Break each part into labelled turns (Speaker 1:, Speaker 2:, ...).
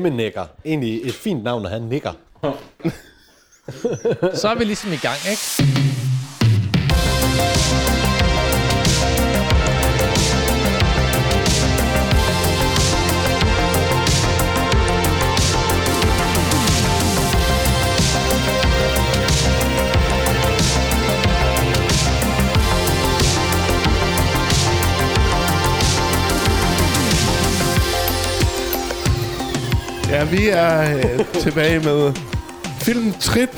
Speaker 1: Emmenækker. Egentlig et fint navn at have, Nikker.
Speaker 2: Så er vi ligesom i gang, ikke?
Speaker 3: Ja, vi er øh, tilbage med filmtrip.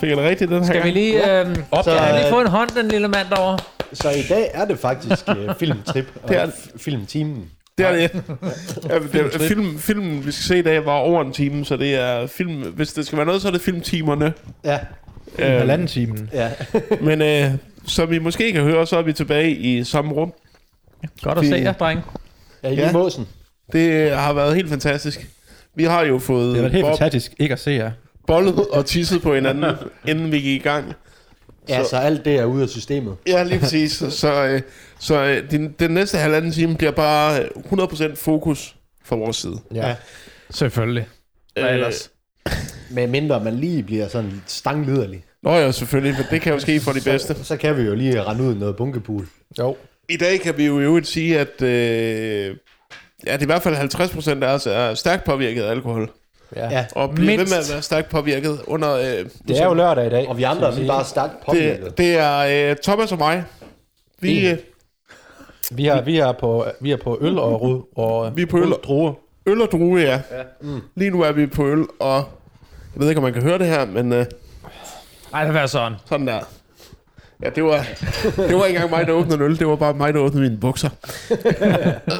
Speaker 3: Fik jeg det rigtigt den her
Speaker 2: Skal vi
Speaker 3: gang?
Speaker 2: lige, øh, op,
Speaker 1: Så,
Speaker 2: kan han lige
Speaker 1: øh,
Speaker 2: få en hånd, den lille mand derovre?
Speaker 1: Så i dag er det faktisk uh, filmtrip og
Speaker 3: Det er det.
Speaker 1: f- filmtimen.
Speaker 3: Det er det. Ja, det er, film, filmen, vi skal se i dag, var over en time, så det er film... Hvis det skal være noget, så er det filmtimerne.
Speaker 1: Ja,
Speaker 4: Øh,
Speaker 3: Øh,
Speaker 4: halvanden timen.
Speaker 1: ja.
Speaker 3: men øh, som I måske kan høre, så er vi tilbage i samme rum.
Speaker 2: Godt at
Speaker 3: vi-
Speaker 2: se jer, dreng.
Speaker 1: Er I lige
Speaker 3: Ja.
Speaker 1: måsen?
Speaker 3: Det øh, har været helt fantastisk. Vi har jo fået
Speaker 4: Det var helt
Speaker 3: bo-
Speaker 4: fantastisk ikke at se jer.
Speaker 3: bollet og tisset på hinanden, inden vi gik i gang.
Speaker 1: Ja, så alt det er ude af systemet.
Speaker 3: Ja, lige præcis. Så, øh, så øh, den, den næste halvanden time bliver bare øh, 100% fokus fra vores side. Øh,
Speaker 1: Ja.
Speaker 2: Selvfølgelig.
Speaker 3: Hvad ellers?
Speaker 1: Med mindre man lige bliver sådan lidt stangliderlig.
Speaker 3: Nå ja, selvfølgelig, men det kan jo ske for de bedste.
Speaker 1: Så kan vi jo lige rende ud i noget bunkepul.
Speaker 4: Jo.
Speaker 3: I dag kan vi jo i øvrigt sige, at, øh, at i hvert fald 50% af os er stærkt påvirket af alkohol.
Speaker 4: Ja.
Speaker 1: Ja.
Speaker 3: Og bliver ved
Speaker 2: Mindst.
Speaker 3: med at være stærkt påvirket under... Øh,
Speaker 4: Det er jo lørdag i dag.
Speaker 1: Og vi andre er bare stærkt påvirket.
Speaker 3: det, det er øh, Thomas og mig. Vi, øh,
Speaker 4: Vi har, vi har, på, vi har på øl og rød. Og,
Speaker 3: vi er på øl,
Speaker 4: druer.
Speaker 3: øl og drue, ja. ja. Mm. Lige nu er vi på øl, og jeg ved ikke, om man kan høre det her, men øh,
Speaker 2: Ej, det var sådan.
Speaker 3: sådan der. Ja, det var, det var ikke engang mig, der åbnede en øl. Det var bare mig, der åbnede mine bukser.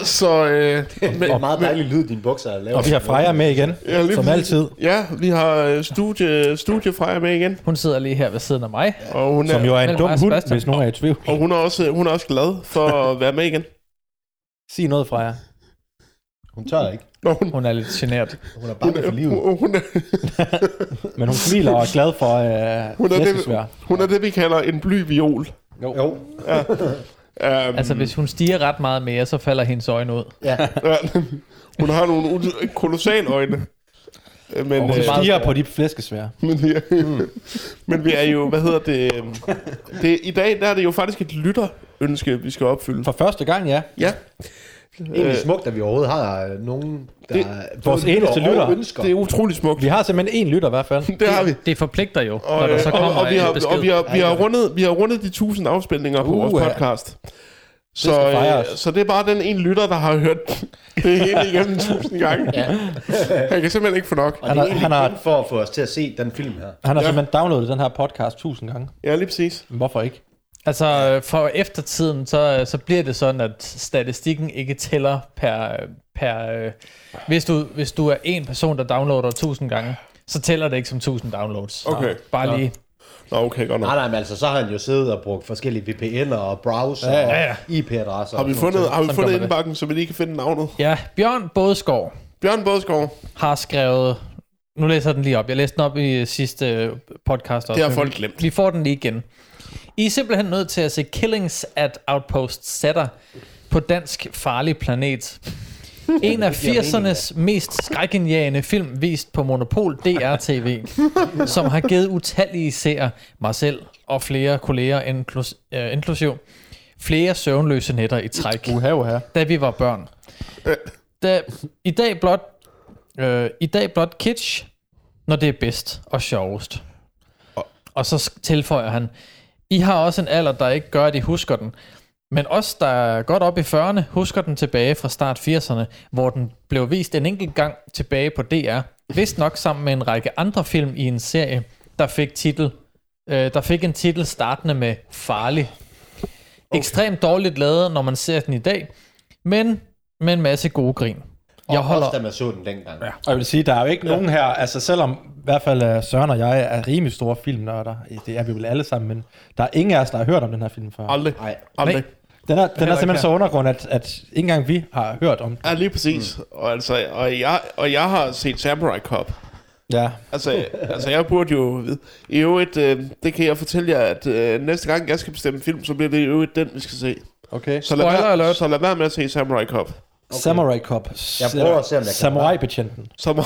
Speaker 3: Så, øh, men,
Speaker 1: Det er meget dejlig lyd, dine bukser laver.
Speaker 4: og vi har Freja med igen,
Speaker 3: Ja, lige
Speaker 4: som
Speaker 3: præcis.
Speaker 4: altid.
Speaker 3: Ja, vi har øh, studie, studiefrejer med igen,
Speaker 2: Hun sidder lige her ved siden af mig.
Speaker 3: og hun,
Speaker 4: Som
Speaker 3: er,
Speaker 4: jo er en
Speaker 2: Mellem
Speaker 4: dum
Speaker 2: mig og
Speaker 4: hund,
Speaker 2: Sebastian.
Speaker 4: hvis nogen er i tvivl.
Speaker 3: og hun, er også, hun er også glad for at være med igen.
Speaker 4: Sig noget, Freja.
Speaker 1: Hun tør ikke.
Speaker 3: Nå, hun,
Speaker 2: Hun er lidt genert.
Speaker 1: Hun er bange for livet.
Speaker 3: hun, hun, er,
Speaker 4: Men hun smiler og er glad for øh,
Speaker 3: hun, er
Speaker 4: læsesvær.
Speaker 3: det, hun er det, vi kalder en bly viol.
Speaker 1: Jo.
Speaker 3: Um,
Speaker 2: Altså, hvis hun stiger ret meget mere, så falder hendes øjne ud.
Speaker 1: Ja.
Speaker 3: hun har nogle u- kolossale øjne. Øh, Men,
Speaker 4: Og hun
Speaker 3: øh,
Speaker 4: stiger på de flæskesvær.
Speaker 3: men, vi, men vi er jo, hvad hedder det, øhm, det I dag der er det jo faktisk et lytterønske, vi skal opfylde.
Speaker 4: For første gang, ja.
Speaker 3: Ja,
Speaker 1: Egentlig smukt, at vi overhovedet har øh, nogen, der...
Speaker 4: er vores eneste
Speaker 1: og
Speaker 4: lytter.
Speaker 1: Ønsker.
Speaker 3: det er utroligt smukt.
Speaker 4: Vi har simpelthen én lytter i hvert fald.
Speaker 3: Det har vi.
Speaker 2: Det forpligter jo,
Speaker 3: Og,
Speaker 2: når der så
Speaker 3: øh, og,
Speaker 2: kommer
Speaker 3: og, vi
Speaker 2: en
Speaker 3: har,
Speaker 2: besked.
Speaker 3: og vi har, vi har, rundet, vi har rundet de 1000 afspilninger på vores
Speaker 4: Uha.
Speaker 3: podcast. Så,
Speaker 4: skal
Speaker 3: øh,
Speaker 4: fejres.
Speaker 3: så det er bare den ene lytter, der har hørt det hele igennem 1000 gange. Ja. Han kan simpelthen ikke få nok.
Speaker 1: Og
Speaker 4: Han
Speaker 1: det er
Speaker 4: har-
Speaker 1: egentlig
Speaker 4: han har-
Speaker 1: kun for at få os til at se den film her.
Speaker 4: Han har
Speaker 3: Ja.
Speaker 4: simpelthen downloadet den her podcast tusind gange.
Speaker 3: Ja, lige præcis.
Speaker 4: Men Hvorfor ikke?
Speaker 2: Altså, øh, for eftertiden, så, øh, så bliver det sådan, at statistikken ikke tæller per... øh, per øh, hvis, du, hvis du er en person, der downloader 1000 gange, så tæller det ikke som 1000 downloads.
Speaker 3: Okay.
Speaker 2: Bare lige.
Speaker 3: Nå, okay, godt
Speaker 1: Nej,
Speaker 3: nok.
Speaker 1: nej, men altså, så har han jo siddet og brugt forskellige VPN'er og browser ja,
Speaker 2: ja,
Speaker 1: ja,
Speaker 2: ja.
Speaker 1: ja. og IP-adresser.
Speaker 3: Har vi fundet, har vi
Speaker 2: Sådan
Speaker 3: fundet
Speaker 2: gør man det.
Speaker 3: indbakken, så vi lige kan finde navnet?
Speaker 2: Ja, Bjørn Bådskov
Speaker 3: Bjørn Bådskov.
Speaker 2: har skrevet... Nu læser jeg den lige op. Jeg læste den op i øh, sidste øh, podcast også.
Speaker 3: Det har
Speaker 2: men
Speaker 3: folk
Speaker 2: vi-
Speaker 3: glemt.
Speaker 2: Vi får den lige igen. I er simpelthen nødt til at se Killings at Outpost Setter på dansk farlig planet. En af
Speaker 1: giver mening,
Speaker 2: 80'ernes mest skrækindjagende film vist på Monopol DR TV, som har givet utallige seere, mig selv og flere kolleger inklus, øh, inklusiv, flere søvnløse nætter i træk
Speaker 3: Uh.
Speaker 4: Uha, uha.
Speaker 2: da vi var børn.
Speaker 3: Øh.
Speaker 2: Da, I dag blot øh, i dag blot kitsch, når det er bedst og sjovest. Og så sk- tilføjer han, I har også en alder, der ikke gør, at I husker den. Men os, der er godt op i 40'erne, husker den tilbage fra start 80'erne, hvor den blev vist en enkelt gang tilbage på DR. Vist nok sammen med en række andre film i en serie, der fik titel øh, der fik en titel startende med Farlig. Okay. Ekstremt dårligt lavet, når man ser den i dag, men med en masse gode grin. Jeg holder,
Speaker 1: Også, da man så den dengang. Ja.
Speaker 4: Og jeg vil sige, der er jo ikke nogen her, altså selvom i hvert fald øh, Søren og jeg er rimelig store filmnørder, det er vi vel alle sammen, men der er ingen af os, der har hørt om den her film før.
Speaker 3: Aldrig.
Speaker 1: Nej.
Speaker 3: Aldrig.
Speaker 2: Nej.
Speaker 4: Den er, den er
Speaker 2: ikke
Speaker 4: simpelthen
Speaker 2: her.
Speaker 4: så undergrund, at, at ikke engang vi har hørt om den.
Speaker 3: Ja, lige præcis.
Speaker 4: Mm.
Speaker 3: Og, altså, og, jeg, og jeg har set Samurai Cop.
Speaker 4: Ja.
Speaker 3: Altså, altså, jeg burde jo vide. I øvrigt, øh, det kan jeg fortælle jer, at øh, næste gang jeg skal bestemme film, så bliver det i øvrigt den, vi skal se.
Speaker 4: Okay.
Speaker 3: Så lad,
Speaker 2: Spoiler
Speaker 3: være,
Speaker 2: alert.
Speaker 3: så lad være med at se Samurai Cop.
Speaker 4: Okay. Samurai Cop.
Speaker 1: Jeg prøver at se, om jeg kan
Speaker 4: Samurai-betjenten.
Speaker 3: Som,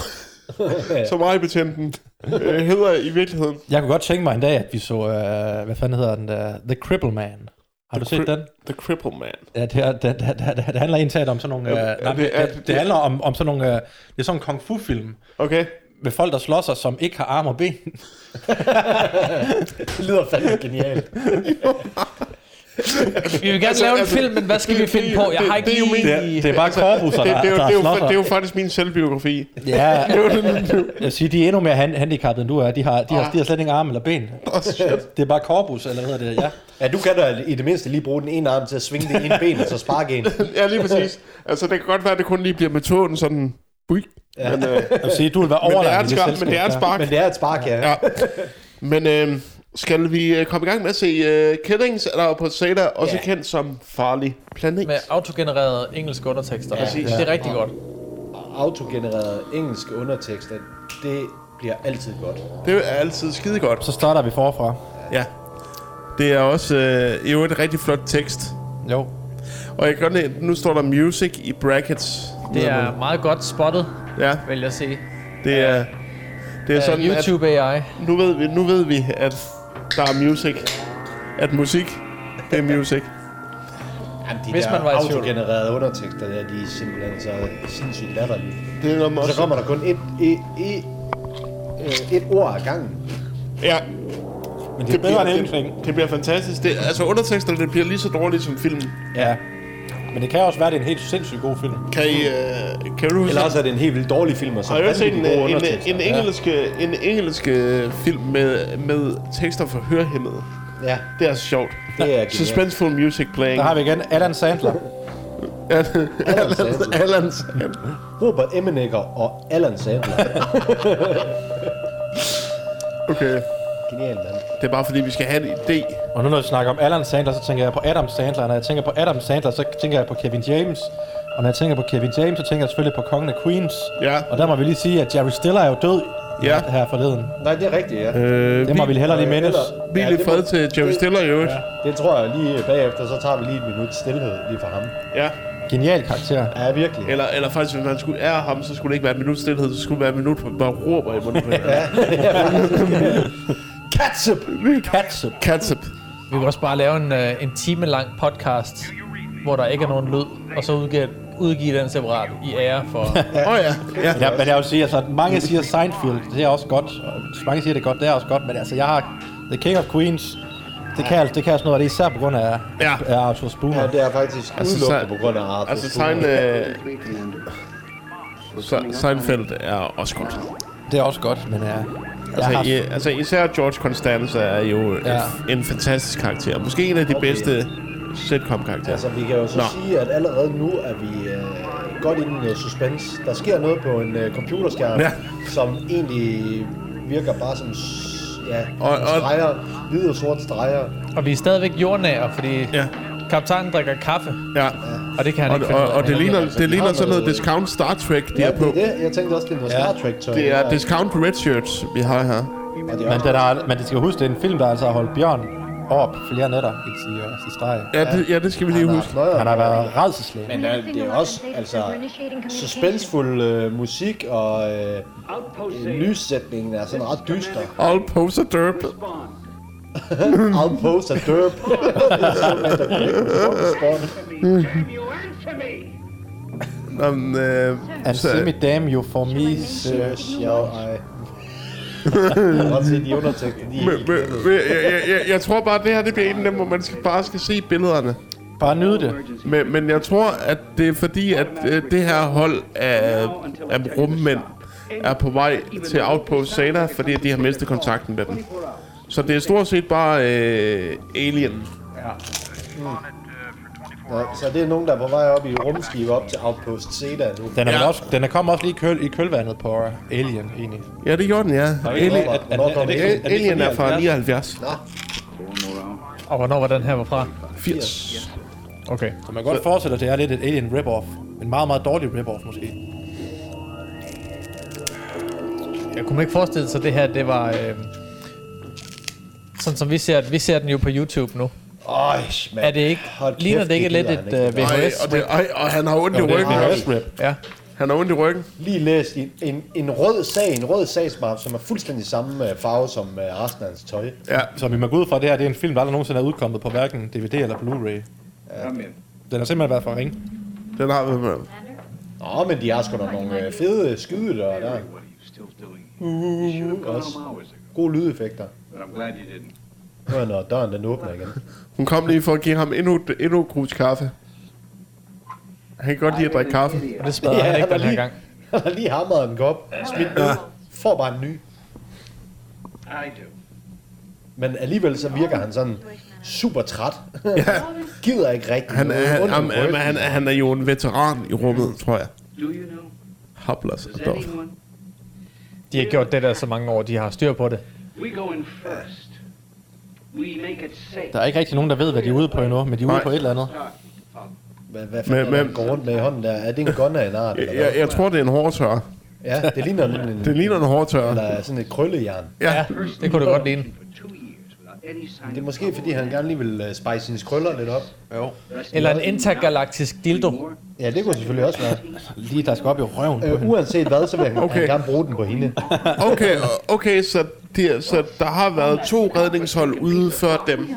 Speaker 3: som betjenten øh, hedder i virkeligheden.
Speaker 4: Jeg kunne godt tænke mig en dag, at vi så, øh, hvad fanden hedder den der, The Cripple Man. Har
Speaker 3: The
Speaker 4: du set
Speaker 3: Cri-
Speaker 4: den?
Speaker 3: The Cripple Man.
Speaker 4: Ja, det, er, det, det, det, det handler indtaget om sådan nogle...
Speaker 3: Ja,
Speaker 4: Øh, nej,
Speaker 3: det
Speaker 4: det,
Speaker 3: er-
Speaker 4: det, det, det handler om, om sådan nogle... Øh, det er sådan en kung fu-film
Speaker 3: Okay.
Speaker 4: med folk, der slår sig, som ikke har arme og ben.
Speaker 1: Det lyder fandme genialt.
Speaker 2: Vi vil gerne
Speaker 3: Altså,
Speaker 2: altså, lave en
Speaker 3: altså,
Speaker 2: altså, film, men hvad skal
Speaker 3: det-
Speaker 2: vi finde
Speaker 3: det-
Speaker 2: på? Jeg
Speaker 3: det-
Speaker 2: har ikke
Speaker 3: det er jo
Speaker 2: lige...
Speaker 3: min-
Speaker 4: Det, er- det er bare korpusser,
Speaker 3: Det, det,
Speaker 4: der,
Speaker 3: er jo- det,
Speaker 4: der
Speaker 3: er jo,
Speaker 4: slår
Speaker 3: fa-
Speaker 4: sig.
Speaker 3: det er jo faktisk min selvbiografi.
Speaker 4: Ja, jeg siger, de er endnu mere han, handicappede, end du er. De har, de, har, de har slet ikke arme eller ben.
Speaker 3: Oh, shit.
Speaker 4: Det er bare korpus, eller hvad hedder det? Ja.
Speaker 1: Ja, du kan da i det mindste lige bruge den ene arm til at svinge det ene ben, og så sparke en.
Speaker 3: Ja, lige præcis. Altså, det kan godt være, at det kun lige bliver med tåen sådan... Bui. Ja. Men, øh,
Speaker 4: Jeg vil sige, du vil være
Speaker 3: men, det er
Speaker 4: overlegen
Speaker 3: et
Speaker 4: i det
Speaker 3: spark, men det er et
Speaker 4: selskab der.
Speaker 3: spark.
Speaker 1: Men det er et spark, ja.
Speaker 3: Ja. Men øh, skal vi øh, komme i gang med at se øh, Killings, eller på Seda, også
Speaker 1: Ja.
Speaker 3: kendt som Farlig Planet?
Speaker 2: Med autogenererede engelske undertekster. Ja,
Speaker 1: præcis.
Speaker 2: det er rigtig godt.
Speaker 1: Autogenererede engelske undertekster, det bliver altid godt.
Speaker 3: Det er altid skide godt.
Speaker 4: Så starter vi forfra.
Speaker 3: Ja. Det er også øh, jo et rigtig flot tekst.
Speaker 4: Jo.
Speaker 3: Og jeg kan godt lide, nu står der music i brackets.
Speaker 2: Det er meget godt spottet,
Speaker 3: Ja,
Speaker 2: vil jeg sige.
Speaker 3: det er... Det er
Speaker 2: Af
Speaker 3: sådan, at
Speaker 2: YouTube AI.
Speaker 3: nu ved, vi, nu ved vi, at der er music. At musik, det er music.
Speaker 1: Jamen, de
Speaker 2: Hvis
Speaker 1: der
Speaker 2: man var i tvivl.
Speaker 1: autogenererede undertekster, der, de er simpelthen så sindssygt latterlige.
Speaker 3: Det er
Speaker 1: Og
Speaker 3: noget,
Speaker 1: så kommer der kun et, et, et, øh, et ord ad gangen.
Speaker 3: Ja,
Speaker 4: Men det er bedre end ingenting.
Speaker 3: det bliver fantastisk. Det, altså underteksterne, det bliver lige så dårligt som filmen.
Speaker 4: Ja. Men det kan også være, det er en helt sindssygt god film.
Speaker 3: Kan I, øh, kan du huske?
Speaker 1: Eller også er det en helt vildt dårlig film, og så
Speaker 3: har jeg set en, øh,
Speaker 1: vanvittigt gode
Speaker 3: en, en,
Speaker 1: undertekster.
Speaker 3: en, engelsk, en engelsk øh, film med, med tekster for hørehæmmede.
Speaker 1: Ja,
Speaker 3: Det er sjovt.
Speaker 1: det er genialt.
Speaker 3: Suspenseful music playing.
Speaker 4: Der har vi igen Adam Sandler.
Speaker 1: Alan Sandler.
Speaker 3: Alan
Speaker 1: Robert Emmenegger og Alan Sandler.
Speaker 3: Okay.
Speaker 1: Genialt, mand.
Speaker 3: Det er bare fordi, vi skal have en idé.
Speaker 4: Og nu når vi snakker om Alan Sandler, så tænker jeg på Adam Sandler. Når jeg tænker på Adam Sandler, så tænker jeg på Kevin James. Og når jeg tænker på Kevin James, så tænker jeg selvfølgelig på Kongen af Queens.
Speaker 3: Ja.
Speaker 4: Og der må vi lige sige, at Jerry Stiller er jo død
Speaker 3: Ja.
Speaker 4: ja. her forleden.
Speaker 1: Nej, det er rigtigt, ja.
Speaker 3: Øh,
Speaker 4: Det må vi hellere lige mindes.
Speaker 1: Eller-
Speaker 3: Hvil
Speaker 1: Ja,
Speaker 3: i
Speaker 1: det
Speaker 3: fred
Speaker 1: må-
Speaker 3: til Jerry Stiller i øvrigt.
Speaker 1: Det tror jeg lige øh, bagefter, så tager vi lige et minut stillhed lige for ham.
Speaker 3: Ja.
Speaker 4: Genial karakter.
Speaker 1: Ja, virkelig.
Speaker 3: Eller, eller faktisk, hvis man skulle ære ham, så skulle det ikke være en minut stillhed, så skulle det være en minut, hvor man bare råber i munden på hinanden.
Speaker 1: Katsup!
Speaker 4: Catsup.
Speaker 3: Catsup.
Speaker 2: Vi kunne også bare lave en, øh, en time lang podcast, hvor der ikke er nogen lyd, og så udgive, udgive den separat i ære for...
Speaker 3: Åh oh, ja. ja.
Speaker 4: Ja, men jeg vil sige, altså, mange siger Seinfeld, det er også godt. Og mange siger, det er godt, det er også godt. Men altså, jeg har The King of Queens. Det kan, altså- det kan jeg sådan noget, og det er især på grund af,
Speaker 3: Ja.
Speaker 4: af Arthur Spooner.
Speaker 1: Ja, det er faktisk altså,
Speaker 3: Altså,
Speaker 1: udelukkende
Speaker 3: så-
Speaker 1: på grund af Arthur.
Speaker 3: Altså,
Speaker 1: Spooner.
Speaker 3: Sein, øh, Se- Seinfeld er også godt.
Speaker 4: Det er også godt, men ja.
Speaker 3: Altså,
Speaker 4: jeg har,
Speaker 3: i, altså især George Constanza er jo ja.
Speaker 4: Ja.
Speaker 3: en fantastisk karakter. Måske en af de
Speaker 1: Okay.
Speaker 3: bedste sitcom-karakterer.
Speaker 1: Altså, vi kan jo så
Speaker 3: Nå.
Speaker 1: Nå. sige, at allerede nu er vi øh, godt inde i noget suspense. Der sker noget på en øh, computerskærm,
Speaker 3: Ja.
Speaker 1: ja. som egentlig virker bare som s- ja,
Speaker 3: Og-
Speaker 1: og,
Speaker 3: og-
Speaker 1: og, streger, hvide og sort streger.
Speaker 2: og vi er stadigvæk jordnære, fordi
Speaker 3: Ja.
Speaker 2: ja. kaptajnen drikker kaffe,
Speaker 3: Ja.
Speaker 2: og det kan han
Speaker 3: Og,
Speaker 2: ikke finde
Speaker 3: og,
Speaker 2: ud af.
Speaker 3: og det ligner, det
Speaker 1: Altså, de
Speaker 3: ligner
Speaker 1: har
Speaker 3: sådan noget
Speaker 1: noget-
Speaker 3: discount Star Trek, de
Speaker 1: Ja,
Speaker 3: er på.
Speaker 1: det er det. Jeg tænkte også, det er noget Star Trek-tøj.
Speaker 3: Det er
Speaker 1: der,
Speaker 3: discount red shirts, vi har her.
Speaker 1: og det er
Speaker 4: men,
Speaker 1: også-
Speaker 4: den har, men det skal huske, det er en film, der altså har holdt Bjørn op flere nætter i, i, i streg.
Speaker 3: Ja, det, ja, det skal vi lige huske.
Speaker 1: Nøjer,
Speaker 4: Han har været redselslæg.
Speaker 1: Men der, det er også altså, suspensfuld øh, musik, og øh, lyssætningen er sådan ret dyster.
Speaker 3: All poser derp.
Speaker 1: Outpost og derp.
Speaker 3: Um, øh,
Speaker 4: And
Speaker 3: så,
Speaker 4: see me damn you for me.
Speaker 1: Ja, ej. Jeg kan godt se, de undertekster, de er
Speaker 3: men-
Speaker 1: helt
Speaker 3: men- men jeg, jeg, jeg, jeg tror bare, at det her det bliver en af dem, hvor man skal, bare skal se billederne.
Speaker 4: Bare nyde det.
Speaker 3: Men, men jeg tror, at det er fordi, at øh, det her hold af, af rummænd er på vej til Outpost Sana, fordi at de har mistet kontakten med dem. Så det er stort set bare øh, Alien.
Speaker 1: Ja, så det er nogen, der er på vej op i et rumskib op til Outpost Zeta nu.
Speaker 4: Den er,
Speaker 3: Ja.
Speaker 4: ja. også, den er kommet også lige i, køl, i kølvandet på øh, Alien, egentlig.
Speaker 3: Ja, det gjorde den, ja. Alien,
Speaker 1: Hvornår- hvornår kom det?
Speaker 3: A- Alien er fra 79.
Speaker 2: Og hvornår var den her var fra?
Speaker 3: 80.
Speaker 2: Okay.
Speaker 4: Så man kan godt forestille sig, at det er lidt et Alien rip-off. En meget, meget dårlig rip-off, måske.
Speaker 2: Jeg kunne ikke forestille sig, at det her, det var... Øh, sådan som vi ser, vi ser den jo på YouTube nu.
Speaker 1: Øj, mand.
Speaker 2: Er det ikke?
Speaker 1: Hold kæft,
Speaker 2: ligner det ikke lidt
Speaker 1: gider
Speaker 2: et
Speaker 1: han
Speaker 2: øh,
Speaker 1: ikke.
Speaker 3: Ej,
Speaker 2: VHS?
Speaker 3: og, det, ej, og han har ondt i ryggen.
Speaker 1: er
Speaker 3: også.
Speaker 1: VHS-rip.
Speaker 2: Ja.
Speaker 3: Han har ondt i ryggen.
Speaker 1: Lige læst en, en, en rød sag, en rød sagsmap, som er fuldstændig samme øh, farve som øh, resten af hans tøj.
Speaker 3: Ja.
Speaker 4: Så vi må gå ud fra, at det her det er en film, der aldrig nogensinde er udkommet på hverken DVD eller Blu-ray. Den har simpelthen været for ringe.
Speaker 3: Den har været med.
Speaker 1: Nå, men de har sgu da nogle øh, fede skydelører der. Uh, også. Gode lydeffekter. Nu er når døren den åbner igen.
Speaker 3: Hun kom lige for at give ham endnu, endnu et krus kaffe. Han kan godt lide at drikke kaffe.
Speaker 2: Og det smadrer han ikke
Speaker 1: der
Speaker 2: den her
Speaker 1: lige,
Speaker 2: gang.
Speaker 1: Han har lige hamret en kop, smidt den ud, får bare en ny. Men alligevel så virker han sådan super træt. Ja. Gider ikke rigtigt.
Speaker 3: Han,
Speaker 1: noget.
Speaker 3: er, han,
Speaker 1: Ondt i
Speaker 3: han,
Speaker 1: ryggen.
Speaker 3: han, han, han er jo en veteran i rummet, tror jeg. Hablas og Dorf.
Speaker 2: De har gjort det der så mange år, de har styr på det.
Speaker 4: Der er ikke rigtig nogen, der ved, hvad de er ude på endnu, men de er ude
Speaker 3: Nej.
Speaker 4: på et eller andet.
Speaker 1: Hvad, hvad fanden
Speaker 3: Men-
Speaker 1: er det,
Speaker 3: men-
Speaker 1: han går rundt med i hånden der? Er det en gunner eller en art?
Speaker 3: Jeg,
Speaker 1: Eller hvad?
Speaker 3: jeg, jeg tror, det er en hårdtørre.
Speaker 1: Ja, det ligner lidt en,
Speaker 3: Det ligner en hårdtørre.
Speaker 1: eller sådan et krøllejern.
Speaker 2: Ja, det kunne det godt ligne.
Speaker 1: Men Det er måske, fordi han gerne lige vil øh, spice sine krøller lidt op.
Speaker 2: Eller en intergalaktisk dildo.
Speaker 1: Ja, det kunne selvfølgelig også være.
Speaker 4: Lige der skal op i røven på
Speaker 1: Øh,
Speaker 4: hende.
Speaker 1: uanset hvad, så vil han, okay.
Speaker 3: Okay.
Speaker 1: han gerne bruge den på hende.
Speaker 3: Okay, og- okay så, de, så der har været to redningshold ude før dem.
Speaker 4: De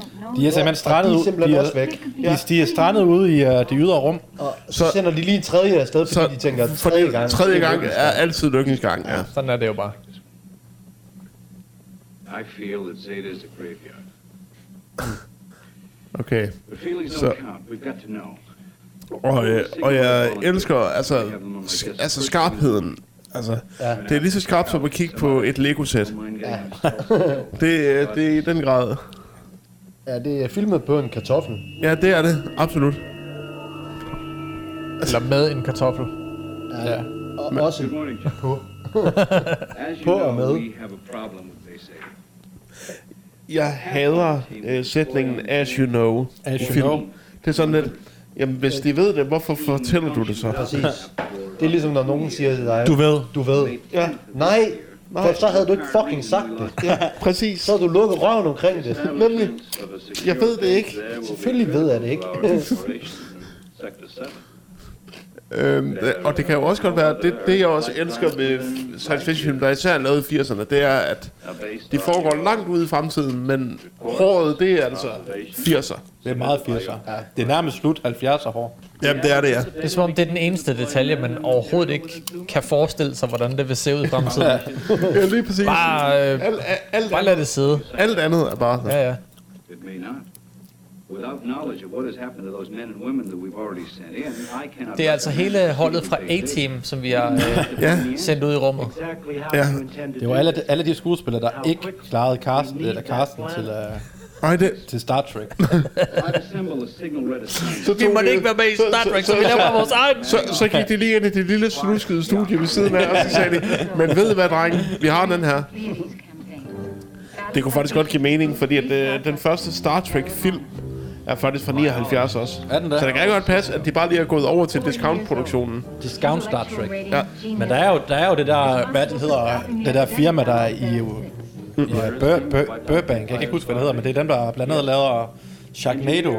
Speaker 4: er simpelthen strandet
Speaker 1: de er
Speaker 4: ud.
Speaker 1: simpelthen
Speaker 4: de,
Speaker 1: også væk.
Speaker 4: De, de er strandet ude i uh, det ydre rum.
Speaker 1: Og så, så
Speaker 3: Så-
Speaker 1: sender de lige en tredje afsted, fordi
Speaker 3: Så-
Speaker 1: de tænker, tredje gang.
Speaker 3: Tredje gang er altid lykkens gang, ja.
Speaker 2: Sådan er det jo bare.
Speaker 5: I feel that Zeta's a graveyard.
Speaker 3: Okay.
Speaker 5: But feelings
Speaker 3: So-
Speaker 5: don't count. We've got to know.
Speaker 3: Og, øh, og jeg elsker altså, s- altså skarpheden. Altså,
Speaker 1: Ja.
Speaker 3: det er lige så skarpt som at kigge på et Lego-sæt.
Speaker 5: Mind getting upset.
Speaker 3: Det, øh, det er i den grad.
Speaker 1: Ja, det er filmet på en kartoffel.
Speaker 3: Ja, det er det. Absolut.
Speaker 2: Eller med en kartoffel.
Speaker 1: Ja. Og også
Speaker 5: Good morning, John.
Speaker 1: på.
Speaker 5: As you
Speaker 1: På og
Speaker 5: know,
Speaker 1: med.
Speaker 5: we have a problem with they say.
Speaker 3: Jeg hader øh, sætningen as you know.
Speaker 4: As
Speaker 3: i
Speaker 4: you
Speaker 3: film.
Speaker 4: know.
Speaker 3: Det er sådan lidt, jamen hvis de ved det, hvorfor fortæller du det så?
Speaker 1: Præcis. Det er ligesom, når nogen siger til dig,
Speaker 4: Du ved.
Speaker 1: du ved.
Speaker 3: Ja,
Speaker 1: Nej, for så havde du ikke fucking sagt det.
Speaker 3: præcis.
Speaker 1: Så havde du lukket røven omkring det.
Speaker 3: Nemlig.
Speaker 5: Of a secure
Speaker 3: Jeg ved det
Speaker 5: base
Speaker 3: ikke.
Speaker 5: there will be
Speaker 1: Selvfølgelig ved jeg det ikke.
Speaker 5: 24 operations in Sector 7.
Speaker 3: Øhm, og det kan jo også godt være, det, det jeg også elsker med science fiction film, der er især lavet i 80'erne, det er, at
Speaker 5: A base
Speaker 3: de foregår langt ude i fremtiden, men håret, det er altså 80'er.
Speaker 4: Det er meget 80'er. Det er nærmest slut 70'er hår.
Speaker 3: Jamen, det er det, ja.
Speaker 2: Det er som om, det er den eneste detalje, man overhovedet ikke kan forestille sig, hvordan det vil se ud i fremtiden.
Speaker 3: Ja, lige præcis.
Speaker 2: Bare, øh,
Speaker 3: Alt, alt, alt,
Speaker 2: bare lad det sidde.
Speaker 3: alt andet er
Speaker 2: Ja,
Speaker 3: bare...
Speaker 2: ja.
Speaker 5: It may not. Without knowledge of what has happened to those men and women that we've already sent in, I cannot.
Speaker 2: Det er altså hele holdet fra A-Team, som vi har øh,
Speaker 3: Ja,
Speaker 2: sendt ud i rummet.
Speaker 3: ja.
Speaker 4: Det var alle, de- alle de skuespillere, der ikke klarede casten, eller casten til, uh,
Speaker 3: Ej, det...
Speaker 4: til Star Trek.
Speaker 5: I'd assemble a signal red assignment.
Speaker 3: Så tog de- så- så- så-
Speaker 2: vores egen.
Speaker 3: Så, så gik de lige ind i det lille sluskede studie ved siden af, og så sagde de, men ved I hvad, drenge, vi har den her. Det kunne faktisk godt give mening, fordi at, øh, den første Star Trek-film er faktisk fra 79 også.
Speaker 4: Er den der?
Speaker 3: Så det kan godt passe, at de bare lige er gået over til discount-produktionen.
Speaker 4: Discount Star Trek.
Speaker 6: Ja.
Speaker 4: Men der er jo, der er jo det der, hvad det hedder, det der firma, der er i, i øh, Bur, Bur, Burbank. Jeg kan ikke huske, hvad det hedder, men det er dem, der blandt andet laver Sharknado.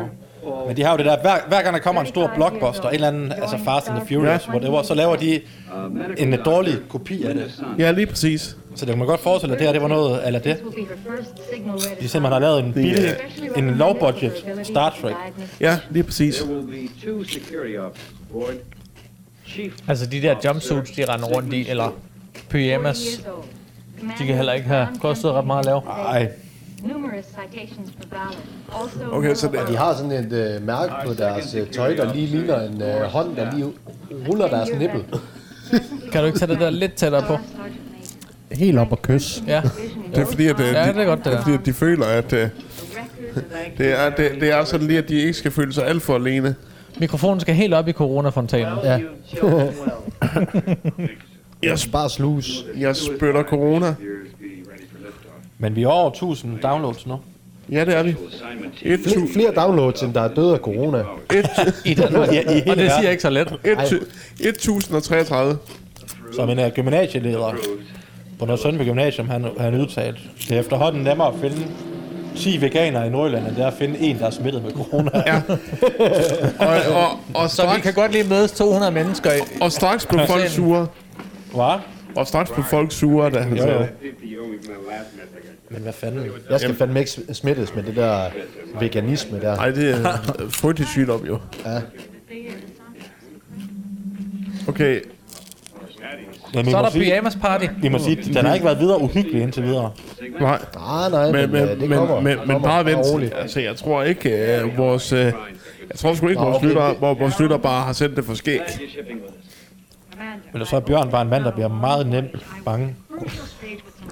Speaker 4: Men de har jo det der, hver, hver gang der kommer en stor blockbuster, en eller anden, altså Fast and the Furious,
Speaker 6: Ja.
Speaker 4: whatever, så laver de
Speaker 5: uh,
Speaker 4: en øh, dårlig kopi af det.
Speaker 5: Son,
Speaker 3: Ja, lige præcis.
Speaker 4: Så det kan man godt forestille, at det her, det var noget, eller det. De simpelthen har lavet en billig, en low-budget Star Trek.
Speaker 3: Ja, lige præcis.
Speaker 5: there will be two security officers aboard. Chief
Speaker 2: Altså de der jumpsuits, de render rundt i, eller pyjamas, de kan heller ikke have kostet ret meget at lave.
Speaker 4: Ej,
Speaker 3: Okay, så det-
Speaker 1: Og de har sådan et øh, mærke på deres øh, tøj, der lige ligner en øh, hånd, der lige ruller deres nippel.
Speaker 2: Kan du ikke tage det der lidt tættere på?
Speaker 1: Helt op og kys.
Speaker 2: Ja,
Speaker 3: Det er fordi, at, øh,
Speaker 2: ja det er godt det
Speaker 3: det er fordi,
Speaker 2: der.
Speaker 3: at de føler, at øh, det, er, det, det er sådan lige, at de ikke skal føle sig alt for alene.
Speaker 2: Mikrofonen skal helt op i coronafontænen.
Speaker 1: Ja.
Speaker 3: Jeg, sp-
Speaker 1: Bare slus.
Speaker 3: jeg spytter corona.
Speaker 5: years be ready for liftoff.
Speaker 4: men vi er over 1000 downloads nu.
Speaker 3: Ja, det er vi.
Speaker 5: Assignment team.
Speaker 3: Et,
Speaker 1: Flere,
Speaker 3: tu-
Speaker 1: flere downloads, end der er døde af corona.
Speaker 2: I Danmark. Og det siger jeg ikke så let.
Speaker 3: et tu- 1033.
Speaker 4: Som en uh, gymnasieleder på Nørre Sønderby Gymnasium, han, han udtalte. Det er efterhånden nemmere at finde 10 veganere i Nordjylland, og der er at finde en, der er smittet med corona.
Speaker 3: Ja. og, og, og,
Speaker 2: Så vi
Speaker 3: straks,
Speaker 2: kan godt lige mødes 200 mennesker i.
Speaker 3: og straks blev folk sure.
Speaker 4: Hva?
Speaker 3: Og straks blev folk sure, da han sagde det.
Speaker 4: Men hvad fanden?
Speaker 1: Jeg skal fandme ikke sm- smittes med det der veganisme der.
Speaker 3: Nej, det er øh, frygtelig sygdom jo.
Speaker 1: Ja.
Speaker 3: Okay,
Speaker 2: Så
Speaker 4: Jamen, I
Speaker 2: er
Speaker 4: må
Speaker 2: der
Speaker 4: sige,
Speaker 2: pyjamas party.
Speaker 4: I må sige, den har ikke været videre uhyggelig indtil videre.
Speaker 3: nej.
Speaker 1: Nej, nej, men,
Speaker 3: Men, men,
Speaker 1: øh,
Speaker 3: men,
Speaker 1: det kommer.
Speaker 3: men, men,
Speaker 1: kommer.
Speaker 3: bare
Speaker 1: Bare
Speaker 3: vent.
Speaker 1: roligt.
Speaker 3: Altså, jeg tror ikke, øh, vores... Øh, jeg tror sgu ikke,
Speaker 1: Nå,
Speaker 3: vores
Speaker 1: okay.
Speaker 3: lytter, hvor vores lytter bare har sendt det for skæg.
Speaker 5: Glad you're shipping with us.
Speaker 4: Men så er Bjørn bare en mand, der bliver meget nemt bange.
Speaker 5: I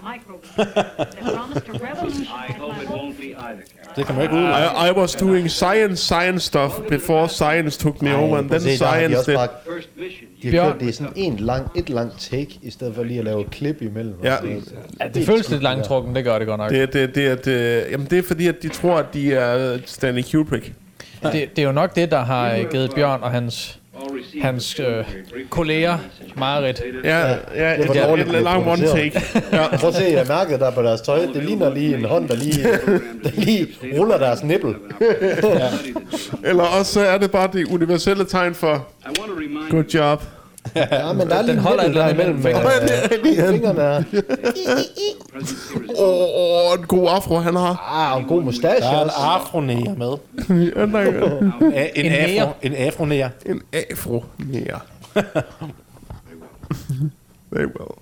Speaker 5: hope it won't be either, Karen.
Speaker 4: Det kan man jo ikke ud.
Speaker 3: I, I was doing science, science stuff before science took me over, and
Speaker 1: Prøv
Speaker 3: then
Speaker 1: at se, der har de
Speaker 3: science
Speaker 1: også
Speaker 3: did.
Speaker 1: bare,
Speaker 5: First mission,
Speaker 1: de har
Speaker 2: Bjørn.
Speaker 1: kørt det i sådan en lang, et langt take, i stedet for lige at lave et klip imellem.
Speaker 3: Ja.
Speaker 1: Og sådan noget.
Speaker 2: Ja, det føles lidt langtrukken, det gør det godt nok.
Speaker 3: Det, det, det, at, øh, jamen det er fordi, at de tror, at de er Stanley Kubrick.
Speaker 2: Det, det er jo nok det, der har øh, givet Bjørn og hans,
Speaker 5: all received.
Speaker 2: hans øh, kolleger Marit.
Speaker 3: Ja, ja, ja
Speaker 1: det var
Speaker 3: et, et,
Speaker 1: dårligt,
Speaker 3: et,
Speaker 1: det
Speaker 3: lang
Speaker 1: blev
Speaker 3: one take. Ja.
Speaker 1: Prøv at se, jeg mærkede der på deres tøj. Det ligner lige en hånd, der lige, der lige ruller deres nippel.
Speaker 3: Eller også så er det bare det universelle tegn for,
Speaker 5: I want to remind
Speaker 3: good job.
Speaker 1: Ja, men der er lige
Speaker 2: Den
Speaker 1: en
Speaker 2: holder et
Speaker 1: nippel der
Speaker 2: eller andet
Speaker 1: imellem
Speaker 2: imellem
Speaker 1: øh, fingrene. her.
Speaker 3: Åh, oh, oh, en god afro, han har.
Speaker 1: Ah, og en god mustache
Speaker 4: Der er en
Speaker 1: også.
Speaker 4: afronæger med.
Speaker 3: Han er
Speaker 4: A- en,
Speaker 2: En nære.
Speaker 4: afro, en afronæger.
Speaker 3: en afro mere. They will.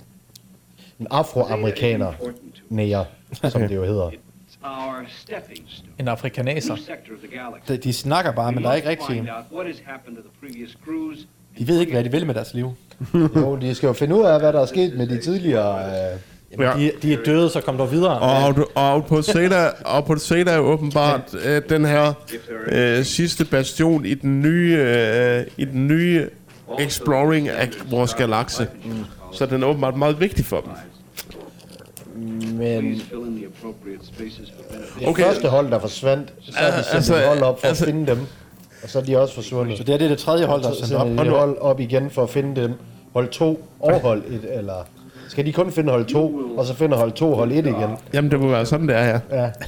Speaker 1: En afroamerikaner.
Speaker 5: important to
Speaker 1: Nære, som det jo hedder.
Speaker 5: our stepping stone.
Speaker 2: En afrikaner.
Speaker 5: New sector of the galaxy.
Speaker 4: De, de snakker bare, men der er ikke
Speaker 5: We must
Speaker 4: rigtig...
Speaker 5: find out what has happened to the previous crews.
Speaker 4: De ved ikke, hvad de vil med deres liv.
Speaker 1: Jo, de skal jo finde ud af, hvad der er sket med de tidligere... Øh,
Speaker 3: Ja.
Speaker 4: De, de er døde, så kom der videre.
Speaker 3: Og, Aud- og Autoseda, Autoseda er åbenbart øh, den her øh, sidste bastion i den nye, øh, i den nye exploring af vores galakse. Så den er åbenbart meget vigtig for dem.
Speaker 1: men
Speaker 5: Please fill in the appropriate spaces for benefit.
Speaker 1: det
Speaker 3: Okay.
Speaker 1: første hold, der forsvandt, så har de sendt
Speaker 3: Altså,
Speaker 1: altså, et hold op for
Speaker 3: altså-
Speaker 1: at finde dem. Og så er de også forsvundet.
Speaker 4: Så det er det, er det tredje hold, der er
Speaker 1: Så
Speaker 4: sendt op.
Speaker 1: sender de hold op igen for at finde dem. Hold 2 og hold 1, eller... Skal de kun finde hold 2, og så finder hold 2 hold 1 igen?
Speaker 3: Jamen, det må være sådan, det er her.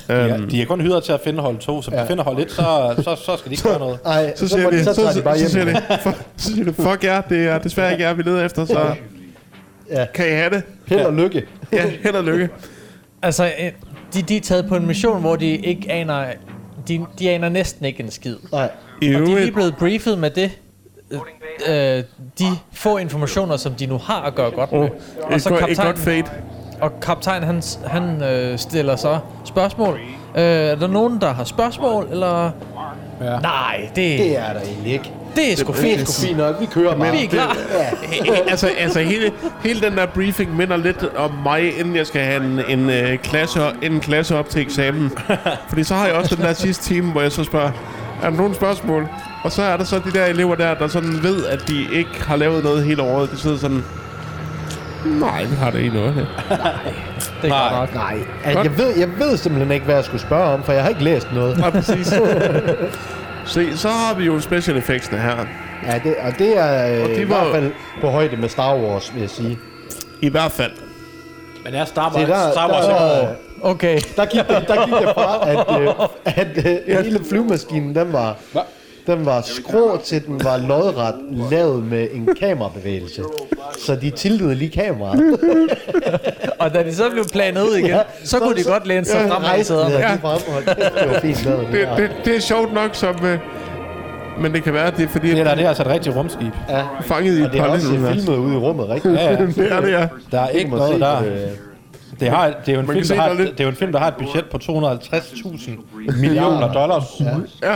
Speaker 1: Ja.
Speaker 4: Ja, de er kun hyret til at finde hold 2, så hvis de finder hold 1, så, så, så skal de ikke gøre noget.
Speaker 1: Ej, så,
Speaker 3: Så
Speaker 1: så,
Speaker 3: siger
Speaker 1: må
Speaker 3: de,
Speaker 1: de, så, tager de bare
Speaker 3: så,
Speaker 1: hjem.
Speaker 3: siger de, fuck- så siger de, fuck jer, det er desværre ikke jer, vi leder efter, så
Speaker 1: Ja.
Speaker 3: kan I have det?
Speaker 1: Held og lykke.
Speaker 3: Ja, held og lykke.
Speaker 2: Altså, øh, de, de er taget på en mission, hvor de ikke aner... De, de aner næsten ikke en skid.
Speaker 1: Nej,
Speaker 3: I
Speaker 2: Og de er lige
Speaker 3: øvrigt,
Speaker 2: blevet briefet med det, øh, øh, de få informationer, som de nu har at gøre godt med.
Speaker 3: oh,
Speaker 2: og så
Speaker 3: et, godt- et godt
Speaker 2: kaptajnen,
Speaker 3: fate.
Speaker 2: og kaptajn, han, s- han øh, stiller så spørgsmål. Øh, er der nogen, der har spørgsmål, eller... Ja. Nej, det,
Speaker 1: det
Speaker 2: det,
Speaker 1: er der egentlig ikke.
Speaker 2: det er sgu
Speaker 1: Det er
Speaker 2: fedt.
Speaker 1: sgu fint nok, vi kører bare.
Speaker 2: Vi er klar.
Speaker 3: altså, altså hele, hele den der briefing minder lidt om mig, inden jeg skal have en, en, øh, klasse, en klasse op til eksamen. Fordi så har jeg også den der sidste time, hvor jeg så spørger, er der nogle spørgsmål? Og så er der så de der elever der, der sådan ved, at de ikke har lavet noget hele året. De sidder sådan, nej, vi har det ikke noget.
Speaker 2: Det er godt nok.
Speaker 1: Nej, altså, jeg, ved, jeg ved simpelthen ikke, hvad jeg skulle spørge om, for jeg har ikke læst noget.
Speaker 3: Nej, præcis. Se, så har vi jo special effectsene her.
Speaker 1: Ja, det, og det er øh,
Speaker 3: Og det
Speaker 1: i
Speaker 3: var-
Speaker 1: hvert fald på højde med Star Wars, vil jeg sige.
Speaker 3: I hvert fald.
Speaker 4: Men er Star Wars,
Speaker 1: Det er der,
Speaker 4: Star
Speaker 1: der,
Speaker 4: Wars
Speaker 1: der,
Speaker 4: ikke
Speaker 2: Okay.
Speaker 1: der, gik, det, der gik det fra, at, øh, at øh, hele flyvemaskinen, den var, den var skrå til, den var lodret, lavet med en kamerabevægelse. Så de tiltede lige kameraet.
Speaker 2: Og da de så blev planet ud igen, ja, så, så kunne de godt læne sig frem af
Speaker 1: Rejsen havde
Speaker 2: sæderne.
Speaker 1: de frem, og kæft, det var fint lavet.
Speaker 3: Det,
Speaker 1: Det, der.
Speaker 3: det, det er sjovt nok som... Øh, men det kan være, at det er fordi,
Speaker 4: Det
Speaker 3: at
Speaker 4: der, det er altså et rigtigt rumskib.
Speaker 3: fanget i et
Speaker 1: Og det er også
Speaker 3: parallelunivers.
Speaker 1: filmet ude i rummet, rigtigt?
Speaker 4: Ja, ja.
Speaker 3: Det er det, ja.
Speaker 4: Der er ikke
Speaker 1: Ikke må se,
Speaker 4: noget der.
Speaker 1: øh,
Speaker 4: Det, har, det, er jo
Speaker 3: Man
Speaker 4: en
Speaker 3: kan
Speaker 4: film,
Speaker 3: se,
Speaker 4: der har,
Speaker 3: der er lidt-
Speaker 4: det er jo en film, der har et budget på 250.000 millioner dollars.
Speaker 3: ja.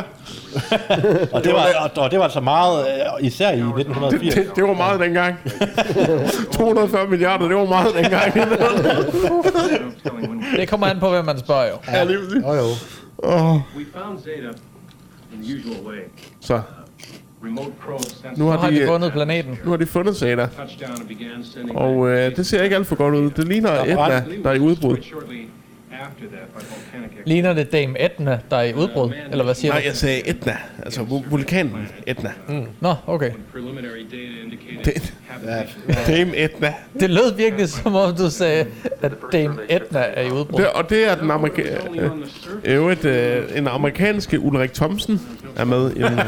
Speaker 4: Og det var, og, og det var altså meget, øh, især i 1980.
Speaker 3: Det, det var meget dengang. 240 milliarder, det var meget dengang.
Speaker 5: No telling when
Speaker 2: Det kommer an på, hvem man spørger jo.
Speaker 3: ja, lige præcis.
Speaker 1: Jo, jo.
Speaker 3: Åh,
Speaker 5: We found Zeta in the usual way.
Speaker 3: Så,
Speaker 5: Remote probe sensed
Speaker 3: nu
Speaker 2: Nu
Speaker 3: har,
Speaker 2: har
Speaker 3: de,
Speaker 2: de
Speaker 3: øh,
Speaker 2: fundet planeten.
Speaker 3: nu har de fundet Zeta,
Speaker 2: Oh.
Speaker 5: touchdown and began sending
Speaker 3: og øh, det ser ikke alt for godt ud. Det ligner Etna, der er i udbrud.
Speaker 5: shortly after
Speaker 2: Ligner det Dame Etna, der er i udbrud? Eller hvad siger
Speaker 3: Nej,
Speaker 2: du?
Speaker 3: jeg sagde Etna. Altså vu- vulkanen Etna.
Speaker 2: Nå, okay.
Speaker 3: Det- Dame Etna.
Speaker 2: Det lød virkelig som om, du sagde, at Dame Etna er i udbrud.
Speaker 3: Det, og det er den amerika- øh, øvrigt, øh, en amerikanske Ulrik Thomsen er med. i den.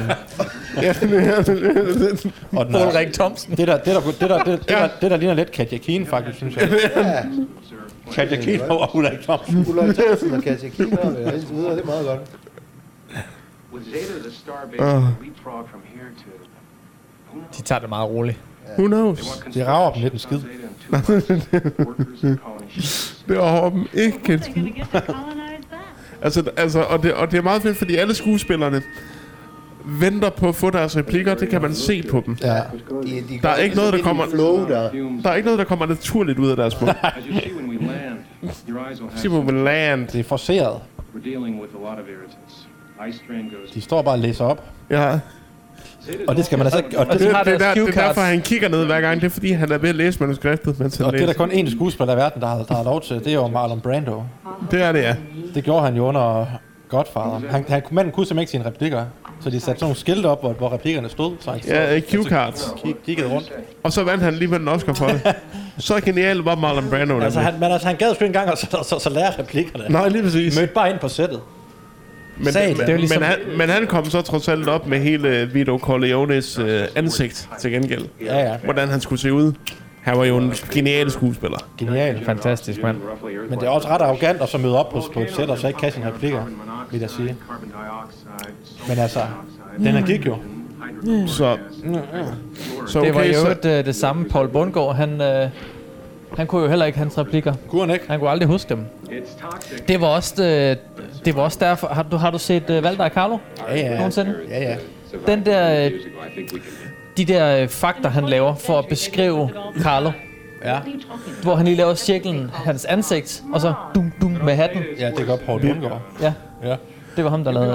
Speaker 3: ja, den-
Speaker 4: Og den er,
Speaker 2: Ulrik Thomsen.
Speaker 4: det, der, det, der, det, der, det, der, det, der, det der ligner lidt Katja Keen, faktisk, synes jeg. Katja Keen og Ulrik Thomsen.
Speaker 1: Ulla Thomsen og Katja Kina og indtil videre, det er meget godt.
Speaker 5: With Zeta, the starbase, uh. leapfrog from here to.
Speaker 2: De tager det meget roligt.
Speaker 3: Who knows?
Speaker 4: Det rager dem lidt en skid.
Speaker 3: Det har dem ikke en skid. Altså, altså og, det, og det er meget fedt, fordi alle skuespillerne venter på at få deres replikker. Det kan man se på dem.
Speaker 1: Ja.
Speaker 3: Der er ikke noget, der kommer...
Speaker 1: Flow der.
Speaker 3: Der er ikke noget, der kommer naturligt ud af deres mund.
Speaker 5: As you see when we land, your eyes will have.
Speaker 3: Simon vil land.
Speaker 4: Det er forceret.
Speaker 5: We're dealing with a lot of irritants. Ice strain goes.
Speaker 4: De står bare og læser op.
Speaker 3: Ja.
Speaker 4: Og det skal man altså ikke... Og
Speaker 2: Og
Speaker 3: Det,
Speaker 4: det,
Speaker 2: de
Speaker 3: det,
Speaker 2: har
Speaker 3: er
Speaker 2: deres
Speaker 3: der, det
Speaker 2: cue
Speaker 3: er derfor,
Speaker 2: cards.
Speaker 3: han kigger ned hver gang. Det er, fordi han er ved at læse manuskriptet, mens han
Speaker 4: og det er der
Speaker 3: læser.
Speaker 4: kun én skuespiller i verden, der har, der har lov til. Det er jo Marlon Brando.
Speaker 3: Det er det, ja.
Speaker 4: Det gjorde han jo under Godfather. Han, han, manden kunne simpelthen ikke sine replikker. Så de satte sådan nogle skilte op, hvor, hvor replikkerne stod. Så han
Speaker 3: Ja, øh, cue cards.
Speaker 4: kig, kiggede rundt.
Speaker 3: Og så vandt han alligevel en Oscar for det. så genial var Marlon Brando.
Speaker 4: Altså,
Speaker 3: Altså,
Speaker 4: han, men altså, han gad sgu ikke engang, og så, så, så lærer replikkerne.
Speaker 3: Nej, lige præcis.
Speaker 4: Mødte bare ind på sættet.
Speaker 3: Altså, Men,
Speaker 2: sagde det.
Speaker 3: men,
Speaker 2: Det er jo ligesom-
Speaker 3: men, han, men han kom så trods alt op med hele Vito Corleones øh, ansigt til gengæld.
Speaker 4: Ja, ja.
Speaker 3: Hvordan han skulle se ud. Han var jo en genial skuespiller.
Speaker 4: Genial.
Speaker 2: Fantastisk, mand.
Speaker 4: Men det er også ret arrogant at så møde op på, på et sæt, og så ikke kan sine replikker, vil jeg sige. Men altså, den her gik jo.
Speaker 3: Så, så
Speaker 2: Det var
Speaker 3: okay,
Speaker 2: jo
Speaker 3: så,
Speaker 2: øvrigt øh, det samme. Paul Bundgaard, han, øh, han kunne jo heller ikke hans replikker.
Speaker 4: Kunne han ikke?
Speaker 2: Han kunne aldrig huske dem. Det var også, øh, det var også derfor... Har du, har du set øh, Valder og Carlo?
Speaker 4: Ja, ja.
Speaker 2: Nogensinde?
Speaker 4: Ja, ja.
Speaker 2: Den der... Øh, de der øh, fakter, han laver for at beskrive Carlo.
Speaker 4: Ja,
Speaker 2: Hvor han lige laver cirklen, hans ansigt, og så dum dum med hatten.
Speaker 4: ja det gør Paul Bundgaard.
Speaker 2: Ja,
Speaker 4: Ja.
Speaker 2: det var ham, der lavede...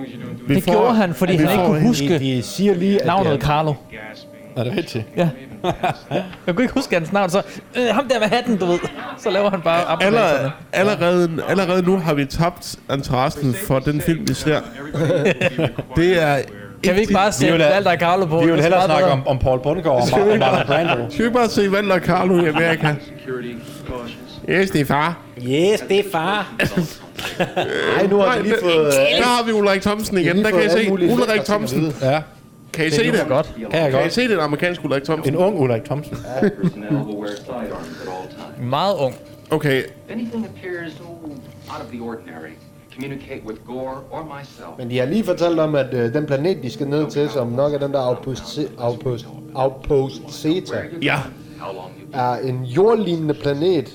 Speaker 2: Øh.
Speaker 3: vi
Speaker 2: Det
Speaker 3: får-
Speaker 2: gjorde han, fordi
Speaker 3: vi
Speaker 2: han ikke
Speaker 3: får
Speaker 2: kunne
Speaker 3: en-
Speaker 2: huske
Speaker 1: De siger lige, at det
Speaker 2: navnet
Speaker 1: er,
Speaker 2: Carlo.
Speaker 4: Er det rigtigt?
Speaker 2: Ja. jeg kunne ikke huske hans navn, så øh, ham der med hatten, du ved. Så laver han bare
Speaker 3: Allerede,
Speaker 2: apparater.
Speaker 3: allerede, allerede nu har vi tabt interessen for den film, vi ser. det er...
Speaker 2: Kan vi ikke bare
Speaker 4: Vi
Speaker 2: sætte
Speaker 4: vil da-
Speaker 2: Valder og Carlo på?
Speaker 4: Vi
Speaker 2: Det
Speaker 4: vil
Speaker 2: er
Speaker 4: hellere
Speaker 2: meget
Speaker 4: snakke
Speaker 2: bedre.
Speaker 4: om, om Paul Bundgaard og Mar- og Marlon Brando.
Speaker 3: Skal vi bare se Valder og Carlo i Amerika?
Speaker 5: Security cautious.
Speaker 3: Yes, det er far.
Speaker 4: Yes, det er far.
Speaker 1: nej, nu har vi lige
Speaker 3: det-
Speaker 1: fået... øh,
Speaker 3: Der har vi Ulrik Thomsen igen.
Speaker 1: lige
Speaker 3: Der kan
Speaker 1: fået
Speaker 3: I
Speaker 1: alle
Speaker 3: se
Speaker 1: mulige
Speaker 3: Ulrik
Speaker 1: lækre ting at
Speaker 3: Thomsen.
Speaker 1: vide.
Speaker 4: Ja,
Speaker 3: Kan I se det?
Speaker 2: Det er godt.
Speaker 4: kan jeg
Speaker 3: Kan I
Speaker 4: godt.
Speaker 3: se den amerikanske Ulrik Thomsen?
Speaker 4: En ung Ulrik Thomsen.
Speaker 5: Personnel who wear sidearms at all times.
Speaker 2: Meget ung.
Speaker 3: Okay,
Speaker 5: If anything appears ooh, out of the ordinary, communicate with Gore or myself.
Speaker 1: Men de har lige fortalt om, at øh, den planet, de skal ned til, som nok er den der outpost, Se- outpost, outpost Zeta,
Speaker 3: ja.
Speaker 5: How long you
Speaker 1: er en jordlignende planet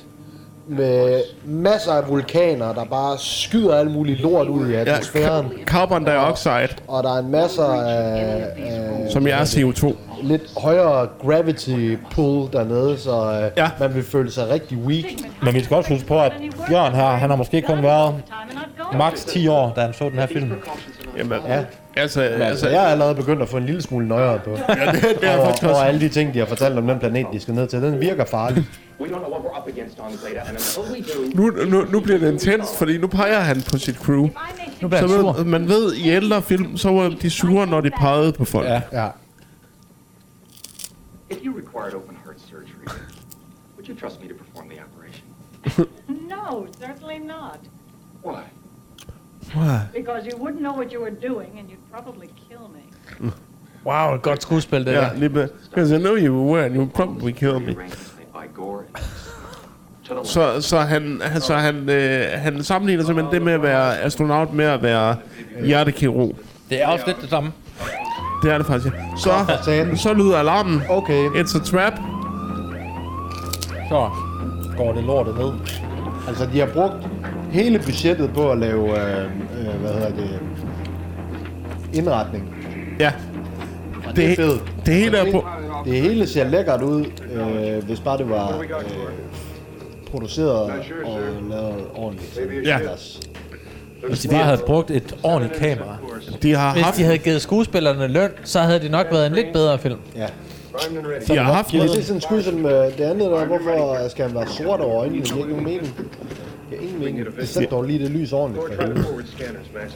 Speaker 1: med masser af vulkaner, der bare skyder alt muligt lort ud i atmosfæren.
Speaker 3: Carbon dioxide,
Speaker 1: Og der er en masse af, af
Speaker 3: som jeg er CO2.
Speaker 1: lidt højere gravity pull dernede, så øh,
Speaker 3: Ja.
Speaker 1: ja. man vil føle sig rigtig weak.
Speaker 4: Men vi skal også huske på, at Bjørn her, han har måske kun været maks 10 år, da han så den her film.
Speaker 3: Jamen, ja. altså, altså,
Speaker 1: Så jeg er allerede begyndt at få en lille smule nøjere på.
Speaker 3: ja, det, det er jeg faktisk
Speaker 1: Og, og
Speaker 3: også.
Speaker 1: alle de ting, de har fortalt om den planet, de skal ned til, den virker farlig.
Speaker 5: We don't know what we're up against on Zeta, and until we do,
Speaker 3: Nu, nu, nu bliver det intenst, fordi nu peger han på sit crew.
Speaker 2: Nu bliver
Speaker 3: Så
Speaker 2: han sur.
Speaker 3: ved, man ved, i ældre film, så var de sure, når de pegede på folk.
Speaker 4: Ja.
Speaker 1: Ja.
Speaker 5: if you required open heart surgery, would you trust me to perform the operation?
Speaker 6: No, certainly not.
Speaker 5: Why?
Speaker 6: Because you wouldn't know what you were doing and you'd probably kill me.
Speaker 2: Wow, et godt skuespil, det
Speaker 3: Ja,
Speaker 2: der.
Speaker 3: lige med. Because I know you were and you would probably kill me.
Speaker 5: Arrangements made by Gore and to the left.
Speaker 3: Så, så han, han- så han, øh, han sammenligner simpelthen det med at være astronaut med at være hjertekirurg.
Speaker 4: Det er også lidt det samme.
Speaker 3: Det er det faktisk. ja. Så,
Speaker 1: satan.
Speaker 3: så lyder alarmen.
Speaker 1: Okay.
Speaker 3: It's a trap.
Speaker 4: Så går det lortet ned.
Speaker 1: Altså, de har brugt hele budgettet på at lave, øh, øh, hvad hedder det, indretning.
Speaker 3: Ja. Det,
Speaker 1: det er fedt.
Speaker 3: det hele er på...
Speaker 1: Det hele ser lækkert ud, øh, hvis bare det var øh, produceret og lavet ordentligt.
Speaker 3: Ja.
Speaker 1: Ellers-
Speaker 4: Hvis de bare havde brugt et ordentligt kamera.
Speaker 3: De har
Speaker 2: Hvis
Speaker 3: haft,
Speaker 2: de havde givet skuespillerne løn, så havde det nok været en lidt bedre film.
Speaker 1: Ja.
Speaker 3: de har haft
Speaker 1: Det er lidt sådan skud som øh, det andet der, hvorfor skal han være sort over øjnene? Det er ikke nogen mening. Det er ingen mening. Sæt dog lige det lys ordentligt for helvede.
Speaker 7: forward scanners, Max.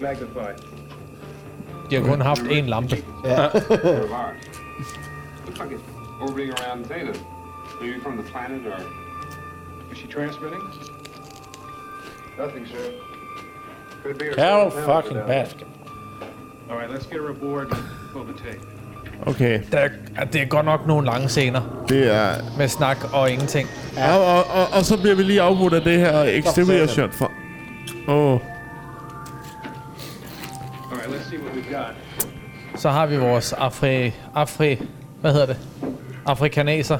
Speaker 7: Magnify.
Speaker 2: De har kun haft én lampe.
Speaker 7: They're large. Looks like it's orbiting around Zeta. Maybe from the planet or. Is she transmitting? Nothing, sir. Could be her
Speaker 4: How
Speaker 7: solar panels are
Speaker 4: fucking
Speaker 7: down.
Speaker 4: basket.
Speaker 7: All right, let's get her aboard. Pull the tape.
Speaker 3: Okay,
Speaker 2: Der, er- det er godt nok nogle lange scener
Speaker 3: det er...
Speaker 2: med snak og ingenting.
Speaker 3: Ja. Og, og, og, og, så bliver vi lige afbrudt af det her exterior
Speaker 1: satan.
Speaker 3: shot fra... Åh, oh,
Speaker 7: All right, let's see what we've got.
Speaker 2: Så har vi vores afri... afri hvad hedder det? Afrikaneser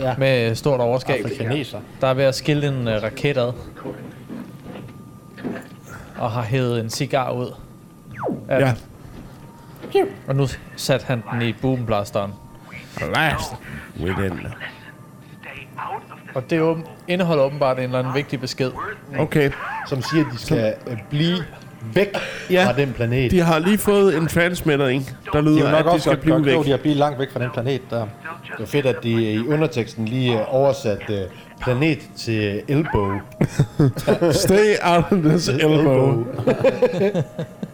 Speaker 2: ja. med stort overskab,
Speaker 4: Afrikaneser.
Speaker 2: der er ved at skille en uh, raket ad. Og har hævet en cigar ud.
Speaker 3: ja. ja.
Speaker 2: Og nu satte han den i boomblasteren.
Speaker 3: Blast within.
Speaker 2: Og det åben, indeholder åbenbart en eller anden vigtig besked.
Speaker 3: Okay,
Speaker 1: Som siger, at de skal øh, blive væk
Speaker 3: Ja.
Speaker 1: fra den planet.
Speaker 3: de har lige fået en transmitter, ikke? Der
Speaker 4: Det
Speaker 3: lyder,
Speaker 4: er nok
Speaker 3: at de
Speaker 4: også
Speaker 3: skal
Speaker 4: godt, blive
Speaker 3: blive
Speaker 4: godt
Speaker 3: væk.
Speaker 4: klogt i at blive langt væk fra den planet der.
Speaker 1: Det var fedt, at de i underteksten lige øh, oversatte øh, planet til elbow.
Speaker 3: Stay out of this elbow.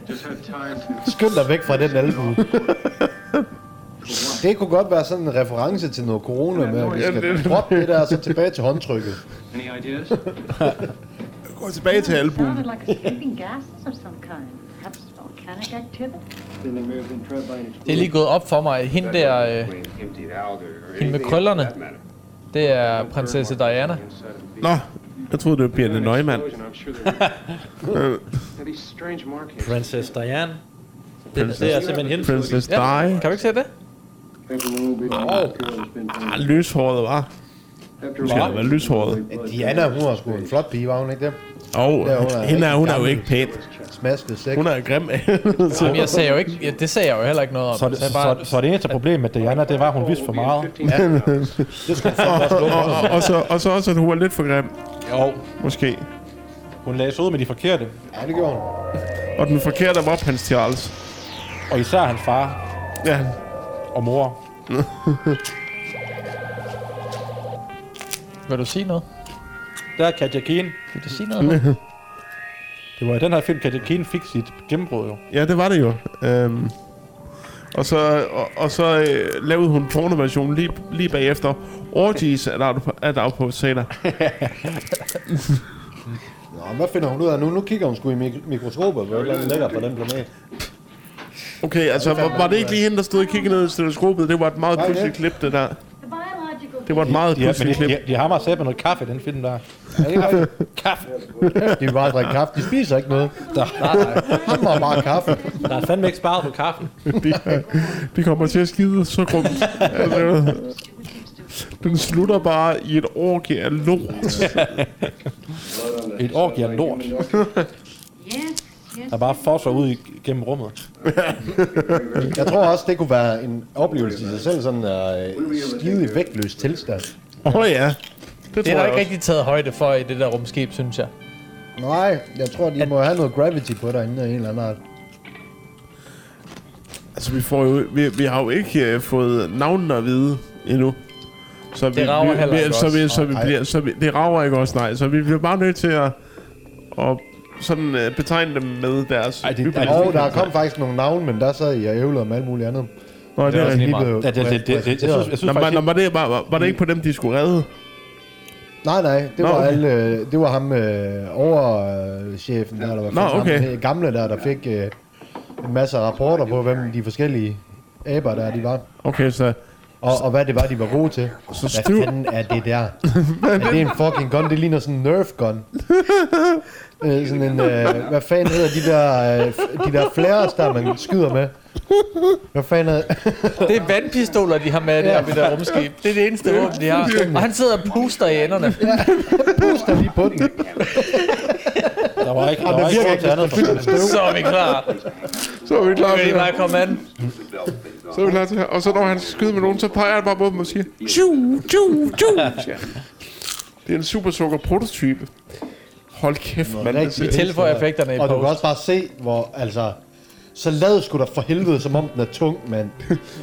Speaker 7: Just had time to
Speaker 1: Skynd dig væk fra den albue. Det kunne godt være sådan en reference til noget corona med, at vi skal droppe det der, og så tilbage til håndtrykket.
Speaker 5: Any ideas?
Speaker 3: Gå tilbage til albuen.
Speaker 6: Sounded like escaping gases of some kind, perhaps volcanic activity.
Speaker 5: Then they may have been tripped by an
Speaker 2: Det er lige gået op for mig, at hende der, øh,
Speaker 7: explain emptied alger or
Speaker 2: hende med
Speaker 7: anything
Speaker 2: krøllerne,
Speaker 7: for that matter.
Speaker 2: det er prinsesse Diana.
Speaker 7: Inside of the
Speaker 3: Nå, jeg troede, det var Bjørn Nøgman.
Speaker 7: explosion, I'm sure there were- Now, these strange markings.
Speaker 4: Princess Diane.
Speaker 3: Princess,
Speaker 4: Det er simpelthen hende.
Speaker 3: Princess Di.
Speaker 2: Kan du ikke se det?
Speaker 3: Ah, lyshåret, var.
Speaker 5: After
Speaker 3: Skal det være lyshåret?
Speaker 4: er
Speaker 1: Diana, hun var sgu en flot pige, var hun ikke det?
Speaker 3: Åh, oh,
Speaker 1: Ja, hun er
Speaker 3: hende er, hun er jo
Speaker 1: gammel.
Speaker 3: ikke pæn.
Speaker 1: Smasket sex.
Speaker 3: Hun er grim.
Speaker 2: Jamen, jeg sagde jo ikke, ja, det sagde jeg jo heller ikke noget om.
Speaker 4: Så, det,
Speaker 2: jeg
Speaker 4: så, så, det eneste problem med Diana, det var, at hun vidste for meget.
Speaker 3: og, og, og, og, så, og så også, at hun var lidt for grim.
Speaker 4: Jo.
Speaker 3: Måske.
Speaker 4: Hun lagde sig ud med de forkerte.
Speaker 1: Ja, det gjorde hun.
Speaker 3: Og den forkerte var Prins Charles.
Speaker 4: Og især hans far
Speaker 3: Ja.
Speaker 4: og mor.
Speaker 2: Vil du sige noget?
Speaker 4: Der er Katja Keen.
Speaker 2: Vil du sige noget? nu?
Speaker 4: Det var i den her film, Katja Keen fik sit gennembrud jo.
Speaker 3: ja, det var det jo. Øhm. Og så, og, og så øh, lavede hun pornoversionen lige, lige bagefter. Orgies er der, er der på senere.
Speaker 1: Nå, men hvad finder hun ud af nu? Nu kigger hun sgu i mik- mikroskopet, hvor den ligger på den planet.
Speaker 3: Okay, altså var, var det ikke lige hende, der stod og kiggede ned i stetoskopet? Det var et meget
Speaker 1: Nej, det-
Speaker 3: pludseligt klip, det der.
Speaker 6: The biological
Speaker 3: Det var et meget
Speaker 4: De, har, men
Speaker 3: pludseligt
Speaker 4: de,
Speaker 3: klip.
Speaker 4: de, de har mig sat med noget kaffe i den film der.
Speaker 1: Ja, det er rigtigt.
Speaker 4: Kaffe!
Speaker 1: De vil bare drikke kaffe. De spiser ikke noget. Der, nej, nej. Han var bare kaffe.
Speaker 4: Der er fandme ikke sparet på kaffen.
Speaker 3: De, de kommer til at skide så grumt. Altså, den slutter bare i et orgie af lort.
Speaker 4: Et ork, jeg lort.
Speaker 6: Yes, yes.
Speaker 4: Der bare fosser ud i- gennem rummet.
Speaker 1: Jeg tror også, det kunne være en oplevelse i sig selv, sådan en øh, skide vægtløs tilstand.
Speaker 3: Åh oh, ja. Det,
Speaker 2: Det
Speaker 3: tror
Speaker 2: er der
Speaker 3: jeg
Speaker 2: ikke
Speaker 3: også.
Speaker 2: rigtig taget højde for i det der rumskib, synes jeg.
Speaker 1: Nej, jeg tror, de må have noget gravity på derinde af en eller anden art.
Speaker 3: Altså, vi, får jo, vi, vi har jo ikke uh, fået navnene at vide endnu. Så vi,
Speaker 2: rager
Speaker 3: vi,
Speaker 2: heller
Speaker 3: vi,
Speaker 2: ikke
Speaker 3: så vi,
Speaker 2: også.
Speaker 3: så vi
Speaker 1: Nej.
Speaker 3: bliver, så vi, det rager ikke også, nej. Så vi bliver bare nødt til at, at sådan, uh, betegne dem med deres...
Speaker 4: Ej, det-
Speaker 3: ypperste-
Speaker 4: ej,
Speaker 1: Og der kom faktisk nogle navne, men der sad I og ævlede om alt muligt andet.
Speaker 3: Nå, det er
Speaker 2: også
Speaker 3: rigtigt.
Speaker 2: lige
Speaker 1: De
Speaker 2: meget.
Speaker 1: blev
Speaker 4: Ja, det, det, det, det, jeg synes, jeg
Speaker 3: Nå,
Speaker 4: synes
Speaker 3: var,
Speaker 4: faktisk,
Speaker 3: nå, var, det, var, var, var det ikke på dem, de skulle redde?
Speaker 1: Nej, nej, det
Speaker 3: Nå,
Speaker 1: var,
Speaker 3: okay.
Speaker 1: alle, øh, det var ham øh, overchefen der, eller hvad
Speaker 3: Nå,
Speaker 1: fanden
Speaker 3: okay.
Speaker 1: ham, øh, gamle der, der fik øh, en masse rapporter på, hvem de forskellige aber der de var,
Speaker 3: Okay, så...
Speaker 1: og, og hvad det var, de var gode til.
Speaker 3: Så
Speaker 1: Hvad
Speaker 3: styr,
Speaker 1: fanden er det der? er det en fucking gun? Det ligner sådan en Nerf gun. øh, sådan en, øh, hvad fanden hedder de der, øh, f- de der flares, der man skyder med? Hvad fanden er
Speaker 2: Det er vandpistoler, de har med der på det der rumskib. Det er det eneste våben, de har. Og han sidder og puster i enderne.
Speaker 1: Puster lige på den.
Speaker 4: der var ikke, der
Speaker 1: det
Speaker 4: var ikke
Speaker 1: virker
Speaker 4: grund til andet for den.
Speaker 2: Så er vi klar.
Speaker 3: så er vi klar
Speaker 2: Nu kan
Speaker 3: til
Speaker 2: de bare
Speaker 3: det.
Speaker 2: komme an.
Speaker 3: Så er vi klar til det. Og så når han skal skyde med nogen, så peger han bare på dem og siger... Tju, tju, tju, siger han. Det er en super sukker prototype. Hold kæft, mand.
Speaker 1: rigtig
Speaker 3: Det,
Speaker 1: til-
Speaker 3: ser-
Speaker 2: Tilføj effekterne i
Speaker 1: Og du kan
Speaker 2: post.
Speaker 1: også bare se, hvor altså... Så lad sgu da for helvede, som om den er tung, mand.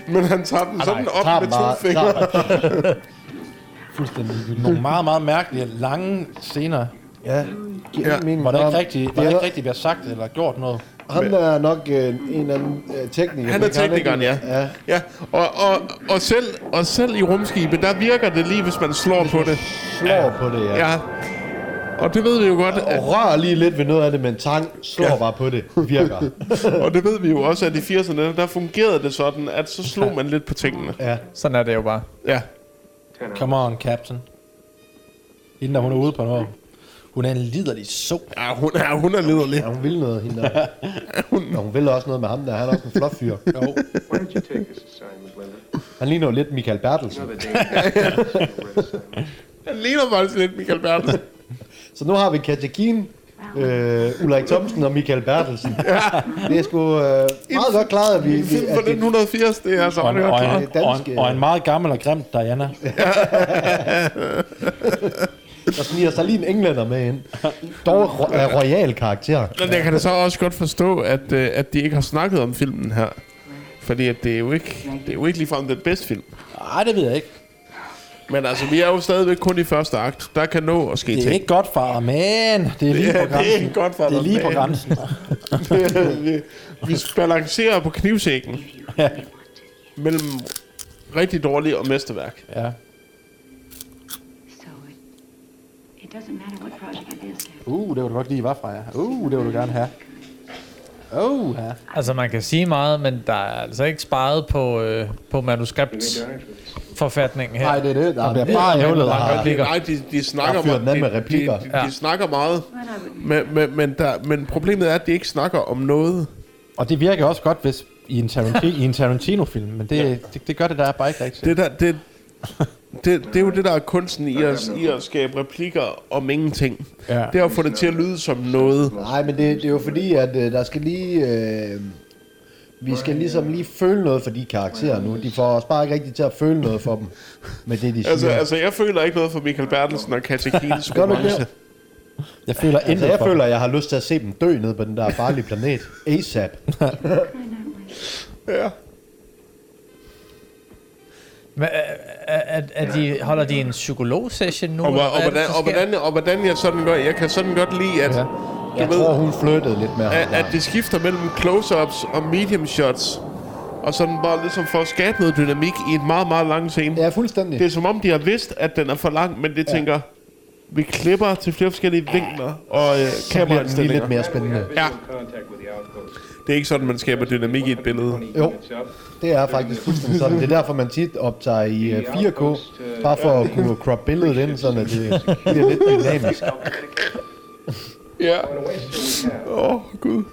Speaker 3: men han tager den sådan op
Speaker 1: Tag
Speaker 3: med
Speaker 1: bare-
Speaker 3: to fingre.
Speaker 1: tag bare-
Speaker 4: fuldstændig ligegyldigt. Nogle meget, meget mærkelige, lange scener,
Speaker 1: Ja, giver
Speaker 3: Ja.
Speaker 1: ja. mening.
Speaker 4: hvor der
Speaker 1: Nå,
Speaker 4: ikke rigtig, hvor
Speaker 1: det
Speaker 4: der
Speaker 1: er,
Speaker 4: ikke rigtig bliver sagt eller gjort noget.
Speaker 1: han er nok øh, en eller anden øh, tekniker.
Speaker 3: Han
Speaker 1: ikke?
Speaker 3: er
Speaker 1: ikke-
Speaker 3: teknikeren, ja.
Speaker 1: ja.
Speaker 3: ja. Og, og, og, selv, og selv i rumskibet, der virker det lige, hvis man slår på det.
Speaker 1: Slår på det, ja.
Speaker 3: Ja. Og det ved vi jo godt, at,
Speaker 1: Og rører lige lidt ved noget af det med en tang. Slår
Speaker 3: Ja.
Speaker 1: ja. bare på det. Virker.
Speaker 3: og det ved vi jo også, at i 80'erne, der fungerede det sådan, at så slog man lidt på tingene.
Speaker 1: ja.
Speaker 2: Sådan er det jo bare.
Speaker 3: Ja.
Speaker 4: Come on, Captain. Inden der hun er ude på noget. Hun er en liderlig så.
Speaker 3: Ja, hun er, hun er lederlig.
Speaker 1: ja, hun vil noget, hende der. Og hun vil også noget med ham der. Han er også en flot fyr.
Speaker 4: Jo.
Speaker 7: Why don't you take this assignment, Leonard?
Speaker 1: Han ligner jo lidt Michael Bertelsen.
Speaker 7: Another day.
Speaker 3: Han ligner faktisk lidt Michael Bertelsen.
Speaker 1: Så nu har vi Katja Kien, øh, Ulrik Thomsen og Michael Bertelsen. Det er sgu øh, meget godt klaret, at vi...
Speaker 3: En film
Speaker 1: at det-
Speaker 3: fra 1980, det er altså
Speaker 4: Og en,
Speaker 3: ret
Speaker 4: og,
Speaker 3: klart.
Speaker 4: en, og, en, og en meget gammel og grim Diana.
Speaker 1: Der sniger sig lige en englænder med ind. Dog ro- af royal karakter.
Speaker 3: Men jeg kan da så også godt forstå, at, øh, at de ikke har snakket om filmen her. Fordi at det er jo ikke, det er jo ikke ligefrem den bedste film.
Speaker 4: Nej, det ved jeg ikke.
Speaker 3: Men altså, vi er jo stadigvæk kun i første akt. Der kan nå at ske
Speaker 4: Det er
Speaker 3: ting.
Speaker 4: ikke godt, far, men det er lige
Speaker 3: Ja,
Speaker 4: på grænsen.
Speaker 3: det er godt for
Speaker 4: Det er
Speaker 3: dig,
Speaker 4: lige på
Speaker 3: men.
Speaker 4: grænsen.
Speaker 3: vi, vi balancerer på knivsækken
Speaker 4: Ja.
Speaker 3: mellem rigtig dårlig og mesterværk.
Speaker 4: ja.
Speaker 6: So it, it doesn't matter what project it is, Captain.
Speaker 4: Uh, det vil du godt lige var fra jer. Uh, det vil du gerne have. Oh, ja.
Speaker 2: Altså, man kan sige meget, men der er altså ikke sparet på, øh, på manuskriptforfatningen her.
Speaker 4: Nej, det er det. Der bliver bare
Speaker 1: det er-
Speaker 4: ævlet.
Speaker 1: der-
Speaker 2: Mange replikker.
Speaker 3: Nej, de, de snakker
Speaker 1: Der fyrer den af
Speaker 3: de,
Speaker 1: med
Speaker 3: de,
Speaker 1: replikker.
Speaker 3: de, de
Speaker 2: Ja.
Speaker 3: snakker meget,
Speaker 6: But I would
Speaker 3: men, men, men, der, men problemet er, at de ikke snakker om noget.
Speaker 4: Og det virker også godt, hvis i en, Tarantino, i en Tarantino-film, men det, det, det gør det der bare ikke rigtigt.
Speaker 3: Det, der, det, det, det er jo det, der er kunsten i at, i at skabe replikker om ingenting.
Speaker 4: Ja.
Speaker 3: Det er at få det til at lyde som noget.
Speaker 1: Nej, men det, det er jo fordi, at øh, der skal lige... Øh, vi skal ligesom lige føle noget for de karakterer nu. De får os bare ikke rigtig til at føle noget for dem med det, de siger.
Speaker 3: Altså, altså, jeg føler ikke noget for Michael Bertelsen og Katja Kiels
Speaker 1: Gør du ikke
Speaker 3: romance.
Speaker 1: det?
Speaker 4: Jeg føler
Speaker 1: Altså,
Speaker 4: intet
Speaker 1: jeg
Speaker 4: for
Speaker 1: føler, at jeg har lyst til at se dem dø nede på den der farlige planet. ASAP.
Speaker 6: find that way.
Speaker 3: Ja.
Speaker 2: Men, er, er, er de, holder de en psykolog-session nu?
Speaker 3: Og,
Speaker 2: eller
Speaker 3: hvor- og,
Speaker 2: hvad er det,
Speaker 3: hvordan,
Speaker 2: der
Speaker 3: og,
Speaker 2: sker?
Speaker 3: hvordan, og hvordan jeg sådan gør, jeg kan sådan godt lide, at,
Speaker 1: Jeg
Speaker 3: ved-
Speaker 1: tror, hun flyttede lidt med ham.
Speaker 3: at, at
Speaker 1: der.
Speaker 3: det skifter mellem close-ups og medium shots. Og sådan bare ligesom for at skabe noget dynamik i en meget, meget lang scene.
Speaker 1: Ja, fuldstændig.
Speaker 3: Det øh, er som om, de har vidst, at den er for lang, men det tænker, vi klipper til flere forskellige vinkler og øh,
Speaker 1: så bliver den lige
Speaker 3: kameraindstillinger.
Speaker 1: lidt
Speaker 4: er
Speaker 1: mere spændende.
Speaker 7: Yeah. Contact with the outpost.
Speaker 3: Det er ikke sådan, man skaber dynamik i et billede.
Speaker 1: Jo. Det er faktisk fuldstændig sådan. Det er derfor, man tit optager i øh, 4K, bare for at kunne crop billedet ind, sådan at det bliver lidt dynamisk.
Speaker 3: Ja.
Speaker 7: On the way to the lab,
Speaker 3: Åh, oh, gud.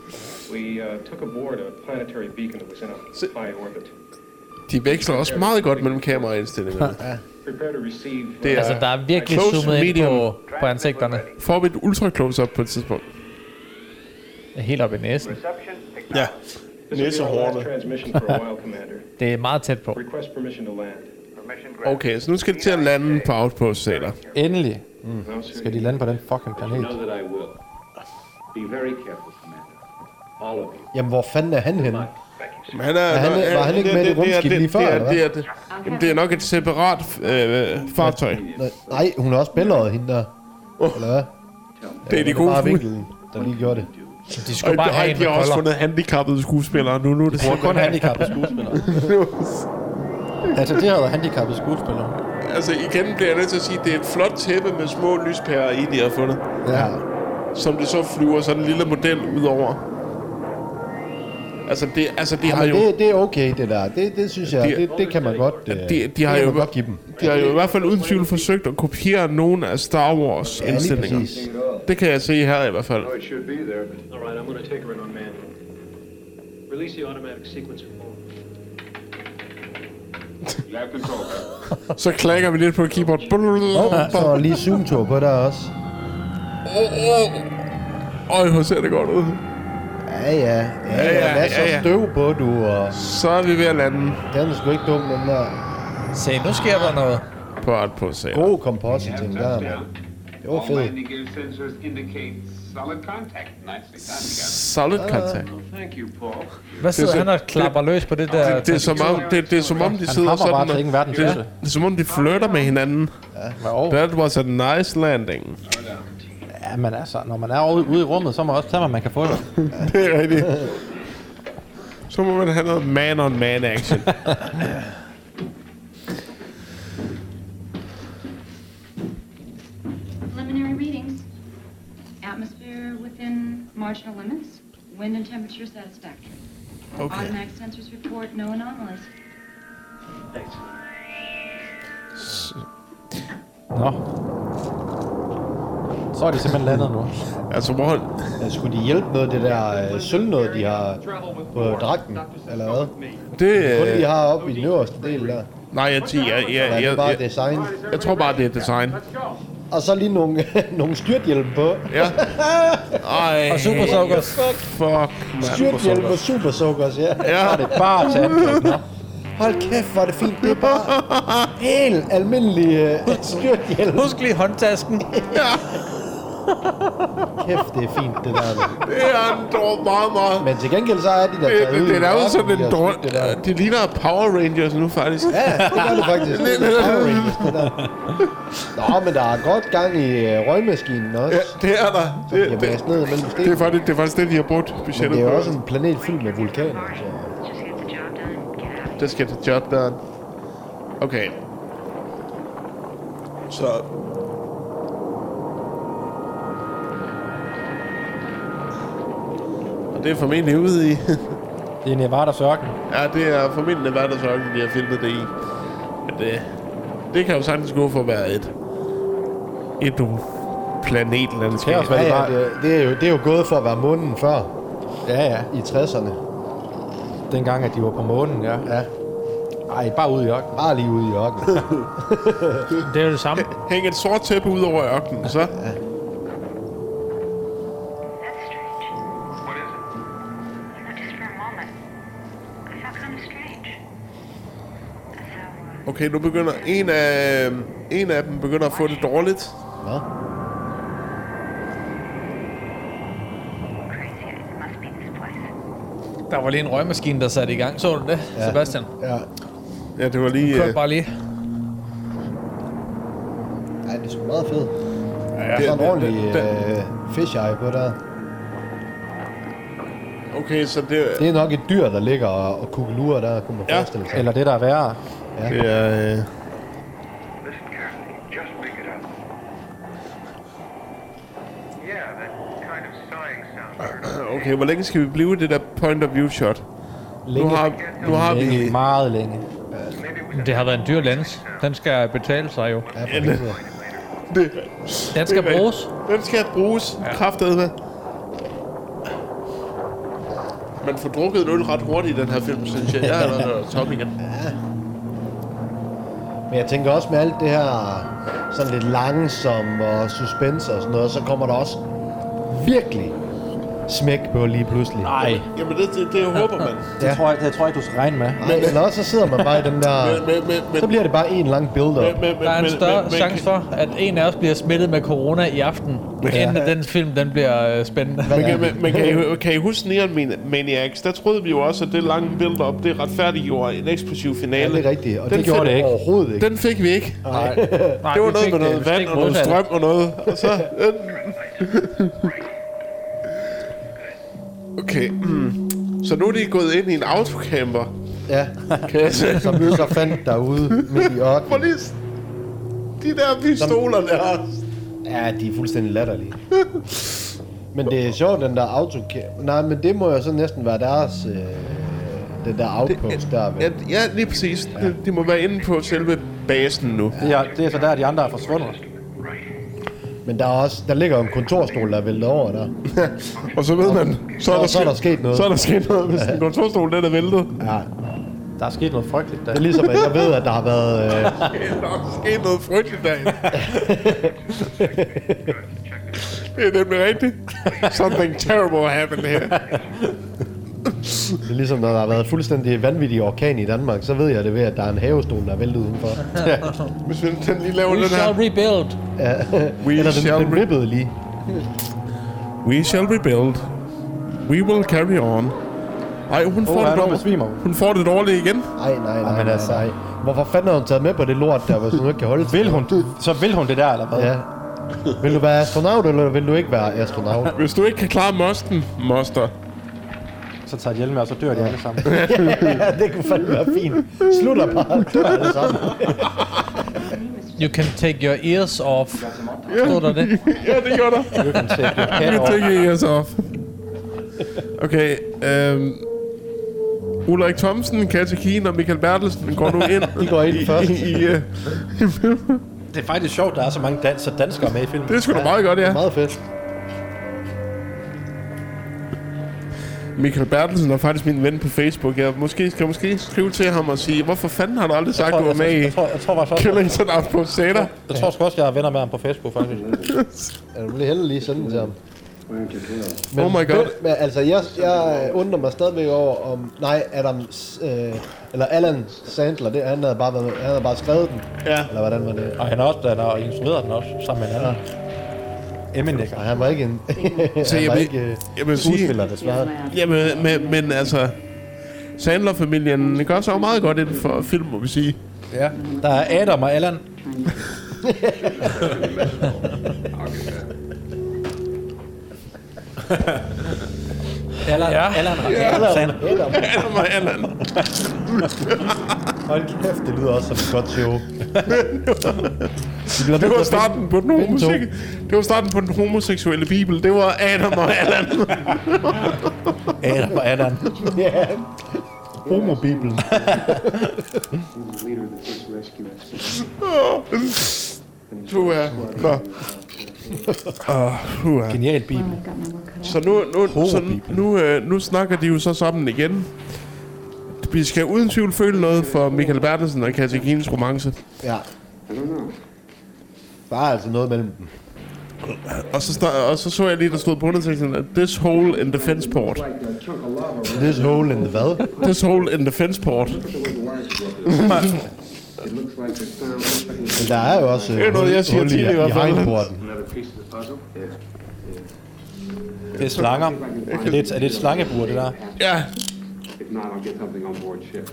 Speaker 7: we uh, took aboard a planetary beacon that was in a high orbit.
Speaker 3: De veksler også meget godt mellem kameraindstillingerne.
Speaker 7: Prepare to receive.
Speaker 3: Det er-
Speaker 2: Altså, der er virkelig
Speaker 3: Close,
Speaker 2: zoomet ind
Speaker 3: medium.
Speaker 2: på, på ansigterne.
Speaker 3: Får vi et ultra close-up på et tidspunkt?
Speaker 2: Helt op i næsen.
Speaker 7: Reception.
Speaker 3: Ja.
Speaker 7: This will be our
Speaker 3: Næsehårene.
Speaker 7: last transmission for a while, Commander.
Speaker 2: Det er meget tæt på.
Speaker 7: Request permission to land.
Speaker 3: Okay, så nu skal det til at lande på Outpost Sailor.
Speaker 4: Endelig
Speaker 7: No, sir.
Speaker 4: skal de lande på den fucking
Speaker 5: You
Speaker 4: planet.
Speaker 5: know that I will. Be very careful, Commander. All of you.
Speaker 1: Jamen, hvor fanden er han henne?
Speaker 3: Men Han er,
Speaker 1: Er han- var han ikke med i det rumskib lige før,
Speaker 3: Det er,
Speaker 1: eller
Speaker 3: det er, det, jamen, det er nok et separat øh, fartøj.
Speaker 1: Nej, hun er også billeret, hende der. Eller hvad?
Speaker 3: Det er de
Speaker 1: Det var
Speaker 3: gode
Speaker 1: bare
Speaker 3: fugle.
Speaker 1: vinkelen, der lige gjorde det.
Speaker 2: De
Speaker 3: Og
Speaker 2: skulle bare have en
Speaker 3: de
Speaker 2: med
Speaker 3: har også
Speaker 2: kolder.
Speaker 3: fundet handicappede skuespillere nu. nu er det
Speaker 4: Bruger kun
Speaker 3: simpelthen-
Speaker 4: handicappede skuespillere. altså, det har været handicappede skuespillere.
Speaker 3: Altså igen bliver jeg nødt til at sige, at det er et flot tæppe med små lyspærer i, de har fundet.
Speaker 1: Ja.
Speaker 3: Som det så flyver sådan en lille model ud over. Altså, det, altså de har
Speaker 1: Men
Speaker 3: jo...
Speaker 1: det, det er okay, det der. Det, det synes jeg,
Speaker 3: De-
Speaker 1: det, det kan man godt... øh,
Speaker 3: de, de, har
Speaker 1: det kan
Speaker 3: jo,
Speaker 1: man godt give dem.
Speaker 3: de har jo i hvert fald uden tvivl forsøgt at kopiere nogle af Star Wars
Speaker 1: Ja, lige
Speaker 3: indstillinger.
Speaker 1: præcis.
Speaker 3: det kan jeg se her i hvert fald.
Speaker 5: It should be there, but
Speaker 8: All right, I'm going to take her in on manual. Release the automatic sequencer.
Speaker 7: You have control. Captain.
Speaker 3: Så klakker vi lidt på keyboard.
Speaker 1: Så er lige zoomtur på der også.
Speaker 3: Øj, hvor ser det godt ud.
Speaker 1: Ja, ja. Ja,
Speaker 3: Ja, ja,
Speaker 1: ja. Masser
Speaker 3: ja, ja.
Speaker 1: af støv på, du. Og
Speaker 3: Så er vi ved at lande
Speaker 1: den er sgu ikke dum, den der
Speaker 2: Se, nu sker der noget.
Speaker 3: på Art på sag.
Speaker 1: gode compositing der. mand. Det var
Speaker 7: All
Speaker 1: fedt.
Speaker 7: landing gear sensors indicate solid contact. Nicely
Speaker 3: Solid
Speaker 7: done,
Speaker 3: contact.
Speaker 7: guys. Thank you, Paul.
Speaker 2: Hvad sidder
Speaker 3: så-
Speaker 2: han og klapper løs på det der?
Speaker 3: Det, det, er som om, det, det er som om, de sidder
Speaker 4: hamrer
Speaker 3: sådan
Speaker 4: bare til
Speaker 3: og-
Speaker 4: ingen verdens
Speaker 3: det, er-
Speaker 4: klasse.
Speaker 3: det er som om, de flirter med hinanden. That was a nice landing.
Speaker 4: Ja, men altså, når man er ude, ude i rummet, så må man også tage, hvad man kan få. det.
Speaker 3: Det er rigtigt. Så må man have noget man-on-man action.
Speaker 6: Preliminary readings. Atmosphere within marginal limits. Wind and temperature satisfactory. Automatic sensors report no anomalies.
Speaker 4: Nå. Så er de simpelthen landet nu.
Speaker 3: altså, hvor...
Speaker 1: Ja, skulle de hjælpe med det der øh, sølv noget, de har på dragten, eller hvad?
Speaker 3: Det...
Speaker 1: Kun de
Speaker 3: Øh,
Speaker 1: har oppe i den øverste del der.
Speaker 3: nej, jeg, jeg, jeg,
Speaker 1: Eller er
Speaker 3: jeg,
Speaker 1: det bare
Speaker 3: jeg, jeg,
Speaker 1: design?
Speaker 3: jeg tror bare, det er design.
Speaker 1: Og så lige nogle, nogle styrthjelme på.
Speaker 3: Ja. Ej,
Speaker 2: Og Super Soakers.
Speaker 3: fuck,
Speaker 1: Styrthjelme
Speaker 3: man.
Speaker 1: og supersukkers, ja.
Speaker 3: Ja,
Speaker 4: Bare til angrebet. Nå.
Speaker 1: Hold kæft, hvor er det fint. Det er bare helt almindelig øh, styrthjelme.
Speaker 2: Husk lige håndtasken.
Speaker 1: Kæft, det er fint, det der. mand.
Speaker 3: det er en dår meget, meget...
Speaker 1: Men til gengæld så er de der
Speaker 3: Det,
Speaker 1: taget
Speaker 3: det,
Speaker 1: ud i
Speaker 3: det er jo
Speaker 1: verden,
Speaker 3: sådan
Speaker 1: de
Speaker 3: en
Speaker 1: har
Speaker 3: dår...
Speaker 1: smidt Altså, det der.
Speaker 3: De ligner Power Rangers nu, faktisk.
Speaker 1: Ja, det gør det faktisk. Det er Power Rangers, det der. Nå, men der er godt gang i øh, røgmaskinen også.
Speaker 3: Ja, det er der.
Speaker 1: Det,
Speaker 3: Det,
Speaker 1: det,
Speaker 3: det,
Speaker 1: ned mellem
Speaker 3: det, er
Speaker 1: stenene.
Speaker 3: faktisk, det er faktisk det, de har brugt
Speaker 1: altså- Men
Speaker 3: budgettet
Speaker 1: det er
Speaker 3: på.
Speaker 1: jo også en planet fyldt med vulkaner. Så.
Speaker 6: Just get the job done and get out of
Speaker 3: Det skal til job done.
Speaker 6: here.
Speaker 3: Okay. Så... Og det er formentlig ude i...
Speaker 4: Det er Nevardas ørken.
Speaker 3: ja, det er formentlig hverdagsøjne, de har filmet det i. Men det, det kan jo sagtens gå for at være et... Et nu planetlandskab.
Speaker 4: Det kan også
Speaker 1: Ja,
Speaker 4: være
Speaker 1: ja, det, det, er jo, det er jo gået for at være månen før,
Speaker 4: Ja, ja.
Speaker 1: i 60'erne.
Speaker 4: Dengang, at de var på månen, ja.
Speaker 1: Ja,
Speaker 4: Ej, bare ude i ørken.
Speaker 1: bare lige ude i ørkenen.
Speaker 2: Det er jo det samme.
Speaker 3: Hæng et sort tæppe ud over ørkenen, så...
Speaker 6: That's strange.
Speaker 7: What is it?
Speaker 6: Not just for a moment. I felt kind of strange. So, uh,
Speaker 3: Okay, nu begynder... En af, en af dem begynder at få det dårligt.
Speaker 1: Nå,
Speaker 6: crazy. uh, It must be this place.
Speaker 2: Der var lige en røgmaskine, der satte i gang. Så du det, ja. Sebastian?
Speaker 1: ja.
Speaker 3: Ja, det var lige...
Speaker 2: Kør
Speaker 3: øh,
Speaker 2: bare lige.
Speaker 1: Ej, det er sgu meget fedt.
Speaker 3: Ja,
Speaker 1: Der er en
Speaker 3: den-
Speaker 1: ordentlig
Speaker 3: den- den-
Speaker 1: øh, fisheye på der.
Speaker 3: Okay, så det,
Speaker 1: Det er nok et dyr, der ligger og, og kugler der, kunne man
Speaker 3: Ja.
Speaker 1: forestille sig.
Speaker 4: Eller det, der er værre.
Speaker 3: det er... Øh,
Speaker 7: Listen carefully. Just make it up. Yeah, that kind of sighing sound.
Speaker 3: Ah, okay, hvor længe skal vi blive i det der point of view shot? Nu har, nu har vi...
Speaker 4: Længe. Meget længe.
Speaker 2: Det har været en dyr lens. Den skal betale sig jo.
Speaker 1: Ja, for helvede.
Speaker 3: Det,
Speaker 2: Den skal
Speaker 3: Det er
Speaker 2: bruges.
Speaker 3: den skal bruges kraftedme. Man får drukket en øl ret hurtigt i den her film, synes jeg. Jeg er allerede tom igen.
Speaker 1: Men jeg tænker også med alt det her sådan lidt langsom og suspense og sådan noget, så kommer der også virkelig smæk på lige pludselig.
Speaker 4: Ej,
Speaker 3: Jamen, det, det, det håber man.
Speaker 4: det, tror jeg, det tror jeg, du skal regne med.
Speaker 1: Nej, eller også så sidder man bare i den der...
Speaker 3: Men, men, men, men,
Speaker 1: Så bliver det bare en lang build-up.
Speaker 3: men, men,
Speaker 2: Der er en
Speaker 3: men-
Speaker 2: større
Speaker 3: men- men-
Speaker 2: chance for, at en af os bliver smittet med corona i aften, inden at den film den bliver øh, spændende.
Speaker 3: Men, kan, men, men kan, I, kan I huske Neon Man- Maniacs? Der troede vi jo også, at det lange build-up, det retfærdiggjorde en eksplosiv finale.
Speaker 1: Ja, det er rigtigt. Og
Speaker 3: Den
Speaker 1: det gjorde
Speaker 3: finder-
Speaker 1: det ikke. overhovedet ikke.
Speaker 3: Den fik vi ikke.
Speaker 2: Nej,
Speaker 3: Det var noget med noget vand og noget strøm og noget. Og så... okay. Mm. Så nu er de gået ind i en autocamper.
Speaker 1: Ja,
Speaker 3: Kan jeg se?
Speaker 1: som vi så fandt derude midt i
Speaker 3: Prøv
Speaker 1: ørkenen.
Speaker 3: lige... s- De der pistoler der.
Speaker 1: Ja, de er fuldstændig latterlige. Men det er sjovt, den der autocam... Nej, men det må jo så næsten være deres... Øh, den der outpost der,
Speaker 3: Ja,
Speaker 1: vel?
Speaker 3: ja, lige præcis. De, de må være inde på selve basen nu.
Speaker 4: Det er, det er så der, de andre er forsvundet.
Speaker 1: Men der, er også, der ligger jo en kontorstol, der er væltet over der.
Speaker 3: Og så ved man... Så
Speaker 1: Så- så er der sket noget.
Speaker 3: Så er der sket noget, hvis den kontorstol den er væltet.
Speaker 1: Ja,
Speaker 4: Der er sket noget frygteligt der.
Speaker 1: det er ligesom, at jeg ved, at der har været... Øh,
Speaker 3: Der er sket noget frygteligt derinde. det er nemlig rigtigt. Something terrible happened here.
Speaker 1: Det er ligesom, når der har været fuldstændig vanvittig orkan i Danmark, så ved jeg det ved, at der er en havestol, der er væltet udenfor.
Speaker 3: Hvis vi den lige laver
Speaker 2: We
Speaker 3: den
Speaker 2: shall
Speaker 3: her.
Speaker 2: rebuild.
Speaker 1: Ja.
Speaker 3: We
Speaker 1: Eller
Speaker 3: shall
Speaker 1: den, den
Speaker 3: re-
Speaker 1: rippede lige.
Speaker 3: We shall rebuild. We will carry on. Ej, hun får,
Speaker 4: Åh,
Speaker 3: det
Speaker 4: han er
Speaker 3: dårligt.
Speaker 4: besvimer.
Speaker 3: hun får det dårligt igen.
Speaker 1: Ej, nej, nej,
Speaker 4: Jamen,
Speaker 1: nej,
Speaker 4: altså.
Speaker 1: nej. Hvorfor fanden har hun taget med på det lort der, hvis hun ikke kan holde til
Speaker 4: Vil
Speaker 1: det?
Speaker 4: hun, så vil hun det der, eller hvad?
Speaker 1: Ja. Vil du være astronaut, eller vil du ikke være astronaut?
Speaker 3: Hvis du ikke kan klare mosten, moster.
Speaker 4: Så tager de hjelm med, og så dør de alle sammen.
Speaker 1: ja, det kunne fandme være fint. Slutter bare, dør alle sammen.
Speaker 2: You can take your ears off. Stod der det?
Speaker 3: ja, det gjorde der.
Speaker 4: You can take your hat
Speaker 3: You
Speaker 4: off.
Speaker 3: taking yours off. Okay, øhm... Ulrik Thomsen, Katja Kien og Michael Bertelsen går nu ind.
Speaker 1: De går ind
Speaker 3: i,
Speaker 1: først.
Speaker 3: I, i, øh,
Speaker 4: Det er faktisk sjovt, der er så mange danser danskere med i filmen.
Speaker 3: det er sgu da meget godt, ja.
Speaker 1: Meget fedt.
Speaker 3: Michael Bertelsen er faktisk min ven på Facebook. Jeg måske, skal måske skrive til ham og sige, hvorfor fanden har du aldrig sagt, du var med i
Speaker 4: Jeg tror, jeg tror, jeg tror, faktisk også,
Speaker 3: Killington Up på Sætter?
Speaker 4: jeg tror sgu også, jeg er venner med ham på Facebook, faktisk.
Speaker 1: Ja, du bliver heldig lige sende den til ham.
Speaker 3: Oh my god.
Speaker 1: Men altså, jeg, jeg undrer mig stadigvæk over, om... Nej, Adam... Øh, eller Alan Sandler, det, han, havde bare været, han havde bare skrevet den.
Speaker 3: Ja.
Speaker 1: Eller hvordan var det?
Speaker 4: Og han er også, han har instrueret den også, sammen med en anden. Emmenækker.
Speaker 1: Nej, han var ikke en...
Speaker 3: Så
Speaker 1: han
Speaker 3: jeg
Speaker 1: var
Speaker 3: vil-
Speaker 1: ikke øh,
Speaker 3: jeg vil sige-
Speaker 1: skuespiller, desværre.
Speaker 3: Jamen, men, men altså... Sandler-familien gør så meget godt inden for film, må vi sige.
Speaker 4: Ja. Der er Adam og Allan. Allan, ja. Allan og Allan.
Speaker 1: Adam.
Speaker 3: Adam og Allan.
Speaker 1: Hold kæft, det lyder også som et godt show. det,
Speaker 3: Det var starten på den homosek... Det var starten på den homoseksuelle bibel. Det var Adam og Allan.
Speaker 4: Adam og Allan.
Speaker 1: Ja. Homobibelen.
Speaker 3: Du er... Nå. Oh, uh.
Speaker 4: Genial bibel.
Speaker 3: Så nu, nu, så nu, øh, nu snakker de jo så sammen igen. Vi skal uden tvivl føle noget for Michael Bertelsen og Katja Kines romance.
Speaker 1: Ja. Der er altså noget mellem dem.
Speaker 3: Og så, sta- og så så jeg lige, der stod på underteksten, at this hole in the fence port.
Speaker 1: This hole in the hvad?
Speaker 3: This hole in the fence port.
Speaker 1: Men der er jo også øh,
Speaker 3: Det er noget, jeg siger
Speaker 1: hul i,
Speaker 3: tit i
Speaker 1: i,
Speaker 3: hvert fald.
Speaker 1: hegneporten.
Speaker 4: Det er slanger. Er det, et- er det et slangebur, det der?
Speaker 3: Ja,
Speaker 7: If not, I'll get something on board ship.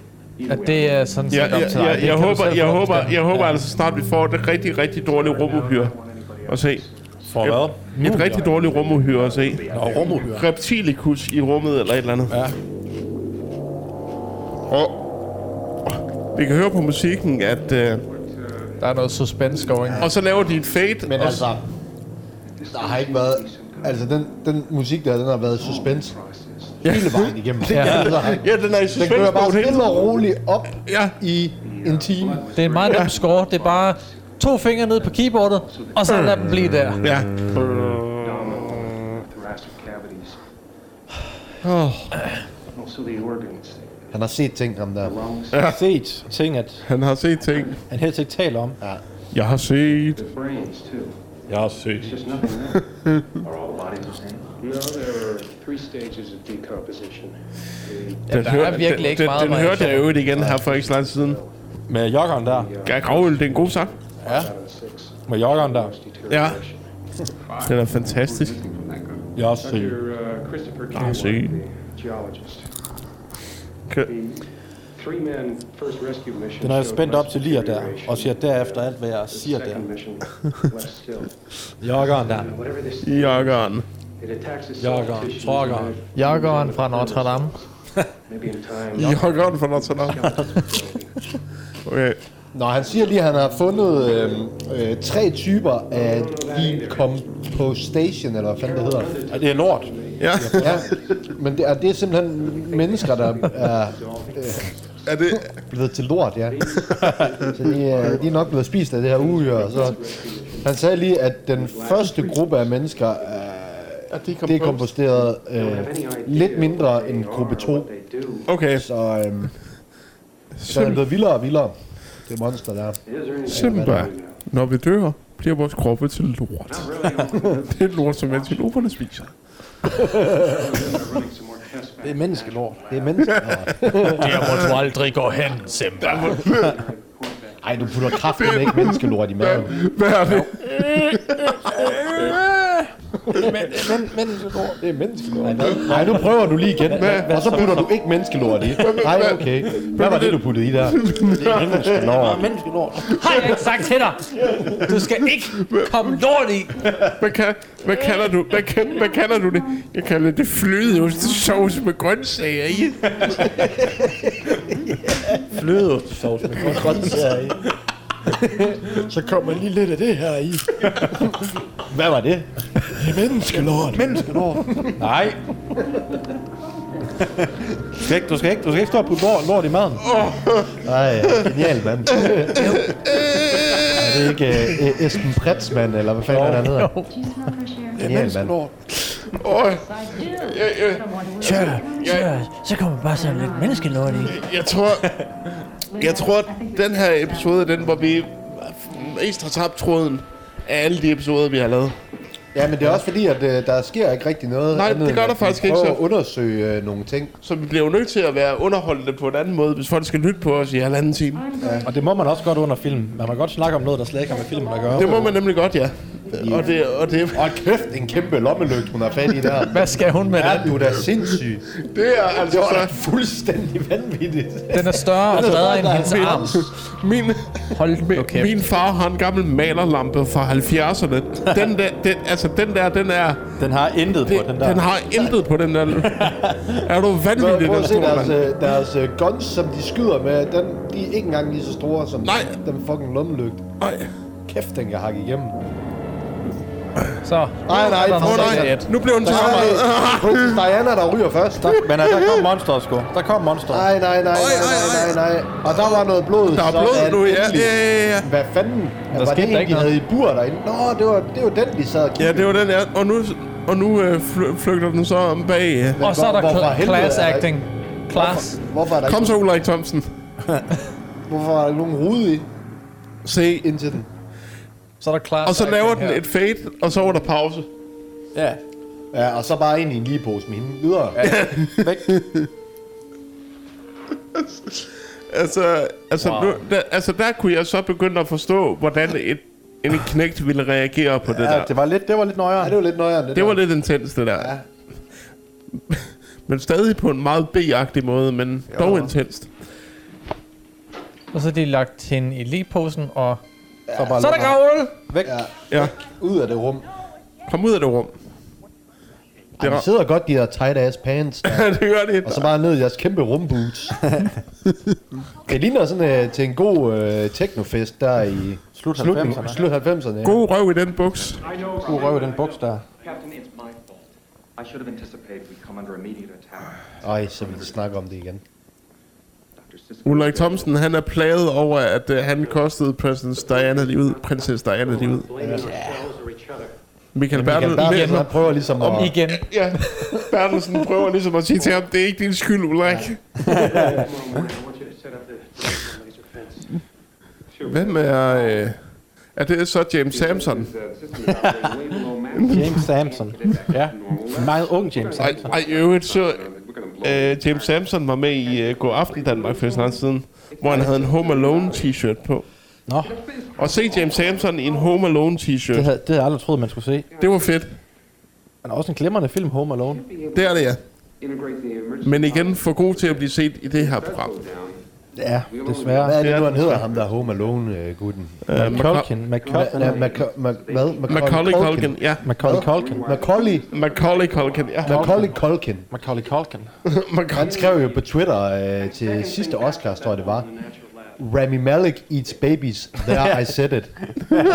Speaker 2: Ja, det er sådan set
Speaker 3: jeg,
Speaker 2: op
Speaker 3: jeg,
Speaker 2: til dig.
Speaker 3: jeg,
Speaker 2: Det
Speaker 3: jeg,
Speaker 2: kan du
Speaker 3: håber,
Speaker 2: selv
Speaker 3: jeg,
Speaker 2: få lov at
Speaker 3: håber,
Speaker 2: bestemme.
Speaker 3: jeg håber altså snart, vi får et rigtig, rigtig dårligt rumuhyre at se.
Speaker 4: For hvad?
Speaker 3: Et rigtig dårligt rumuhyre at se.
Speaker 4: Nå, rummelhyre.
Speaker 3: Reptilikus i rummet eller et eller andet.
Speaker 4: Ja.
Speaker 3: Og vi kan høre på musikken, at... Øh,
Speaker 2: Der er noget suspense going.
Speaker 3: og så laver de et fade.
Speaker 1: Men
Speaker 3: og
Speaker 1: altså, der har ikke været... Altså, den, den musik der, den har været suspense hele vejen igennem. ja.
Speaker 3: Ja, den er i
Speaker 1: Den kører bare
Speaker 3: suspense
Speaker 1: stille og roligt op
Speaker 3: Ja.
Speaker 1: i en time.
Speaker 2: Det er en meget nem score. Det er bare to fingre ned på keyboardet, og så lad dem blive der.
Speaker 3: Ja.
Speaker 8: thoracic cavities,
Speaker 3: Oh,
Speaker 8: also the organs.
Speaker 1: Han har set ting, ham der.
Speaker 4: Jeg har set ting, at
Speaker 3: han har set ting.
Speaker 4: han helst ikke taler om.
Speaker 3: Jeg har set.
Speaker 8: Brains, too.
Speaker 3: Jeg har set.
Speaker 8: There's nothing there. Are all bodies the same? No, there are three stages of decomposition.
Speaker 3: Den
Speaker 2: der er virkelig ikke
Speaker 3: den,
Speaker 2: meget
Speaker 3: Den, den hørte jeg
Speaker 2: variation.
Speaker 3: jo igen her for ikke så lang tid siden.
Speaker 4: Med joggeren der.
Speaker 3: Ja, Gravøl, det er en god sang.
Speaker 4: Ja. Med joggeren der.
Speaker 3: Ja. Den er fantastisk.
Speaker 4: Jeg har set.
Speaker 8: Dr. uh, Christopher
Speaker 3: Ah, see.
Speaker 8: Cameron, the geologist.
Speaker 3: Kan-
Speaker 8: The three-man first rescue mission
Speaker 4: Den er jeg
Speaker 8: showed
Speaker 4: spændt
Speaker 8: less
Speaker 4: op til lige der,
Speaker 8: deterioration.
Speaker 4: og siger derefter alt, hvad jeg
Speaker 8: The
Speaker 4: siger der.
Speaker 8: second mission, less still.
Speaker 4: Joggeren der.
Speaker 8: Whatever this,
Speaker 3: Jokkeren.
Speaker 8: it attacks the soft
Speaker 4: Joggeren.
Speaker 8: tissues
Speaker 4: Joggeren.
Speaker 2: Jokkeren fra Notre Dame.
Speaker 8: Maybe in time.
Speaker 3: Jokkeren fra Notre Dame. Okay.
Speaker 1: Nå, han siger lige, at han har fundet øh, øh, tre typer af decompostation, eller hvad fanden det hedder.
Speaker 4: Og det er lort.
Speaker 3: Ja,
Speaker 1: Ja, men det er, det er simpelthen mennesker, der er
Speaker 3: er det...
Speaker 1: blevet til lort, ja. Så de, er- de er nok blevet spist af det her uhyre. og Så han sagde lige, at den første gruppe af mennesker er dekomposteret øh, lidt mindre end gruppe 2.
Speaker 8: They do.
Speaker 3: Okay,
Speaker 1: Så, øh, så er det blevet vildere og vildere, det monster der.
Speaker 8: Is there anything?
Speaker 3: simpelthen. Når vi dør, bliver vores kroppe til lort. det er lort, som antiloperne spiser.
Speaker 8: I'm running some more tests back
Speaker 4: Det er menneskelort.
Speaker 1: Det er mennesker.
Speaker 2: Der hvor du aldrig går hen, Simba.
Speaker 1: Ej, du putter kraften ikke menneskelort i maven.
Speaker 3: Hvad er det?
Speaker 4: Men, menneskelort.
Speaker 1: Det er menneskelort. Nej, nu prøver du lige igen. Og så putter du ikke menneskelort i. Nej, okay. Hvad var det, du puttede i der? Det er menneskelort.
Speaker 4: Menneskelort.
Speaker 2: Har jeg ikke sagt til dig? Du skal ikke komme lort i.
Speaker 3: Hvad, kan, hvad kalder du, hvad, kan, hvad kalder du det? Jeg kalder det flødeostesauce med grøntsager i.
Speaker 1: Flødeostesauce med grøntsager i. Så kommer lige lidt af det her i. Hvad var det? Det er menneskelort.
Speaker 4: Menneskelort. Nej. Du skal, ikke, du, skal ikke, du skal ikke stå og putte lort, lort i maden.
Speaker 1: Nej, genial mand. er det ikke uh, Esben Pretzmann, eller hvad fanden er det, han hedder?
Speaker 6: Do you smell fresh air?
Speaker 1: Genial mand.
Speaker 3: Åh,
Speaker 6: I do.
Speaker 3: yeah.
Speaker 6: Someone will.
Speaker 2: Så, så kommer bare sådan lidt menneskelort i.
Speaker 3: jeg tror, jeg tror, den her episode er den, hvor vi mest har tabt tråden af alle de episoder, vi har lavet.
Speaker 1: Ja, men det er også fordi, at øh, der sker ikke rigtig noget.
Speaker 3: Nej, det
Speaker 1: end
Speaker 3: gør
Speaker 1: at
Speaker 3: der
Speaker 1: vi
Speaker 3: faktisk ikke,
Speaker 1: prøver
Speaker 3: så.
Speaker 1: at undersøge øh, nogle ting.
Speaker 3: Så vi bliver jo nødt til at være underholdende på en anden måde, hvis folk skal lytte på os i halvanden time.
Speaker 4: Og det må man også godt under film. Man må godt snakke om noget, der slet ikke har med filmen at gøre.
Speaker 3: Det må man nemlig godt, ja. Og det, og det,
Speaker 1: Og kæft, en kæmpe lommelygte, hun har fat i der.
Speaker 2: Hvad skal hun med
Speaker 1: Er
Speaker 2: den?
Speaker 1: du da sindssyg?
Speaker 3: det er altså
Speaker 1: Det var da
Speaker 3: så
Speaker 1: fuldstændig vanvittigt.
Speaker 2: Den er større og bredere end hendes arm.
Speaker 3: min,
Speaker 2: Hold nu kæft.
Speaker 3: min far har en gammel malerlampe fra 70'erne. Den der, den, altså den der, den er,
Speaker 4: Den har intet på den der.
Speaker 3: den har intet på den der. Er du
Speaker 1: Prøv,
Speaker 3: vanvittig,
Speaker 1: prøv
Speaker 3: den
Speaker 1: at se
Speaker 3: store
Speaker 1: deres,
Speaker 3: mand?
Speaker 1: øh, deres øh, guns, som de skyder med. Den, de er ikke engang lige så store som
Speaker 3: Nej.
Speaker 1: den fucking lommelygte.
Speaker 3: Nej.
Speaker 1: Kæft, den kan hakke igennem.
Speaker 2: Så.
Speaker 1: Nej, nej,
Speaker 2: Der er
Speaker 1: prøv
Speaker 2: noget,
Speaker 1: dig.
Speaker 2: der er
Speaker 3: Nej,
Speaker 2: et.
Speaker 3: nu blev den
Speaker 1: Nej,
Speaker 3: tager mig.
Speaker 1: Prinsesse Diana, der ryger først.
Speaker 4: Der, men øh, der kom monster, sgu. Der kom monster.
Speaker 1: Nej, nej, nej, nej, nej, nej, nej. Og der var noget blod.
Speaker 3: Der er
Speaker 1: sådan,
Speaker 3: blod nu, ja.
Speaker 1: endelig.
Speaker 3: Ja, ja, ja.
Speaker 1: Hvad fanden? Der var
Speaker 2: skete
Speaker 1: det
Speaker 2: der
Speaker 1: en,
Speaker 2: ikke
Speaker 1: de
Speaker 2: noget.
Speaker 1: havde i bur derinde? Nå, det var, det var den, de sad og kiggede.
Speaker 3: Ja, det var den der. Og nu, og nu øh, fly, flygter den så om bag. øh.
Speaker 2: Og så er der
Speaker 1: Hvor- hvorfor
Speaker 2: cla-
Speaker 1: helvede
Speaker 2: class
Speaker 1: er der
Speaker 2: acting. Class.
Speaker 1: Hvorfor er der
Speaker 3: Kom
Speaker 1: ikke,
Speaker 3: så, Ulrik Thomsen.
Speaker 1: hvorfor er der ikke nogen rude i
Speaker 3: Se.
Speaker 1: ind til den?
Speaker 2: Så er der class
Speaker 3: Og så
Speaker 2: acting
Speaker 3: laver den
Speaker 2: her.
Speaker 3: et fade, og så var der pause.
Speaker 4: Ja.
Speaker 1: Ja, og så bare ind i en lige pose med hende videre. Ja,
Speaker 4: Væk.
Speaker 3: Altså, altså, wow. nu, der, altså der kunne jeg så begynde at forstå, hvordan et, en knægt ville reagere på det
Speaker 4: Ja,
Speaker 3: der.
Speaker 4: det var lidt, det var lidt nøjere.
Speaker 1: det var lidt nøjere end det,
Speaker 3: Det var
Speaker 1: der.
Speaker 3: lidt intens, det der. Ja. men stadig på en meget B-agtig måde, men jo. dog intenst.
Speaker 2: Og så er de lagt hende i ligposen, og...
Speaker 4: Så, bare
Speaker 2: Så er der
Speaker 4: lukker.
Speaker 2: gravøl!
Speaker 4: Væk.
Speaker 1: Ja,
Speaker 3: Ja,
Speaker 1: ud af det rum.
Speaker 3: kom ud af det rum.
Speaker 1: Ej, de
Speaker 3: var-
Speaker 1: sidder godt, de der tight ass pants. Der.
Speaker 3: Ja, det gør det.
Speaker 1: Og så bare ned i deres kæmpe rumboots. det ligner sådan uh, til en god uh, technofest der i
Speaker 4: Slut
Speaker 1: slutningen-
Speaker 4: 90'erne.
Speaker 1: slut 90'erne. ja.
Speaker 3: God røv i den buks.
Speaker 4: God røv i den buks der.
Speaker 9: Captain, it's my fault. I should have anticipated we'd come under immediate attack.
Speaker 1: Ej, så vil de snakke om det igen.
Speaker 9: Dr. Sisko
Speaker 3: Ulrik Thomsen, han er plaget over, at uh, han kostede Princess Diana livet. Princess Diana
Speaker 9: blaming
Speaker 3: livet.
Speaker 9: ourselves or each other.
Speaker 1: Michael
Speaker 3: Michael Bertel.
Speaker 1: Bertelsen, han prøver ligesom at...
Speaker 2: Igen.
Speaker 3: Ja, Bertelsen prøver ligesom at sige til ham, det er ikke din skyld, Ulrik.
Speaker 9: Tomorrow morning, I want you to set up the laser fence.
Speaker 3: Hvem er... Øh, er det så James Samson?
Speaker 4: James Samson. Ja. Meget ung James
Speaker 3: Ej,
Speaker 4: Samson.
Speaker 3: ej i øvrigt så... Øh, James Samson var med i øh, God Aften Danmark for snart siden, hvor han havde en Home Alone t-shirt på.
Speaker 4: Nå,
Speaker 3: Og se James Samson i en Home Alone
Speaker 4: det
Speaker 3: t-shirt,
Speaker 4: havde, det havde jeg aldrig troet, man skulle se.
Speaker 3: det var fedt.
Speaker 4: Men også en glimrende film, Home Alone.
Speaker 3: Det er det, ja.
Speaker 7: Integrate the emergency
Speaker 3: Men igen, for god til at blive set i det her program.
Speaker 7: down.
Speaker 4: Ja, desværre.
Speaker 1: Hvad er det nu, han hedder, ham der er Home Alone-gutten? Uh,
Speaker 3: Øh,
Speaker 4: Culkin.
Speaker 1: Hvad?
Speaker 4: McCulkin.
Speaker 1: Maca- Mac- Hvad?
Speaker 3: Macaulay Culkin, ja.
Speaker 4: Macaulay Culkin.
Speaker 1: Macaulay,
Speaker 3: Macaulay Culkin, ja.
Speaker 1: Macaulay Culkin.
Speaker 4: Macaulay Culkin.
Speaker 1: Han
Speaker 3: Macaulay.
Speaker 1: skrev jo på Twitter øh, til sidste Oscars, tror jeg det var. Rami Malek eats babies. There I said it.
Speaker 3: Og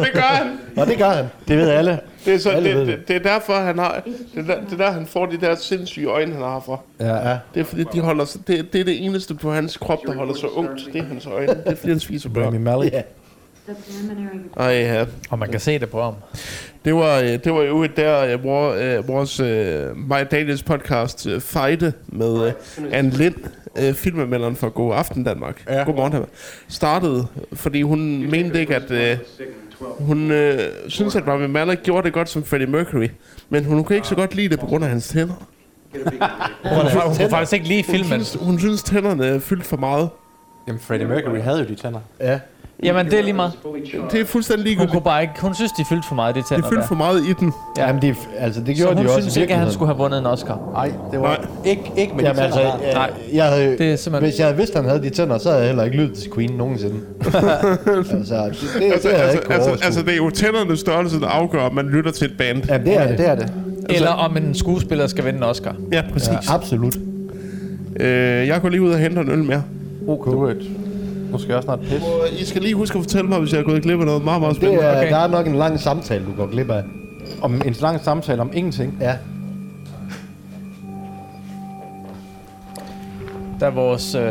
Speaker 3: det gør han.
Speaker 1: Og det gør han.
Speaker 4: Det ved alle.
Speaker 3: Det er, så,
Speaker 1: Alle ved
Speaker 3: det,
Speaker 1: det.
Speaker 3: det, det er derfor, han har... Det er der, det er der, han får de der sindssyge øjne, han har fra.
Speaker 4: Ja, ja.
Speaker 3: Det er fordi, de holder sig, det, det er det eneste på hans krop, der holder sig ungt. Det er hans øjne. Det er fordi, han spiser
Speaker 4: Rami
Speaker 3: børn.
Speaker 4: Malek.
Speaker 1: Ja.
Speaker 6: The preliminary report.
Speaker 3: Ej, ja.
Speaker 2: Og man kan se det på ham.
Speaker 3: Det var, øh, det var jo der, øh, hvor øh, vores øh, My Daniels podcast øh, fejde med øh, Anne Lind, øh, filmemelderen for God Aften Danmark. Ja. Godmorgen, han startede, fordi hun mente ikke, at øh, Hun øh, synes, at Rami Malek gjorde det godt som Freddie Mercury, men hun kunne ikke så godt lide det på grund af hans tænder.
Speaker 2: Hun, hun, hun kunne faktisk ikke lige filmen.
Speaker 3: Synes, hun synes, tænderne er fyldt for meget.
Speaker 4: Jamen, Freddie Mercury havde jo de tænder.
Speaker 1: Ja.
Speaker 2: Jamen, det er lige meget.
Speaker 3: Det er fuldstændig
Speaker 2: Hun,
Speaker 3: ligegyldigt.
Speaker 2: kunne bare ikke, hun synes, de fyldte for meget, det
Speaker 3: Det
Speaker 2: tænder
Speaker 3: er fyldt
Speaker 2: der.
Speaker 3: for meget i den.
Speaker 1: ja. Jamen, det, er- altså, det
Speaker 2: Så
Speaker 1: gjorde de
Speaker 2: hun
Speaker 1: også
Speaker 2: synes
Speaker 1: i
Speaker 2: ikke, at han
Speaker 1: virkeligheden.
Speaker 2: skulle have vundet en Oscar.
Speaker 4: Nej, det var
Speaker 3: Nej.
Speaker 4: ikke, ikke med
Speaker 1: Jamen
Speaker 4: de
Speaker 1: altså,
Speaker 4: tænder, der.
Speaker 1: jeg,
Speaker 2: Nej.
Speaker 1: jeg havde,
Speaker 2: Det er simpelthen-
Speaker 1: hvis jeg havde vidst, at han havde de tænder, så havde jeg heller ikke lyttet til Queen nogensinde. altså, det, det, det altså,
Speaker 3: Altså,
Speaker 1: jeg
Speaker 3: altså,
Speaker 1: ikke kunne
Speaker 3: altså,
Speaker 1: overskue.
Speaker 3: altså, det er jo tændernes størrelse, der afgør, om man lytter til et band.
Speaker 1: Jamen, det er det. det, er det.
Speaker 2: Eller om en skuespiller skal vinde en Oscar.
Speaker 3: Ja, præcis.
Speaker 1: Absolut.
Speaker 3: Øh, jeg går lige ud og henter en øl mere.
Speaker 4: Okay. Do it. Måske også snart pisse.
Speaker 3: Og I skal lige huske at fortælle mig, hvis jeg er gået glip af noget meget, meget
Speaker 1: Det
Speaker 3: spændende.
Speaker 1: er,
Speaker 2: Okay.
Speaker 1: okay. Der er nok en lang samtale, du går glip af.
Speaker 4: Om en lang samtale om ingenting.
Speaker 1: Ja.
Speaker 2: Der er vores, øh,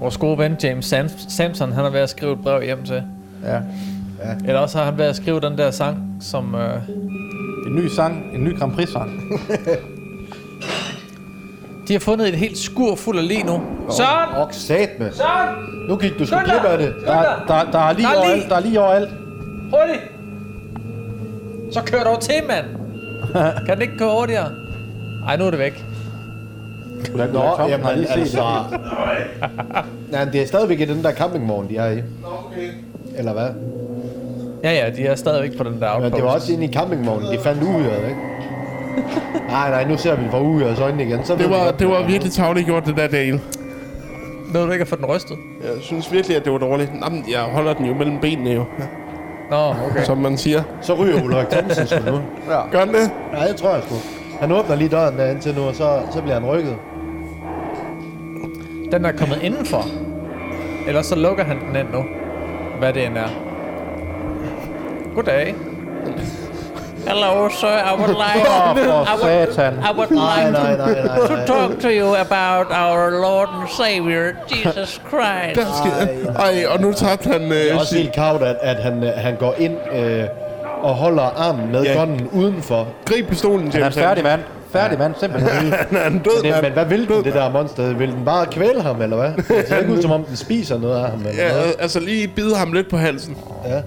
Speaker 2: vores gode ven James Sam- Samson, han er ved at skrive et brev hjem til.
Speaker 4: Ja.
Speaker 2: Eller også har han været at skrive den der sang, som... Øh,
Speaker 4: En ny sang. En ny Grand Prix-sang.
Speaker 2: de har fundet et helt skur fuld af lige nu. Søren!
Speaker 1: Og sat med.
Speaker 2: Søren!
Speaker 1: Nu gik du sgu
Speaker 2: Skynd dig!
Speaker 1: glip af det.
Speaker 4: Der, der, der, er lige
Speaker 2: Der er lige-
Speaker 4: overalt. Der er lige overalt.
Speaker 2: Hurtigt! Så kør dog til, mand! kan den ikke gå hurtigere? Ej, nu er det væk.
Speaker 1: Nå,
Speaker 4: Tom, har
Speaker 1: jamen
Speaker 4: lige set
Speaker 1: altså. Nej, men det er stadigvæk i den der campingvogn, de er i. Eller hvad?
Speaker 2: Ja, ja, de er stadigvæk på den
Speaker 1: Men
Speaker 2: der outpost.
Speaker 1: det var også inde i campingvognen, de fandt uhyret, ikke? Nej, nej, nu ser vi fra uhyrets øjne igen. Så
Speaker 3: Det var, det var virkelig tavligt gjort, det der dagen.
Speaker 2: Nåede du ikke at få den rystet?
Speaker 3: Jeg synes virkelig, at det var dårligt. Jamen, jeg holder den jo mellem benene jo,
Speaker 2: Nå, okay.
Speaker 3: som man siger.
Speaker 1: Så ryger Ulrik Thomsen sgu nu.
Speaker 3: Gør den det?
Speaker 1: Nej, det tror jeg sgu. Han åbner lige døren derinde til nu, og så, så bliver han rykket.
Speaker 2: Den er kommet indenfor. Ellers så lukker han den ind nu. Hvad det end er. Goddag. Hello, sir. I would like, I would,
Speaker 4: Satan.
Speaker 2: I would
Speaker 1: Nej,
Speaker 2: like
Speaker 1: nej, nej, nej.
Speaker 2: to talk to you about our Lord and Savior, Jesus Christ.
Speaker 3: Der skal... Ej, og nu tabte han... Øh,
Speaker 1: Det er også
Speaker 3: sin-
Speaker 1: helt kavt, at, at han, øh, han går ind øh, og holder armen med
Speaker 3: Ja.
Speaker 1: yeah. gunnen udenfor.
Speaker 3: Grib pistolen,
Speaker 4: Han er
Speaker 3: James.
Speaker 4: færdig mand. Færdig mand, simpelthen.
Speaker 3: Han er død,
Speaker 1: Det,
Speaker 3: mand.
Speaker 1: men hvad vil den, det der monster? Vil den bare kvæle ham, eller hvad? Det ser ikke ud, som om den spiser noget af ham, eller
Speaker 3: Ja,
Speaker 1: hvad?
Speaker 3: øh, altså lige bide ham lidt på halsen.
Speaker 1: Ja.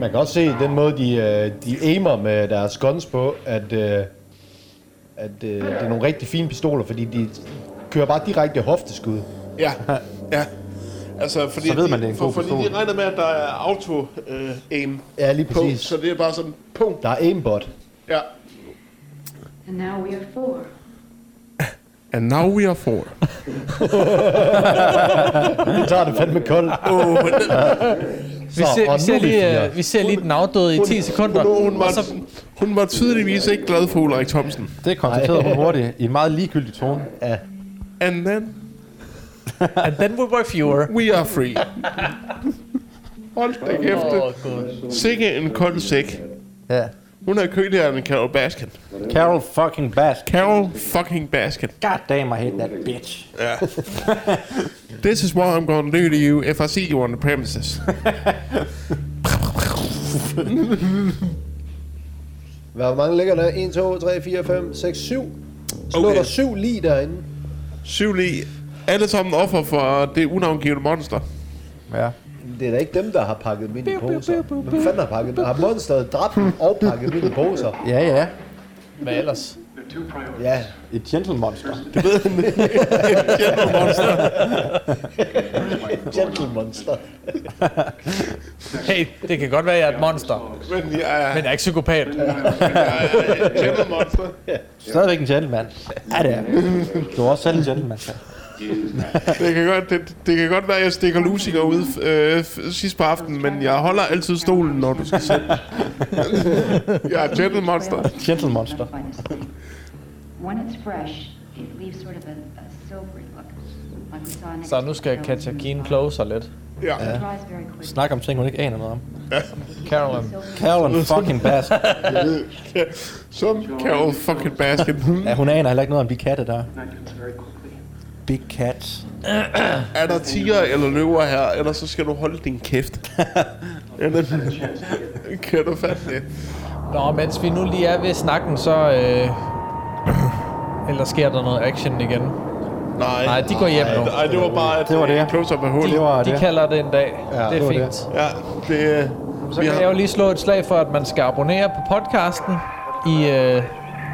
Speaker 1: Man kan også se den måde, de, øh, de aimer med deres guns på, at, øh, at øh, det er nogle rigtig fine pistoler, fordi de kører bare direkte hofteskud.
Speaker 3: Ja, ja. Altså, fordi
Speaker 4: Så ved
Speaker 3: de-
Speaker 4: man, det er en
Speaker 3: for,
Speaker 4: god
Speaker 3: Fordi
Speaker 4: pistol.
Speaker 3: de regner med, at der er auto-aim
Speaker 1: Ja, lige
Speaker 3: på,
Speaker 1: præcis.
Speaker 3: så det er bare sådan, pum.
Speaker 1: Der er aimbot.
Speaker 3: Ja.
Speaker 6: And now we are four.
Speaker 3: And now we are four.
Speaker 1: Det tager det fandme koldt.
Speaker 3: Oh,
Speaker 2: Vi ser,
Speaker 1: og
Speaker 2: vi
Speaker 1: nu
Speaker 2: ser,
Speaker 1: er vi
Speaker 2: lige,
Speaker 1: fire.
Speaker 2: øh, vi ser lige den afdøde i 10 sekunder.
Speaker 3: hun, hun, var,
Speaker 2: Og så,
Speaker 3: hun var tydeligvis ikke glad for Ulrik Thomsen.
Speaker 4: Det konstaterede hun hurtigt i en meget ligegyldig tone.
Speaker 3: And then
Speaker 2: and then we were fewer.
Speaker 3: we are free. Hold da kæft.
Speaker 2: Åh,
Speaker 3: det-
Speaker 2: oh, gud.
Speaker 3: Sikke en kold sæk.
Speaker 4: Ja.
Speaker 3: Hun er køligere end Carol Baskin.
Speaker 4: Carol fucking Bass.
Speaker 3: Carol fucking Baskin.
Speaker 4: God damn, I hate that bitch.
Speaker 3: This is what I'm gonna do to you if I see you on the premises.
Speaker 1: Hvor mange ligger der? 1, 2, 3, 4, 5, 6, 7. Så lå
Speaker 3: Okay.
Speaker 1: der 7 lige derinde.
Speaker 3: Syv lige. Alle sammen offer for det unavngivende monster.
Speaker 4: Ja.
Speaker 1: Det er da ikke dem, der har pakket dem ind i poser. Hvem fanden har pakket dem? Har monsteret dræbt dem og pakket dem ind i poser?
Speaker 4: Ja, ja.
Speaker 2: Hvad ellers?
Speaker 1: Ja.
Speaker 4: Et gentlemonster.
Speaker 1: Gentle monster.
Speaker 2: Hey, det kan godt være, at jeg er et monster,
Speaker 3: Men jeg er
Speaker 2: men jeg er ikke psykopat.
Speaker 3: et monster.
Speaker 4: Stadigvæk en gentleman. Ja, det er. Du er også selv en gentleman.
Speaker 3: Det kan godt, det, det kan godt være, at jeg stikker lusinger ud øh, f- sidst på aftenen, men jeg holder altid stolen, når du skal sætte. den. jeg er et gentle monster.
Speaker 4: Gentlemonster.
Speaker 6: When it's fresh, it leaves sort of a, a silvery look. Like we saw next
Speaker 2: Så nu skal Katjakine kloge sig lidt.
Speaker 3: Ja.
Speaker 6: It dries very quickly.
Speaker 4: Snak om ting, hun ikke aner noget om.
Speaker 2: Carolyn.
Speaker 4: Carol fucking Bass.
Speaker 3: Som Carol fucking Baskin.
Speaker 4: Ja, hun aner heller ikke noget om de katte der.
Speaker 8: very quickly.
Speaker 4: Big cats.
Speaker 3: Er der tiger eller løver her, eller så skal du holde din kæft. Eller, kan du fatte det?
Speaker 2: Nå, mens vi nu lige er ved snakken, så... Øh, eller sker der noget action igen?
Speaker 3: Nej.
Speaker 2: Nej, de går hjem nu.
Speaker 3: Nej, det var bare, at
Speaker 4: Det var det.
Speaker 3: Close up af hullet.
Speaker 4: Det var
Speaker 2: De
Speaker 4: det.
Speaker 2: kalder det en dag. Ja, det
Speaker 4: det
Speaker 2: er
Speaker 4: var
Speaker 2: fint.
Speaker 4: det.
Speaker 3: Ja, det... øh,
Speaker 2: Så kan jeg jo lige slå et slag for, at man skal abonnere på podcasten i øh,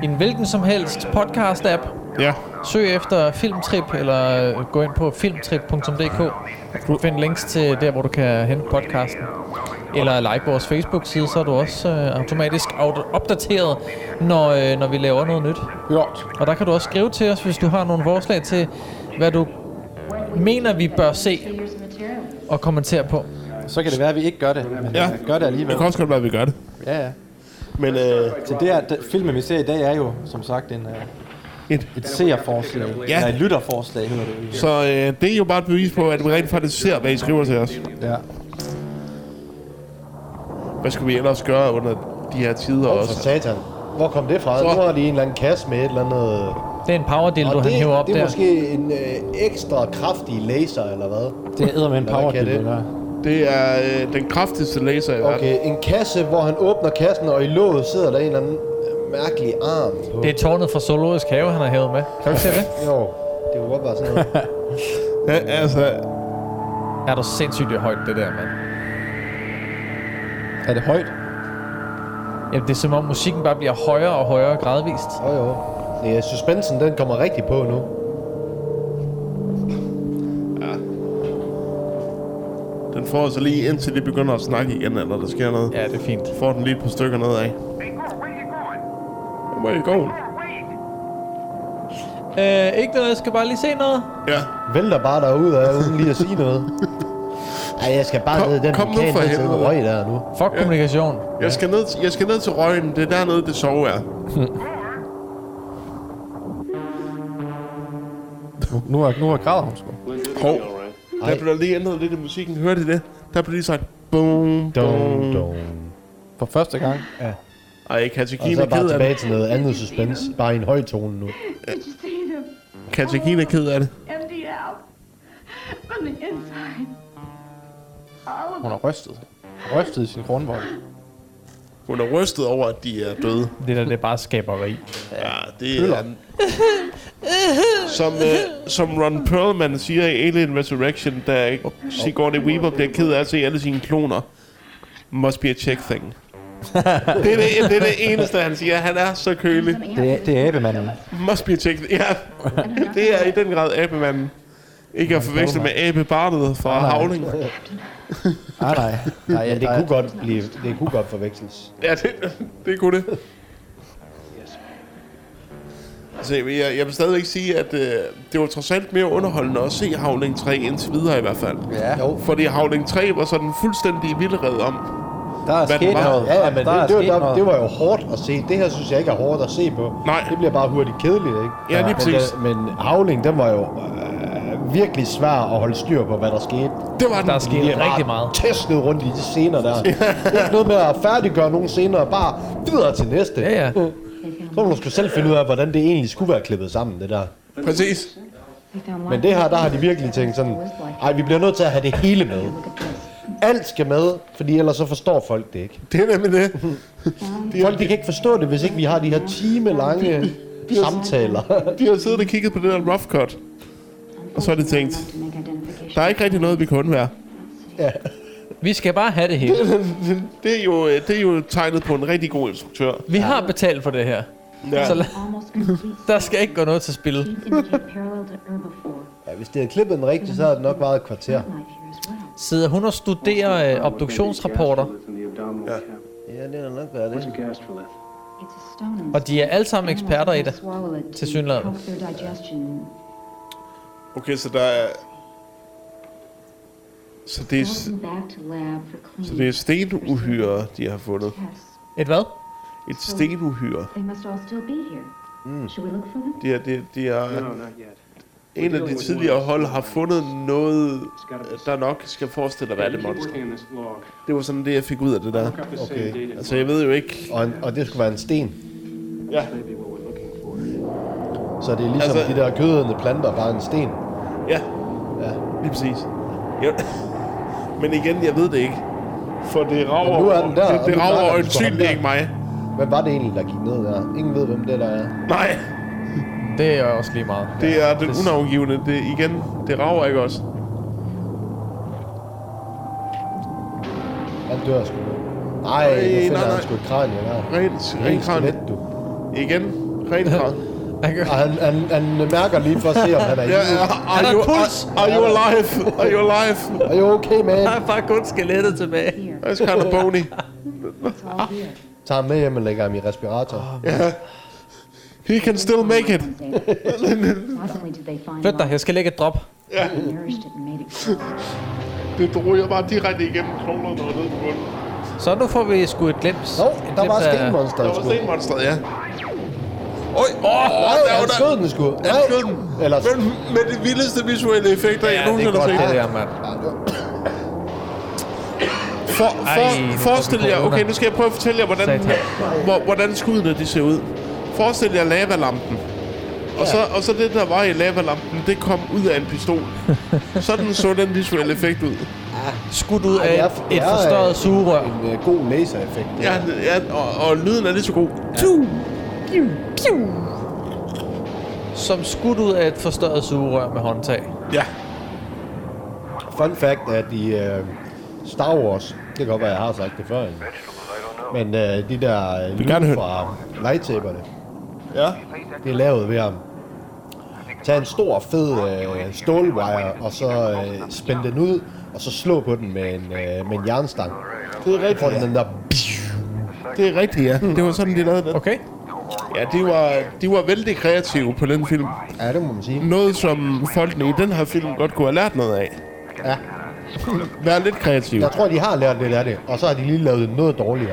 Speaker 2: en hvilken som helst podcast-app.
Speaker 3: Ja,
Speaker 2: Søg efter Filmtrip, eller øh, gå ind på filmtrip.dk. Du kan finde links til der, hvor du kan hente podcasten. Eller like vores Facebook-side, så er du også øh, automatisk aut- opdateret, når, øh, når vi laver noget nyt.
Speaker 4: Gjort.
Speaker 2: Og der kan du også skrive til os, hvis du har nogle forslag til, hvad du mener, vi bør se
Speaker 6: Here's material.
Speaker 2: og kommentere på.
Speaker 4: Så kan det være, at vi ikke gør det, men
Speaker 3: Ja.
Speaker 4: ja. gør det alligevel.
Speaker 3: det kan også godt være, at vi gør det.
Speaker 4: Ja, ja.
Speaker 3: Men øh,
Speaker 4: Så det er, det, filmen, vi ser i dag, er jo som sagt en, uh,
Speaker 3: Et-
Speaker 4: et, et seerforslag.
Speaker 3: Ja.
Speaker 4: Ja. Eller et lytterforslag, hedder det. jo.
Speaker 3: så øh, det er jo bare et bevis på, at vi rent faktisk ser, hvad I skriver til os.
Speaker 4: Ja.
Speaker 3: Hvad skal vi ellers gøre under de her tider
Speaker 1: Åh, for
Speaker 3: også?
Speaker 1: satan. Hvor kom det fra?
Speaker 3: Så-
Speaker 1: Nu har de en eller anden kasse med et eller andet...
Speaker 2: Det er en power deal, du
Speaker 1: Og
Speaker 2: han
Speaker 1: det,
Speaker 2: hæver op
Speaker 1: det er
Speaker 2: der.
Speaker 1: måske en øh, ekstra kraftig laser, eller hvad?
Speaker 4: Det æder med en
Speaker 1: Eller hvad
Speaker 4: power
Speaker 1: kan
Speaker 4: det.
Speaker 1: det?
Speaker 3: Det er øh, den kraftigste laser i verden.
Speaker 1: Okay, en kasse, hvor han åbner kassen, og i låget sidder der en eller anden øh, mærkelig arm på.
Speaker 2: Det er tårnet fra Zoologisk Have, han har hævet med. Kan du ikke se det?
Speaker 1: Jo, det kunne godt være sådan noget.
Speaker 3: Ja, altså,
Speaker 2: Er du sindssygt det er højt, det der, mand.
Speaker 4: Er det højt?
Speaker 2: Ja, det er som om musikken bare bliver højere og højere gradvist.
Speaker 1: Jo, jo. Ja, suspensen, den kommer rigtig på nu.
Speaker 3: den får så lige indtil de begynder at snakke igen, eller der sker noget.
Speaker 2: Ja, det er fint.
Speaker 3: Får den lige et par stykker nedad.
Speaker 7: Hey, Cole, where you going?
Speaker 3: Hvor er I going?
Speaker 7: Wait!
Speaker 2: Øh, ikke noget, jeg skal bare lige se noget.
Speaker 3: Ja,
Speaker 1: Vælter bare derude af, uden lige at sige noget. Ej, jeg skal bare
Speaker 3: Kom-
Speaker 1: ned i den
Speaker 3: kom nu
Speaker 1: vulkan,
Speaker 3: for
Speaker 1: der sidder
Speaker 3: helvede.
Speaker 1: med røg der nu.
Speaker 2: Fuck ja. kommunikation.
Speaker 3: jeg skal ned, til- jeg skal ned til røgen. Det er dernede, det sove er.
Speaker 4: Nu er, nu er græder hun sgu.
Speaker 3: Hov. Der blev der lige ændret lidt i musikken. Hørte I det? Der blev lige sagt... Boom,
Speaker 1: Dum,
Speaker 3: boom.
Speaker 1: dum.
Speaker 4: For første gang.
Speaker 3: Ej,
Speaker 1: Og
Speaker 3: Katakine
Speaker 1: så
Speaker 3: er
Speaker 1: bare
Speaker 3: ked af
Speaker 1: tilbage
Speaker 3: det.
Speaker 1: til noget andet suspense. Bare i en høj tone nu.
Speaker 6: Did you see them
Speaker 3: Katakine er ked af det.
Speaker 6: emptied out from the inside?
Speaker 4: Hun er rystet. Rystet i sin grundvold.
Speaker 3: Hun er rystet over, at de er døde.
Speaker 2: Det der, det er bare skaberi.
Speaker 3: Ja, det er... Som, øh, som Ron Perlman siger i Alien Resurrection, da Sigourney Weaver bliver ked af at se alle sine kloner. Must be a check thing. det, er det, det er det eneste, han siger. Han er så kølig.
Speaker 6: Something
Speaker 4: Det er,
Speaker 6: happened.
Speaker 4: det er abemanden.
Speaker 3: Must be a check thing. Ja, det er i den grad abemanden. Ikke at forveksle med abebarnet fra Havling.
Speaker 4: Ah, nej. nej ja,
Speaker 1: Men det kunne godt blive, det kunne godt forveksles.
Speaker 3: Ja, det, det kunne det. Altså, jeg, jeg vil stadigvæk sige, at øh, det var trods alt mere underholdende at se Havling 3 indtil videre i hvert fald.
Speaker 4: Ja. Jo,
Speaker 3: Fordi Havling 3 var sådan fuldstændig vildred om.
Speaker 4: der er
Speaker 3: Hvad
Speaker 4: sket
Speaker 3: den var.
Speaker 4: noget.
Speaker 1: Ja, ja, men
Speaker 4: der er
Speaker 1: det, det,
Speaker 4: sket
Speaker 1: var, der,
Speaker 4: noget.
Speaker 1: det var jo hårdt at se. Det her synes jeg ikke er hårdt at se på.
Speaker 3: Nej.
Speaker 1: Det bliver bare hurtigt kedeligt, ikke?
Speaker 3: Ja, lige
Speaker 1: men,
Speaker 3: præcis.
Speaker 1: øh, men Havling, den var jo øh, virkelig svær at holde styr på, hvad der skete.
Speaker 3: Det var den.
Speaker 2: Der er sket
Speaker 1: bare
Speaker 2: rigtig meget.
Speaker 1: tæsket rundt i de scener der. ikke noget med at færdiggøre nogle scener, bare videre til næste.
Speaker 2: Ja, ja.
Speaker 1: Så må du skulle selv finde ud af, hvordan det egentlig skulle være klippet sammen, det der.
Speaker 3: Præcis.
Speaker 6: We found
Speaker 1: Men det her, der har de virkelig tænkt sådan, ej, vi bliver nødt til at have det hele med. Alt skal med, fordi ellers så forstår folk det ikke.
Speaker 3: Det er nemlig det.
Speaker 1: Folk de kan ikke forstå det, hvis ikke vi har de her timelange samtaler.
Speaker 3: De har siddet og kigget på det der rough cut. Og så har de tænkt,
Speaker 6: to make identification.
Speaker 3: der er ikke rigtig noget, vi kan undvære.
Speaker 2: Vi skal bare have det hele.
Speaker 3: Det er jo, øh, det er jo tegnet på en rigtig god instruktør.
Speaker 2: Vi har betalt for det her.
Speaker 3: Ja.
Speaker 2: Så la-
Speaker 6: Almost complete
Speaker 2: der skal ikke gå noget til spil.
Speaker 6: seeds indicate parallel to herbivore
Speaker 1: Ja, hvis det havde klippet den rigtigt, så havde det nok været et kvarter.
Speaker 6: life here as well.
Speaker 2: Sidder hun og studerer øh, obduktionsrapporter,
Speaker 1: Ja, det har nok været det.
Speaker 6: It's a stone in
Speaker 2: og de er alle sammen eksperter i det.
Speaker 6: Swallow it to
Speaker 2: Tilsyneladende.
Speaker 6: help their digestion.
Speaker 3: Okay, så der er... Så det er,
Speaker 6: Welcome back to lab for
Speaker 3: så
Speaker 6: cleaning
Speaker 3: det er stenuhyre, de har fundet.
Speaker 6: tests.
Speaker 2: Et hvad?
Speaker 3: Et stenuhyre.
Speaker 6: They must all still be here. Should we look for them?
Speaker 3: Mm. Det er, det, er- det er, en af de tidligere hold har fundet noget, der nok skal forestille at være det monster.
Speaker 8: Working in this log.
Speaker 3: Det var sådan det, jeg fik ud af det der.
Speaker 8: Got the
Speaker 1: Okay.
Speaker 8: same data.
Speaker 3: Altså, jeg ved jo ikke...
Speaker 1: Og, en, og det skulle være en sten.
Speaker 3: Ja,
Speaker 1: Så det er ligesom
Speaker 3: Altså-
Speaker 1: altså, de der kødende planter, bare en sten.
Speaker 3: ja,
Speaker 1: Ja.
Speaker 3: lige præcis. Jeg, men igen, jeg ved det ikke. For det rager,
Speaker 1: Men nu er den der,
Speaker 3: det,
Speaker 1: og
Speaker 3: det
Speaker 1: nu
Speaker 3: rager
Speaker 1: snakker vi sgu om
Speaker 3: øjensynligt
Speaker 1: den.
Speaker 3: ikke mig.
Speaker 1: Hvad var det egentlig, der gik ned der? Ingen ved, hvem det der er.
Speaker 3: Nej.
Speaker 2: det er også lige meget.
Speaker 3: Det er den unavngivende. Det, igen, det rager ikke også.
Speaker 1: Han dør sgu. Nej, nu finder
Speaker 3: nej,
Speaker 1: han
Speaker 3: nej.
Speaker 1: sgu et kranie der.
Speaker 3: Rent,
Speaker 1: Rent
Speaker 3: rent kran.
Speaker 1: skelet, du.
Speaker 3: Igen, rent kran.
Speaker 1: Og han, han, han mærker lige for at se, om han er i
Speaker 3: Ja,
Speaker 1: live.
Speaker 3: ja, are, you, are, are you alive? Are you alive?
Speaker 1: Er you okay, man?
Speaker 2: Der er bare kun skelettet tilbage.
Speaker 6: Here,
Speaker 3: That's kind of bony.
Speaker 6: it's all here.
Speaker 1: Tager ham med hjem og lægger ham i respirator.
Speaker 3: He can still make it.
Speaker 6: Not only did they find
Speaker 2: Flyt dig,
Speaker 6: life,
Speaker 2: jeg skal lægge et drop.
Speaker 6: they nourished it and made it grow.
Speaker 3: Det drog jeg bare direkte igennem knoglerne og ned på bunden.
Speaker 2: Så nu får vi sgu et glimt.
Speaker 1: Nå,
Speaker 2: Et
Speaker 1: der
Speaker 2: glimt
Speaker 1: var
Speaker 2: af-
Speaker 1: stenmonsteret
Speaker 3: Der var
Speaker 1: sgu.
Speaker 3: stenmonstret, ja. Oj, åh, oh,
Speaker 1: Nej,
Speaker 3: der var
Speaker 1: han skød den sgu.
Speaker 3: Han
Speaker 1: Nej.
Speaker 3: skød den.
Speaker 1: Eller
Speaker 3: Men med de vildeste visuelle effekter, jeg
Speaker 2: Ja, det er
Speaker 3: nogensinde har
Speaker 2: godt
Speaker 3: set.
Speaker 2: det der, mand.
Speaker 3: For, for,
Speaker 2: Ej,
Speaker 3: forestil jer,
Speaker 2: corona.
Speaker 3: okay, nu skal jeg prøve at fortælle jer, hvordan,
Speaker 2: Satan.
Speaker 3: hvor, hvordan skuddene de ser ud. Forestil jer lavalampen. Og så, og så det, der var i lavalampen, det kom ud af en pistol. Sådan så den visuelle effekt ud.
Speaker 2: Skudt ud
Speaker 1: det
Speaker 2: af
Speaker 1: er- det
Speaker 2: et
Speaker 1: er, øh,
Speaker 2: forstørret sugerør.
Speaker 1: en øh, god lasereffekt.
Speaker 3: Ja, ja og, og lyden er lige så god.
Speaker 2: Som skudt ud af et forstørret sugerør med håndtag.
Speaker 3: Ja.
Speaker 1: Fun fact at i øh, Star Wars, det kan godt være, jeg har sagt det før, egentlig. men øh, de der øh, lyde
Speaker 3: gerne høre
Speaker 1: fra lightsaberne,
Speaker 3: Ja.
Speaker 1: det er lavet ved at tage en stor, fed øh, stålwire, og så øh, spænde den ud, og så slå på den med en, øh, med en jernstang.
Speaker 3: Det er
Speaker 1: Får
Speaker 3: rigtigt,
Speaker 1: den
Speaker 3: ja.
Speaker 1: den der...
Speaker 3: Det er rigtigt, ja. Det var sådan, de lavede den.
Speaker 2: Okay?
Speaker 3: Ja, de var, de var vældig kreative på den film.
Speaker 1: Ja, det må man sige.
Speaker 3: Noget, som folkene i den her film godt kunne have lært noget af.
Speaker 1: Ja.
Speaker 3: Vær lidt kreativ.
Speaker 1: Jeg tror, de har lært lidt af det, og så har de lige lavet noget dårligere.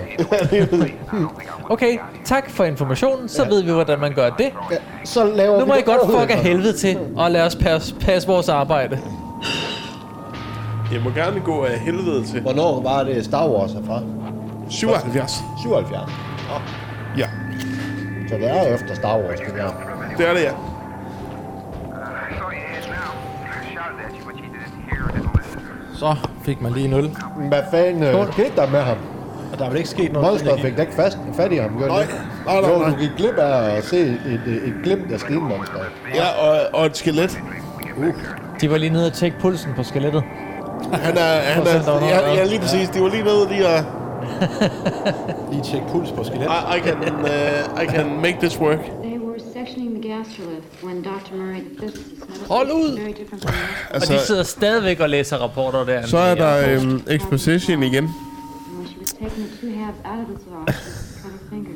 Speaker 2: Okay, tak for informationen. Så ved vi, hvordan man gør det.
Speaker 1: Ja, så laver
Speaker 2: Nu
Speaker 1: vi
Speaker 2: må I
Speaker 1: det
Speaker 2: godt
Speaker 1: overhovedet
Speaker 2: fuck af
Speaker 1: ikke.
Speaker 2: helvede til, og lad os passe, passe vores arbejde.
Speaker 3: Jeg må gerne gå af helvede til.
Speaker 1: Hvornår var det Star Wars er fra?
Speaker 3: 77.
Speaker 1: 77.
Speaker 3: Ja,
Speaker 1: Så det er efter Star Wars, det der.
Speaker 3: det er det, ja.
Speaker 10: Uh,
Speaker 4: Så fik man lige en øl.
Speaker 1: Hvad fanden øh, skete der med ham?
Speaker 4: Og der er vel ikke sket noget...
Speaker 1: Monsteret fik da ikke fast, fat i ham, gør det?
Speaker 3: Nej,
Speaker 1: ikke?
Speaker 3: nej, nej,
Speaker 1: Jo,
Speaker 3: nej.
Speaker 1: du gik glip af at se et, øh, et glimt af stenmonsteret.
Speaker 3: Ja, og, og et skelet.
Speaker 2: De var lige nede og tjekke pulsen på skelettet.
Speaker 3: Han er... Han
Speaker 2: Procent
Speaker 3: er
Speaker 2: under,
Speaker 3: ja,
Speaker 2: ja.
Speaker 3: ja, lige præcis. De var lige nede lige at...
Speaker 4: Lige tjek puls på skelet.
Speaker 3: I, I, can, uh, I can make this work.
Speaker 6: They were sectioning the gastrolith when Dr. Murray, this is
Speaker 2: Hold ud!
Speaker 6: very different from this.
Speaker 2: Og de sidder stadigvæk og læser rapporter der.
Speaker 3: Altså, så er der øhm, exposition igen.
Speaker 6: And when she was taking the two halves out of the sauce, she cut her finger.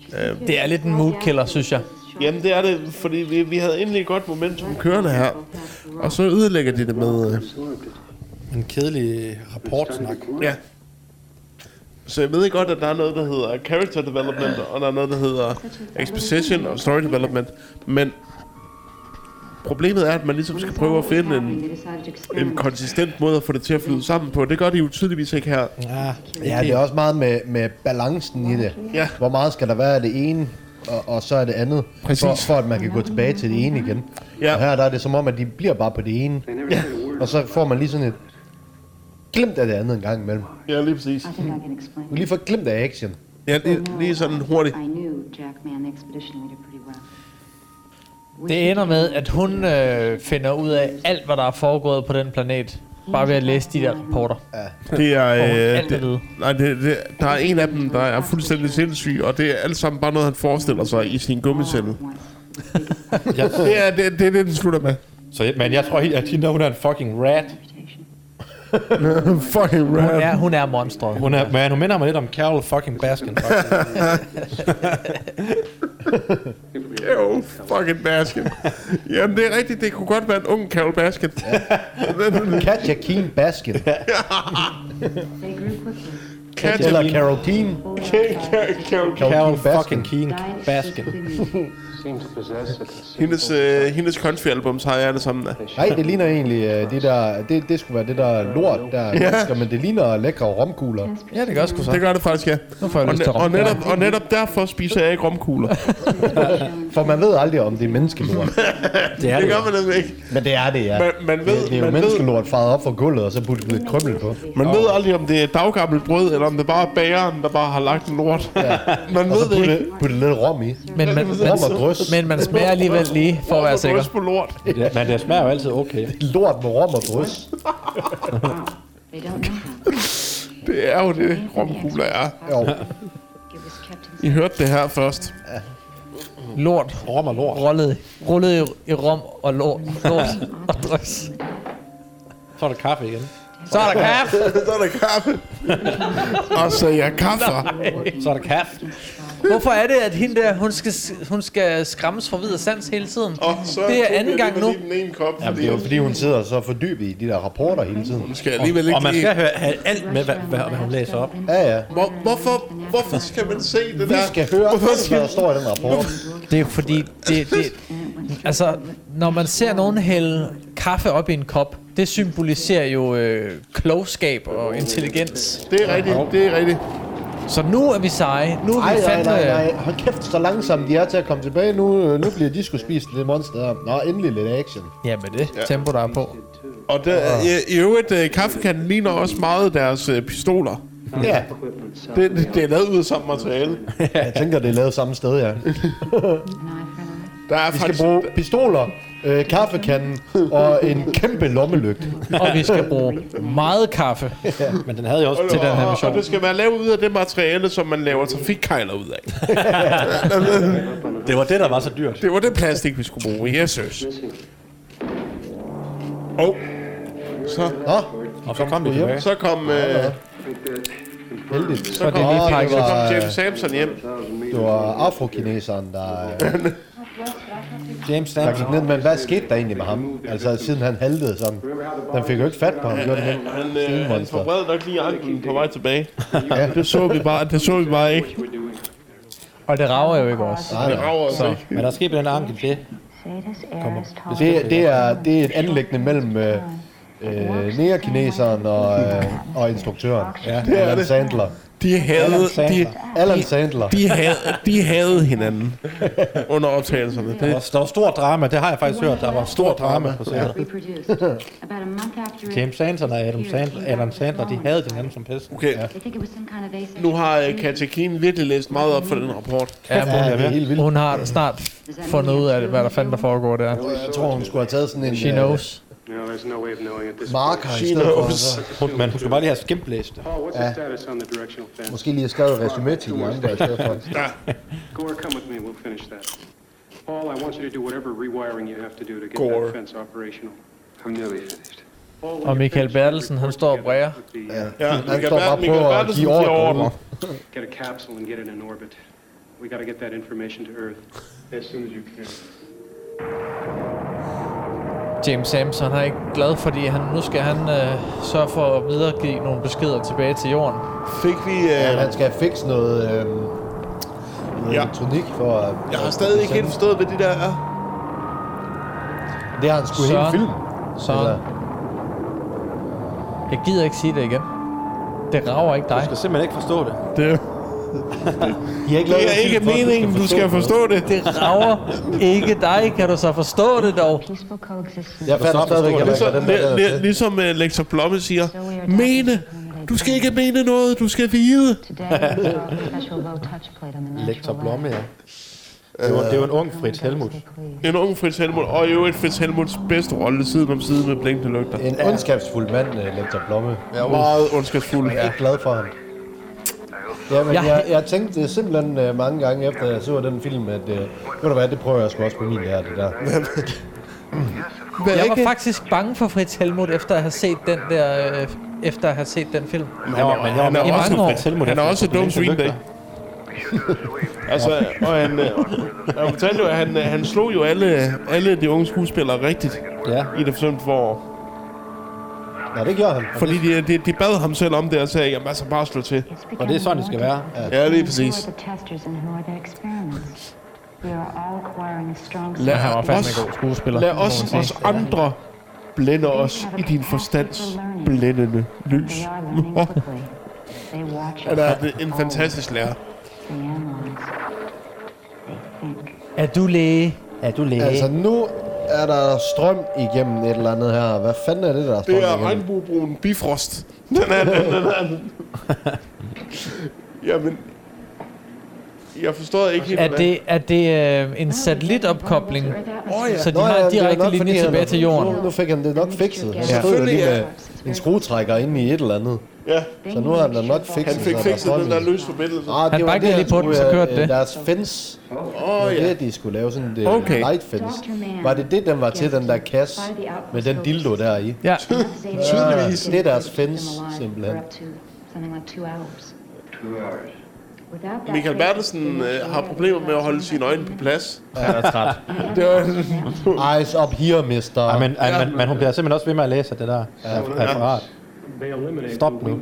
Speaker 6: She secured
Speaker 2: Uh, det er lidt en
Speaker 6: the
Speaker 2: mood killer,
Speaker 6: gastrolith
Speaker 2: synes jeg.
Speaker 6: with a strong
Speaker 3: Jamen, det er det, fordi vi, vi havde endelig et godt momentum kørende her. Og så ødelægger de det med... Øh,
Speaker 4: En kedelig rapportsnak.
Speaker 3: ja. Så jeg ved godt, at der er noget, der hedder character development, og der er noget, der hedder exposition og story development. Men problemet er, at man ligesom skal prøve at finde en,
Speaker 6: They decided to
Speaker 3: en
Speaker 6: experiment.
Speaker 3: konsistent måde at få det til at flyde sammen på. Det gør de jo tydeligvis ikke her.
Speaker 4: Ja,
Speaker 1: Ja, det er også meget med, med balancen i det.
Speaker 3: Ja.
Speaker 1: Hvor meget skal der være af det ene, og, og så er det andet, for,
Speaker 3: Præcis.
Speaker 1: for at man kan gå tilbage til det ene igen.
Speaker 3: Ja.
Speaker 1: Og her der er det som om, at de bliver bare på det ene,
Speaker 8: They never said a word.
Speaker 1: og så får man lige sådan et glimt af det andet en gang imellem.
Speaker 3: Ja, lige præcis.
Speaker 6: I think I can explain.
Speaker 1: Du lige får et glimt af action.
Speaker 3: Ja, lige, lige sådan hurtigt.
Speaker 6: I knew Jack Man, the expedition leader, pretty well. We
Speaker 2: Det ender
Speaker 6: should-
Speaker 2: med, at hun øh, finder ud af alt, hvad der er foregået på den planet. Bare ved at læse de der rapporter.
Speaker 3: Det er... Øh,
Speaker 2: alt er
Speaker 3: det,
Speaker 2: ved.
Speaker 3: nej, det, det, der er en af dem, der er fuldstændig sindssyg, og det er alt sammen bare noget, han forestiller sig i sin gummicelle.
Speaker 6: Once.
Speaker 3: Det er det, det, er det den slutter med.
Speaker 4: Så, men jeg tror helt, at hende, hun er en fucking rat.
Speaker 6: Reputation.
Speaker 3: Fucking
Speaker 2: Hun
Speaker 3: rap.
Speaker 2: er, hun er monstret.
Speaker 4: Hun er, men hun minder mig lidt om Carol fucking Baskin, faktisk.
Speaker 3: Jo, fucking Baskin. Jamen, det er rigtigt. Det kunne godt være en ung Carol Baskin.
Speaker 1: Katja Keen Baskin.
Speaker 6: They grew quickly.
Speaker 1: Eller
Speaker 3: Katja,
Speaker 1: Carol Keen.
Speaker 4: Carol
Speaker 1: Keen Baskin.
Speaker 4: fucking Keen
Speaker 6: Died
Speaker 4: Baskin.
Speaker 6: completely.
Speaker 8: Seems to possess a considerable
Speaker 3: hendes, øh, hendes country-albums har jeg det sammen af.
Speaker 1: Nej, det ligner egentlig øh, det der... Det, det skulle være det der lort, der
Speaker 3: Ja.
Speaker 1: ja. men det ligner lækre romkugler.
Speaker 2: Ja, det gør sgu så.
Speaker 3: Det gør det faktisk, ja.
Speaker 2: Nu får jeg
Speaker 3: Og,
Speaker 2: lyst til
Speaker 3: ne- og,
Speaker 2: rom.
Speaker 3: netop, og netop derfor spiser jeg ikke romkugler.
Speaker 6: Shown
Speaker 1: For man ved aldrig, om det er menneskelort.
Speaker 2: Det er
Speaker 3: Det
Speaker 2: det.
Speaker 3: gør man nemlig ikke.
Speaker 1: Men det er det, ja.
Speaker 3: Man- man ved-
Speaker 1: det, det er jo
Speaker 3: man ved-
Speaker 1: menneskelort faret op fra gulvet, og så puttet lidt krømmel på.
Speaker 3: Man ved aldrig, om det er daggammelt brød, eller om det bare er bageren, der bare har lagt en lort. Man
Speaker 1: Og så
Speaker 3: ved det ikke.
Speaker 1: puttet, puttet lidt rom i.
Speaker 2: Men man,
Speaker 1: Rom og
Speaker 2: man,
Speaker 1: drys.
Speaker 2: men man smager alligevel lige, for at være sikker.
Speaker 3: Også på lort.
Speaker 4: Ja, men det smager jo altid okay.
Speaker 1: Lort med rom og drys.
Speaker 6: They don't know how.
Speaker 3: Det er jo det, romkugler er.
Speaker 1: Jo.
Speaker 6: It was kept inside.
Speaker 3: I hørte det her først.
Speaker 2: Lort.
Speaker 4: Rom og lort.
Speaker 2: Rullet, rullet i, i rom og lort. Lort og drys.
Speaker 4: Så er der kaffe igen.
Speaker 2: Så er der kaffe.
Speaker 3: Så er der kaffe. Og så er jeg kaffer.
Speaker 4: Så er der kaffe.
Speaker 2: Hvorfor er det, at hende der, hun skal, hun skal skræmmes fra videre sans hele tiden?
Speaker 3: Og så
Speaker 2: det
Speaker 3: tog
Speaker 2: er
Speaker 3: jeg
Speaker 2: anden
Speaker 3: lige
Speaker 2: gang nu.
Speaker 3: præcis Den ene kop,
Speaker 1: Jamen,
Speaker 3: fordi
Speaker 1: det er jo fordi, hun sidder så fordybet i de der rapporter hele tiden.
Speaker 3: hun skal alligevel ikke
Speaker 4: Og man skal
Speaker 3: lige-
Speaker 4: høre, have alt med, hvad, hvad, hvad hun læser op.
Speaker 1: Ja, ja.
Speaker 3: Hvor, hvorfor, hvorfor skal man se det
Speaker 1: Vi
Speaker 3: der?
Speaker 1: skal høre,
Speaker 3: hvorfor
Speaker 1: alt, hvad der står i den rapport.
Speaker 2: Det er fordi, det, det, altså, når man ser nogen hælde kaffe op i en kop, det symboliserer jo øh, klogskab og intelligens.
Speaker 3: Det er rigtigt, det er rigtigt.
Speaker 2: Så nu er vi seje. Nu er
Speaker 1: Ej,
Speaker 2: vi
Speaker 1: nej,
Speaker 2: fandme...
Speaker 1: nej, nej. Hold kæft, så langsomt de er til at komme tilbage. Nu, øh, nu bliver de sgu spist det monster her. Nå, endelig lidt action.
Speaker 2: Ja, med det tempo, der er på.
Speaker 3: Og der, i, i øvrigt, øh, kaffekanden ligner også meget deres øh, pistoler.
Speaker 1: Ja,
Speaker 3: Det, det, det er lavet ud af samme materiale.
Speaker 1: jeg tænker, det er lavet samme sted, ja.
Speaker 6: Knife and
Speaker 3: Der er
Speaker 1: Vi skal
Speaker 3: faktisk...
Speaker 1: bruge pistoler, øh, kaffekanden og en kæmpe lommelygte.
Speaker 2: Og vi skal bruge meget kaffe.
Speaker 4: Men den havde jo også...
Speaker 2: den her
Speaker 3: og, og,
Speaker 2: version.
Speaker 3: og det skal være lavet ud af det materiale, som man laver trafikkejler ud af.
Speaker 4: Det var det, der var så dyrt.
Speaker 3: Det var det plastik, vi skulle bruge. Yes, yes. Og så,
Speaker 1: Nå,
Speaker 4: Og så kom vi tilbage.
Speaker 3: så kom, øh,
Speaker 1: heldigt.
Speaker 3: så kom,
Speaker 2: det lige
Speaker 1: Nå,
Speaker 2: pakket
Speaker 3: så
Speaker 1: det var,
Speaker 3: kom James
Speaker 1: øh,
Speaker 3: Sampson hjem.
Speaker 1: det var afrokineseren, der, øh,
Speaker 4: James
Speaker 1: der
Speaker 4: Sampson.
Speaker 1: gik ned. Men hvad skete der egentlig med ham? Altså, siden han haltede sådan. Den fik jo ikke fat på ham. Gjorde den ikke?
Speaker 3: Han, øh, han
Speaker 1: Snemonster.
Speaker 3: forbrød nok lige anklen på vej tilbage.
Speaker 1: Ja.
Speaker 3: Det så vi bare, det så vi bare ikke.
Speaker 2: Og det rager jo ikke også.
Speaker 1: Nej,
Speaker 3: Det
Speaker 1: nej.
Speaker 3: rager os ikke.
Speaker 4: Men der sker på den arm, det.
Speaker 1: Det, det, er, det er et anlæggende mellem øh, øh, nære-kineseren og, øh, og instruktøren. Ja, det Alan Sandler.
Speaker 3: De havde, de,
Speaker 1: Alan Sandler.
Speaker 3: de havde, de havde hinanden under optagelserne.
Speaker 4: Der
Speaker 3: Det,
Speaker 4: var, der var stor drama, det har jeg faktisk hørt. Der var stor drama på sættet.
Speaker 6: reproduced. About a month after it,
Speaker 4: James Sanson og Adam Sandler, Adam Sandler, de havde hinanden som pest.
Speaker 3: okay,
Speaker 6: they think it was some kind of asexual
Speaker 3: nu har øh, Katja Keen virkelig læst meget op for den rapport.
Speaker 2: Ja,
Speaker 1: Ja, det er helt vildt.
Speaker 2: hun har snart fundet ud af, hvad der fanden der foregår der.
Speaker 1: Jeg tror, hun skulle have taget sådan en
Speaker 2: She knows.
Speaker 8: No, there's no way of knowing at this
Speaker 1: øh, marker i stedet for.
Speaker 3: knows.
Speaker 1: Så
Speaker 4: Hun, men hun skulle bare lige have skimlæst det.
Speaker 8: Paul, what's the status on the directional fence?
Speaker 1: måske lige have skrevet et resume til de andre i stedet for.
Speaker 8: Gore, come with me. We'll finish that. Paul, I want you to do whatever rewiring you have to do to get
Speaker 3: Gore.
Speaker 8: that fence operational.
Speaker 5: I'm nearly finished.
Speaker 8: Paul,
Speaker 2: Og
Speaker 8: when you're
Speaker 2: Michael
Speaker 8: finished, we'll
Speaker 2: Bertelsen, han
Speaker 8: report
Speaker 2: står og
Speaker 8: together
Speaker 2: bræger.
Speaker 8: with the,
Speaker 1: Ja.
Speaker 8: uh,
Speaker 1: Han står bare og prøver at give ordre.
Speaker 8: Get a capsule and get it in orbit. We got to get that information to Earth as soon as you can.
Speaker 2: James Sampson er ikke glad, fordi han, nu skal han øh, sørge for at videregive nogle beskeder tilbage til jorden.
Speaker 3: Fik vi...
Speaker 1: Ja,
Speaker 3: Øh,
Speaker 1: han skal fikse noget, øh, noget
Speaker 3: Ja.
Speaker 1: ja. elektronik for at...
Speaker 3: jeg har stadig ikke helt forstået, hvad det der er.
Speaker 1: Det har han sgu
Speaker 2: Så-
Speaker 1: hele film.
Speaker 2: Så jeg gider ikke sige det igen. Det rager ikke dig.
Speaker 4: Du skal simpelthen ikke forstå det.
Speaker 3: Det,
Speaker 1: De har ikke
Speaker 3: det
Speaker 1: lavet
Speaker 3: er
Speaker 1: en
Speaker 3: ikke
Speaker 1: film for, at
Speaker 3: meningen, du skal forstå det.
Speaker 2: Det rager ikke dig, kan du så forstå det dog?
Speaker 6: peaceful coexistence.
Speaker 1: Jeg fatter stadigvæk, ikke,
Speaker 3: Ligesom,
Speaker 1: hvad den der
Speaker 3: li-
Speaker 1: lavede
Speaker 3: li-
Speaker 1: til.
Speaker 3: ligesom uh, Lektor Blomme siger, mene! Du skal ikke mene noget, du skal vide!
Speaker 6: Today, we installed a special low-touch plate on the natural
Speaker 4: Lektor
Speaker 6: ladder.
Speaker 4: Blomme, ja. Det var, det var en ung Fritz Helmut.
Speaker 3: En ung Fritz Helmut, og i øvrigt Fritz Helmuts bedste rolle side om side med blinkende lygter.
Speaker 1: En ondskabsfuld mand, øh, Lektor Blomme.
Speaker 3: Ja, meget ondskabsfuld.
Speaker 1: Jeg er glad for ham. Jamen,
Speaker 2: Jeg-
Speaker 1: jeg, jeg, jeg tænkte simpelthen øh, mange gange efter, jeg så den film, at øh, ved du hvad, det prøver jeg sgu også på min her, det der.
Speaker 2: Jeg var faktisk bange for Fritz Helmut, efter at have set den der... Øh, efter at have set den film.
Speaker 4: Han var, men jeg var
Speaker 3: Han er
Speaker 2: I
Speaker 3: også,
Speaker 2: mange år.
Speaker 3: Fritz Helmut, han er også et dumt svin, dag. altså, og han, øh, han fortalte jo, at han, øh, han slog jo alle, alle de unge skuespillere rigtigt
Speaker 4: Ja.
Speaker 3: i det forsømte forår.
Speaker 1: Nå, det gjorde han.
Speaker 3: Fordi de, de, de bad ham selv om det og sagde, jamen altså bare slå til.
Speaker 4: Og det er sådan, det skal være.
Speaker 3: Ja, lige præcis. Lad
Speaker 2: Han var fandme en
Speaker 3: os-
Speaker 2: god skuespiller.
Speaker 3: Lad
Speaker 2: må man
Speaker 3: os,
Speaker 2: sige.
Speaker 3: os andre blænde os i din forstands blændende lys. Han er en fantastisk lærer.
Speaker 6: They analyze. They think.
Speaker 2: Er du læge? Er du læge?
Speaker 1: Altså, nu er der strøm igennem et eller andet her. Hvad fanden er det, der er strøm
Speaker 3: Det er
Speaker 1: igennem?
Speaker 3: regnbuebrun bifrost. Den er den, den er den. Jamen, jeg forstår ikke helt,
Speaker 2: er
Speaker 3: hvad-
Speaker 2: det, er det øh, en satellitopkobling?
Speaker 6: Oh,
Speaker 2: Så de
Speaker 1: Nå,
Speaker 2: har
Speaker 1: ja,
Speaker 2: en
Speaker 1: det er
Speaker 2: direkte
Speaker 1: nok,
Speaker 2: linje
Speaker 1: fordi han-
Speaker 2: tilbage til jorden?
Speaker 1: Nu, nu fik han det nok fikset. Han
Speaker 6: Ja.
Speaker 1: stod jo lige med
Speaker 3: Selvfølgelig,
Speaker 1: en skruetrækker inde i et eller andet.
Speaker 3: Ja,
Speaker 1: Så nu har han da nok fikset
Speaker 3: han
Speaker 1: så
Speaker 3: fik
Speaker 1: der er
Speaker 3: fikset
Speaker 1: strøm
Speaker 3: den
Speaker 1: i.
Speaker 3: der løs forbindelse.
Speaker 1: Ah,
Speaker 2: Han
Speaker 1: det var
Speaker 2: bankede
Speaker 1: det,
Speaker 2: lige på den,
Speaker 1: skulle,
Speaker 2: så kørte
Speaker 1: øh,
Speaker 2: det.
Speaker 1: Deres fence.
Speaker 3: Åh,
Speaker 1: Oh,
Speaker 3: ja.
Speaker 1: det, de skulle lave sådan en
Speaker 3: Okay.
Speaker 1: okay. light fence. Var det det, den var til, den der kasse med den dildo der i?
Speaker 2: Ja,
Speaker 1: Tydeligvis. Det er deres fence, simpelthen.
Speaker 3: Michael Bertelsen øh, har problemer med at holde sine øjne på plads.
Speaker 2: han er træt.
Speaker 3: Det var,
Speaker 1: Eyes up here, mister.
Speaker 4: Ej, men, ej, men, men hun bliver simpelthen også ved med at læse det der øh, referat. Stop nu.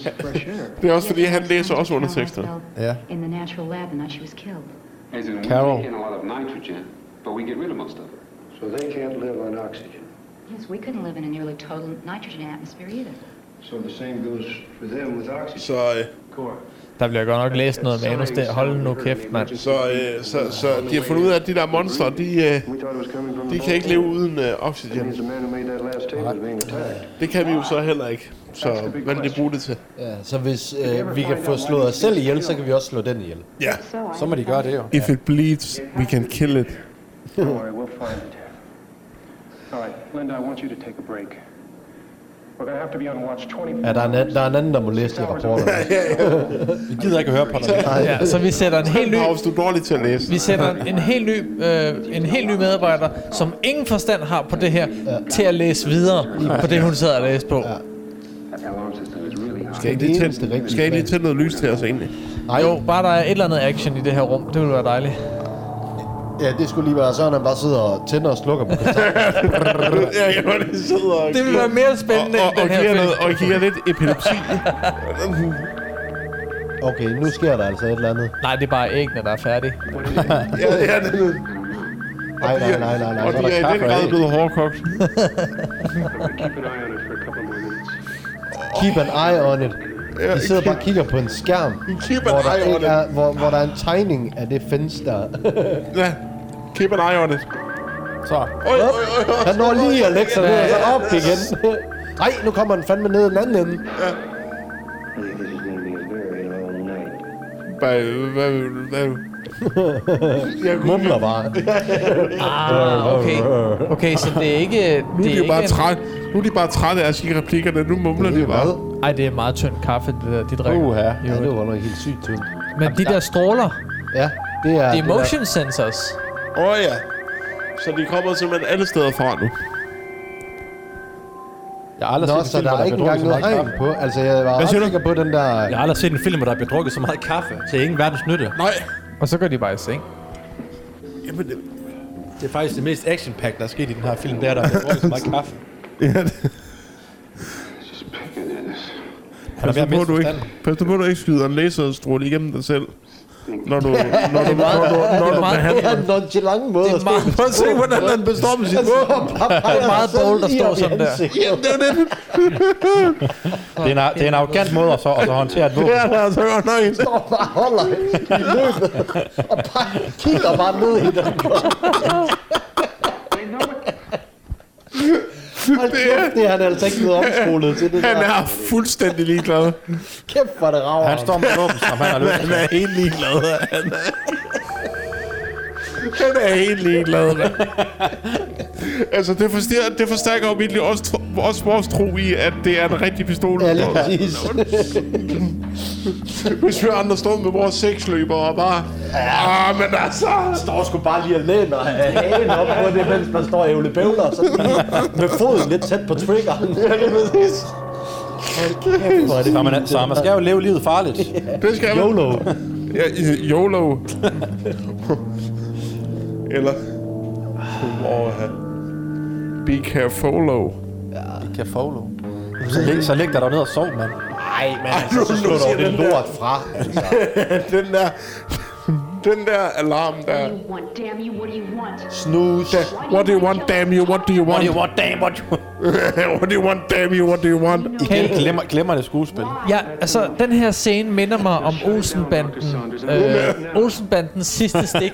Speaker 3: det er også fordi, han læser også undertekster.
Speaker 4: Ja.
Speaker 6: In the natural lab the night she was killed.
Speaker 7: As in, we
Speaker 4: Carol.
Speaker 7: take in a lot of nitrogen, but we get rid of most of it.
Speaker 8: So they can't live on oxygen.
Speaker 6: Yes, we couldn't live in a nearly total nitrogen atmosphere either.
Speaker 8: So the same goes for them with oxygen.
Speaker 3: Så, øh,
Speaker 2: Der bliver godt nok læst noget manus der. Hold nu kæft, mand.
Speaker 3: så, øh, så, så de har fundet ud af, at de der monstre, de, øh,
Speaker 8: We thought it was coming from
Speaker 3: de
Speaker 8: the
Speaker 3: kan ikke leve uden øh,
Speaker 8: That means
Speaker 3: oxygen.
Speaker 8: the man who made that last tape is being attacked.
Speaker 3: Det kan vi jo så heller ikke. Så hvad vil de bruge det til?
Speaker 1: Ja, så hvis øh, vi kan få slået os selv ihjel, så kan vi også slå den ihjel.
Speaker 3: Ja.
Speaker 4: Så må de gøre det jo.
Speaker 3: If it bleeds, we can kill it.
Speaker 8: Don't worry, we'll find it. All right, Linda, I want you to take a break. We're gonna have to be on watch 24
Speaker 1: Ja, der er en, anden- der er en anden, der må læse de rapporter.
Speaker 4: Vi gider ikke at høre på dig.
Speaker 2: Ja, så vi sætter en helt ny...
Speaker 3: Nå, hvis du er dårlig til at læse.
Speaker 2: Vi sætter en, en helt ny, øh, en helt ny medarbejder, som ingen forstand har på det her, til at læse videre på det, hun sidder og læser på.
Speaker 7: The alarm system is really high.
Speaker 1: Det er
Speaker 3: Lige
Speaker 1: det
Speaker 3: tænd,
Speaker 1: eneste rigtige.
Speaker 3: skal I lige tænde noget lys til os egentlig?
Speaker 1: Nej,
Speaker 2: Jo, bare der er et eller andet action i det her rum. Det ville være dejligt.
Speaker 1: ja, det skulle lige være sådan, at han bare sidder og tænder og slukker på kontakten.
Speaker 3: ja, jeg var lige sidder og
Speaker 2: Det ville være mere spændende
Speaker 3: og,
Speaker 2: end
Speaker 3: og, og,
Speaker 2: den her
Speaker 3: giver noget,
Speaker 2: film.
Speaker 3: og giver lidt epilepsi.
Speaker 1: Okay, nu sker der altså et eller andet.
Speaker 2: Nej, det er bare æggene, der er færdige.
Speaker 3: ja, det er det.
Speaker 1: Nej, nej, nej, nej, nej.
Speaker 3: Og
Speaker 1: Så er
Speaker 3: de
Speaker 1: der
Speaker 3: er i den
Speaker 1: kaffe og
Speaker 3: grad
Speaker 1: æg.
Speaker 3: blevet hårdkogt.
Speaker 8: Keep an eye on
Speaker 1: Keep an eye on
Speaker 8: it for a couple more minutes.
Speaker 1: it. De sidder bare og kigger på en skærm,
Speaker 3: Keep an
Speaker 1: hvor der,
Speaker 3: eye on
Speaker 1: ikke
Speaker 3: it.
Speaker 1: er, hvor, hvor der er en tegning af det fence der.
Speaker 3: Ja. Keep an eye on it.
Speaker 4: Så.
Speaker 3: Oj, oj, oj, oj.
Speaker 1: Han når lige at lægge sig ned og så op igen. Nej, nu kommer han fandme ned i den anden ende.
Speaker 8: I think this is gonna be a very long night.
Speaker 3: Hvad, hvad, hvad? Jeg kunne,
Speaker 1: Mumler bare.
Speaker 2: Ah, okay. Okay, så det er ikke...
Speaker 3: nu
Speaker 2: det
Speaker 3: er de
Speaker 2: er
Speaker 3: jo bare
Speaker 2: ikke
Speaker 3: trætte. Nu er de bare trætte af at sige replikkerne. Nu mumler de bare.
Speaker 2: Ej, det er meget tynd kaffe, det der, de drikker.
Speaker 4: Uha.
Speaker 1: Ja, det var noget helt sygt tyndt.
Speaker 2: Men de der stråler,
Speaker 1: Ja, det er...
Speaker 2: det er
Speaker 1: der-
Speaker 2: motion sensors.
Speaker 3: Åh oh, ja. Så de kommer simpelthen alle steder fra nu.
Speaker 4: Jeg har aldrig
Speaker 1: Nå,
Speaker 4: set en
Speaker 1: så
Speaker 4: film,
Speaker 1: der er ikke engang noget regn på. Altså, jeg var
Speaker 4: Hvad
Speaker 1: ret
Speaker 4: siger du?
Speaker 1: sikker på den der...
Speaker 11: Jeg har aldrig set en film, hvor der bliver drukket så meget kaffe til ingen verdens nytte.
Speaker 3: Nej.
Speaker 2: Og så går de bare i seng.
Speaker 3: Jamen, det,
Speaker 4: Det er faktisk det mest action der er sket i den her film, det er, der bliver drukket så meget kaffe.
Speaker 7: Just picking at us.
Speaker 4: Han er
Speaker 3: pas,
Speaker 4: ved at
Speaker 3: nu på,
Speaker 4: miste
Speaker 3: du ikke,
Speaker 4: forstanden.
Speaker 3: pas nu på, du ikke skyder en laserstråle igennem dig selv. Når du, når du, når du, når du
Speaker 2: meget-
Speaker 1: Det
Speaker 3: behandler
Speaker 1: er en nonchalant måde at
Speaker 2: Det er meget,
Speaker 3: Prøv at se, hvordan han består med
Speaker 1: Altså-
Speaker 3: sit våben.
Speaker 1: Det
Speaker 2: er meget bold at stå sådan der.
Speaker 3: Det er det,
Speaker 4: Det er en, det er en arrogant måde at, så, at så håndtere et våben.
Speaker 3: det er der altså godt nok. en.
Speaker 1: Og bare holder i løbet. Og bare kigger bare ned i den. Hold kæft, det er han altså ikke blevet omskolet til det
Speaker 3: Han
Speaker 1: der.
Speaker 3: er fuldstændig ligeglad.
Speaker 1: Kæft, hvor det rager.
Speaker 4: Han
Speaker 1: ham.
Speaker 4: står med et våben, som han har løst.
Speaker 3: Han er helt ligeglad. Han er, han er helt ligeglad, mand. Altså, det forstærker, det forstærker jo virkelig også, tro- også vores tro i, at det er en rigtig pistol.
Speaker 1: Ja, lige præcis.
Speaker 3: Hvis vi andre stod med vores seksløber og bare... Ah, men altså...
Speaker 1: står sgu bare lige og læner hagen op på det, mens man står og ævle bævler, så med foden lidt tæt på triggeren. Hold kæft, hvor er det
Speaker 4: Så man, så man skal jo leve livet farligt.
Speaker 3: Det skal man.
Speaker 1: YOLO.
Speaker 3: Ja, i- YOLO. Eller... Åh, ja. Be careful.
Speaker 4: Kan follow. Så læg, så læg dig dernede og sov, mand.
Speaker 1: Nej, men altså, så slår du det lort fra. Altså.
Speaker 3: Den der... Den der alarm der.
Speaker 12: want? Damn you, what do you want?
Speaker 3: Snooze. What do you want, damn you? What do you want? What do you want, damn? What do you want? what do you want, damn you? What do you want?
Speaker 4: Igen glemmer, glemmer det skuespil.
Speaker 2: Ja, altså, den her scene minder mig om Olsenbanden. Øh, Olsenbandens sidste stik.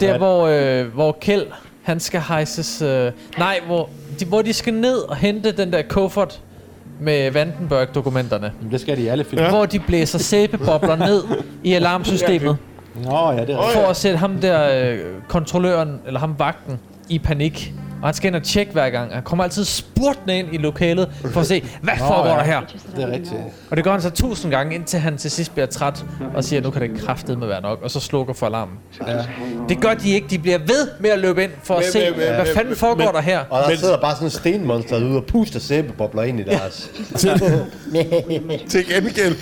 Speaker 2: Der, hvor, øh, hvor Kjeld, han skal hejses... Øh, nej, hvor de, hvor de skal ned og hente den der kuffert med Vandenberg-dokumenterne.
Speaker 4: Det skal de i alle film.
Speaker 2: Hvor de blæser sæbebobler ned i alarmsystemet.
Speaker 4: Nå ja, det er
Speaker 2: For at sætte ham der, øh, kontrolløren, eller ham vagten, i panik. Og han skal ind og tjekke hver gang. Han kommer altid spurtende ind i lokalet for at se, hvad
Speaker 4: Nå,
Speaker 2: foregår
Speaker 4: ja.
Speaker 2: der her?
Speaker 4: Det er rigtigt.
Speaker 2: Og det gør han så tusind gange, indtil han til sidst bliver træt og siger, nu kan det kraftedeme være nok, og så slukker for alarmen.
Speaker 4: Ja.
Speaker 2: Det gør de ikke. De bliver ved med at løbe ind for at
Speaker 3: Men-
Speaker 2: se,
Speaker 3: men- men-
Speaker 2: hvad
Speaker 3: men-
Speaker 2: fanden foregår
Speaker 3: men-
Speaker 2: der her?
Speaker 1: Og der
Speaker 3: Men-
Speaker 1: sidder bare sådan en stenmonster ude og puster sæbebobler ind i deres...
Speaker 3: Til gengæld.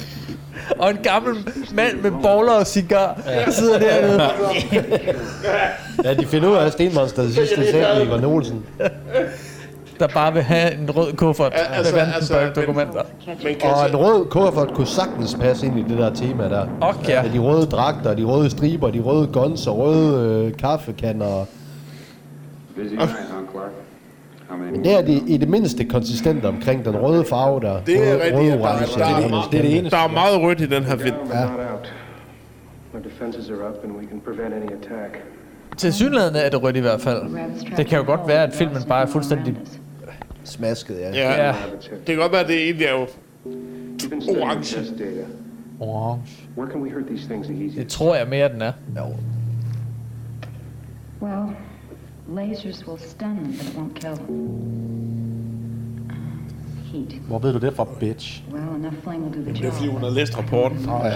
Speaker 2: Og en gammel mand med bowler og cigar sidder dernede.
Speaker 1: Ja, de finder ud af, at stenmonsteret sidste sæbe i Van Olsen.
Speaker 2: Der bare vil have en rød kuffert
Speaker 3: Ja, altså-
Speaker 2: med
Speaker 3: altså,
Speaker 2: Vandenberg-dokumenter.
Speaker 3: Men kan
Speaker 1: Og
Speaker 3: jeg
Speaker 1: en rød kuffert kunne sagtens passe ind i det der tema der.
Speaker 2: Og ja.
Speaker 1: Med de røde dragter, de røde striber, de røde guns og røde øh, kaffekander.
Speaker 5: Busy night, huh, Clark? How many
Speaker 1: Men det er de i det mindste konsistent omkring den røde farve der.
Speaker 3: Det
Speaker 1: Røde-
Speaker 3: er rigtigt.
Speaker 1: røde,
Speaker 3: at Der,
Speaker 1: orange,
Speaker 3: er- der,
Speaker 1: det er
Speaker 3: er-
Speaker 1: det eneste.
Speaker 3: der er meget rødt i den her film.
Speaker 8: Down, but not out. Our defenses are up, and we can prevent any attack.
Speaker 2: Til synligheden er det rødt i hvert fald. Det kan jo godt være, at filmen bare er fuldstændig...
Speaker 1: Smasket, ja.
Speaker 3: Ja.
Speaker 2: Ja,
Speaker 3: Det kan godt være, at det egentlig er jo...
Speaker 8: You've been studying
Speaker 3: Orange.
Speaker 8: test data.
Speaker 2: orange.
Speaker 8: Where can we hurt these things the
Speaker 2: Det
Speaker 8: easiest?
Speaker 2: tror jeg mere, den er.
Speaker 6: Well, lasers will stun them, but won't kill them. Uh, Heat.
Speaker 4: Hvor ved du det fra, bitch?
Speaker 6: Well, enough flame will do the
Speaker 3: Det er fordi, hun
Speaker 6: job.
Speaker 3: har læst rapporten.
Speaker 4: Nå ja.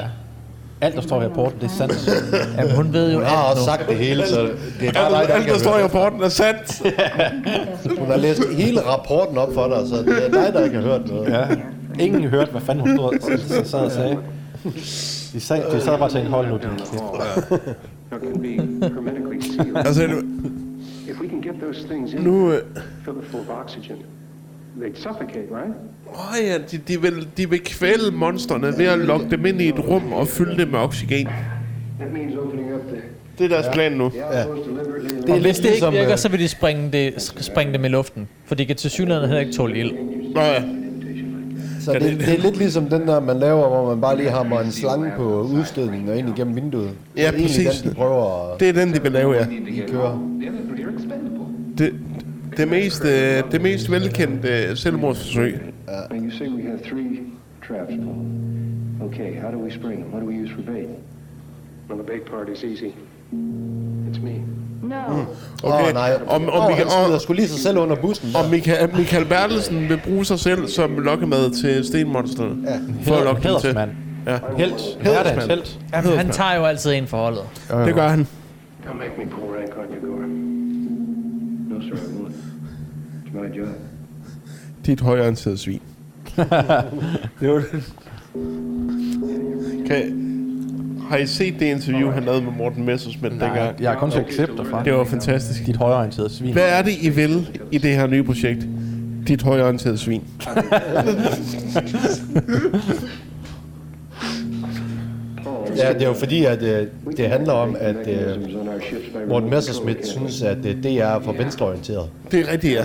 Speaker 4: Alt, der står i rapporten, det er sandt.
Speaker 2: Jamen, hun ved jo
Speaker 1: Hun har
Speaker 2: alt
Speaker 1: også
Speaker 2: nu.
Speaker 1: sagt det hele, så det er bare dig,
Speaker 3: Altså, Alt,
Speaker 1: der
Speaker 3: alt,
Speaker 1: ikke
Speaker 3: der
Speaker 1: har
Speaker 3: står i
Speaker 1: hørt det.
Speaker 3: rapporten, er sandt.
Speaker 1: Hun har læst hele rapporten op for dig, så det er dig, der ikke har hørt noget.
Speaker 4: Ja. Ingen hørte, hvad fanden hun stod og s- sad og sagde. De sad, de sad bare og tænkte, hold nu.
Speaker 8: Down
Speaker 4: din
Speaker 8: the
Speaker 4: kæft.
Speaker 8: hall. Now, it can be hermetically sealed.
Speaker 3: Altså, nu...
Speaker 8: If we can get those things in,
Speaker 3: nu øh,
Speaker 8: fill it full of oxygen, they'd suffocate, right?
Speaker 3: åh ja, de, de, vil, de vil kvæle monstrene ved at lokke dem ind i et rum og fylde det med oxygen.
Speaker 8: That means opening up the
Speaker 3: Det er deres plan nu.
Speaker 8: alcoves deliberately and
Speaker 1: Det
Speaker 2: Hvis det ikke
Speaker 1: ligesom,
Speaker 2: virker,
Speaker 1: øh,
Speaker 2: så vil de springe, det, springe dem i luften. For de kan til synligheden heller ikke tåle ild.
Speaker 3: Nå ja.
Speaker 1: Så det, det er lidt ligesom den der, man laver, hvor man bare lige hammer en slange på udstødningen og ind igennem vinduet.
Speaker 3: Ja,
Speaker 1: det er egentlig
Speaker 3: præcis.
Speaker 1: Den, de prøver at
Speaker 3: Det er den, de vil lave, ja.
Speaker 1: lige køre.
Speaker 5: You're expendable.
Speaker 3: Det, det, mest, øh, det mest velkendte øh, selvmordsforsøg.
Speaker 8: Now you say we have three traps, Paul. Okay, how do we spring them? What do we use for bait? Well, the bait part is easy. It's me.
Speaker 12: No.
Speaker 1: Åh,
Speaker 3: Okay.
Speaker 1: oh, nej.
Speaker 3: Om, om, vi,
Speaker 1: han
Speaker 3: kan,
Speaker 1: smider
Speaker 3: om,
Speaker 1: sgu lige sig selv under bussen.
Speaker 3: om Michael, Michael Bertelsen vil bruge sig selv som lokkemad til stenmonsterne. Ja. For at lokke dem til.
Speaker 4: Hedersmand.
Speaker 3: Ja.
Speaker 4: Helt. Hverdagens helt.
Speaker 2: Jamen, han tager jo altid en forholdet.
Speaker 3: Det gør han.
Speaker 8: Don't make me pull rank on you, Gore.
Speaker 5: No, sir, I won't. It's my job.
Speaker 3: Dit højreansede svin.
Speaker 4: Det var
Speaker 3: Okay. Har I set det interview, han lavede med Morten Messersmith dengang?
Speaker 4: Jeg har kun set klip derfra.
Speaker 3: Det var fantastisk.
Speaker 4: Dit højreorienterede svin.
Speaker 3: Hvad er det, I vil i det her nye projekt? Dit højreorienterede svin.
Speaker 1: Ja, det er jo fordi, at øh, det handler om, at øh,
Speaker 8: Mechanisms on our ships by
Speaker 1: Morten
Speaker 8: remote
Speaker 1: Messerschmidt synes, at øh, DR er for venstreorienteret.
Speaker 3: Det er rigtigt, ja.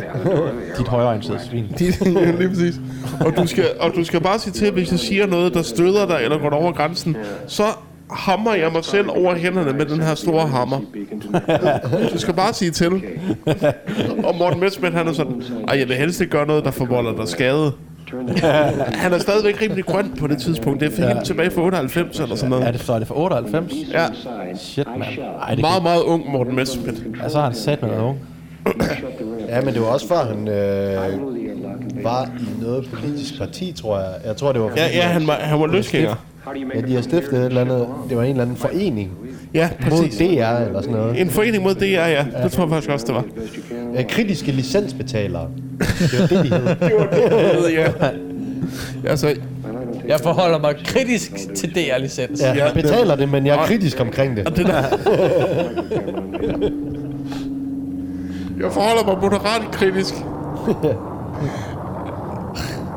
Speaker 4: Dit højreorienterede svin.
Speaker 3: Dit, ja, lige præcis. Og du, skal, og du skal bare sige til, hvis jeg siger noget, der støder dig eller går dig over grænsen, så hammer jeg mig selv over hænderne med den her store hammer.
Speaker 8: beacon to Neptune.
Speaker 3: Du skal bare sige til. Og Morten Messerschmidt, han er sådan, ej, jeg vil helst ikke gøre noget, der forvolder dig skade.
Speaker 8: Turn the
Speaker 3: Han er stadigvæk rimelig grøn på det tidspunkt. Det er for helt tilbage fra 98 eller sådan noget.
Speaker 4: Er det så? Er det for 98?
Speaker 3: Ja.
Speaker 8: inside.
Speaker 4: Shit, mand. Ej, det
Speaker 3: Meget, meget ung Morten Messerschmidt.
Speaker 4: kan... Altså, har han sat med noget.
Speaker 8: Shut the rail.
Speaker 1: Ja, men det var også før han øh,
Speaker 8: Blow the airlock and bait.
Speaker 1: var i noget politisk parti, tror jeg. Jeg tror, det var...
Speaker 3: Ja, ja, han var, han var løsgænger.
Speaker 8: How do you make
Speaker 1: Ja,
Speaker 8: it
Speaker 1: de har
Speaker 8: from here
Speaker 1: stiftet et
Speaker 8: to
Speaker 1: eller
Speaker 8: ship
Speaker 1: andet...
Speaker 8: along?
Speaker 1: Det var en eller anden forening
Speaker 3: Ja,
Speaker 1: mod
Speaker 3: præcis.
Speaker 1: DR eller sådan noget.
Speaker 3: En forening mod DR, ja. Det tror jeg faktisk også, det var.
Speaker 8: As best you can.
Speaker 1: Ja, kritiske licensbetalere. Det var det, de hed.
Speaker 3: Ja. Altså,
Speaker 2: Jeg forholder mig kritisk til DR-licens.
Speaker 1: Ja, jeg betaler det, men jeg er kritisk omkring det.
Speaker 3: det der. Jeg forholder mig moderat kritisk.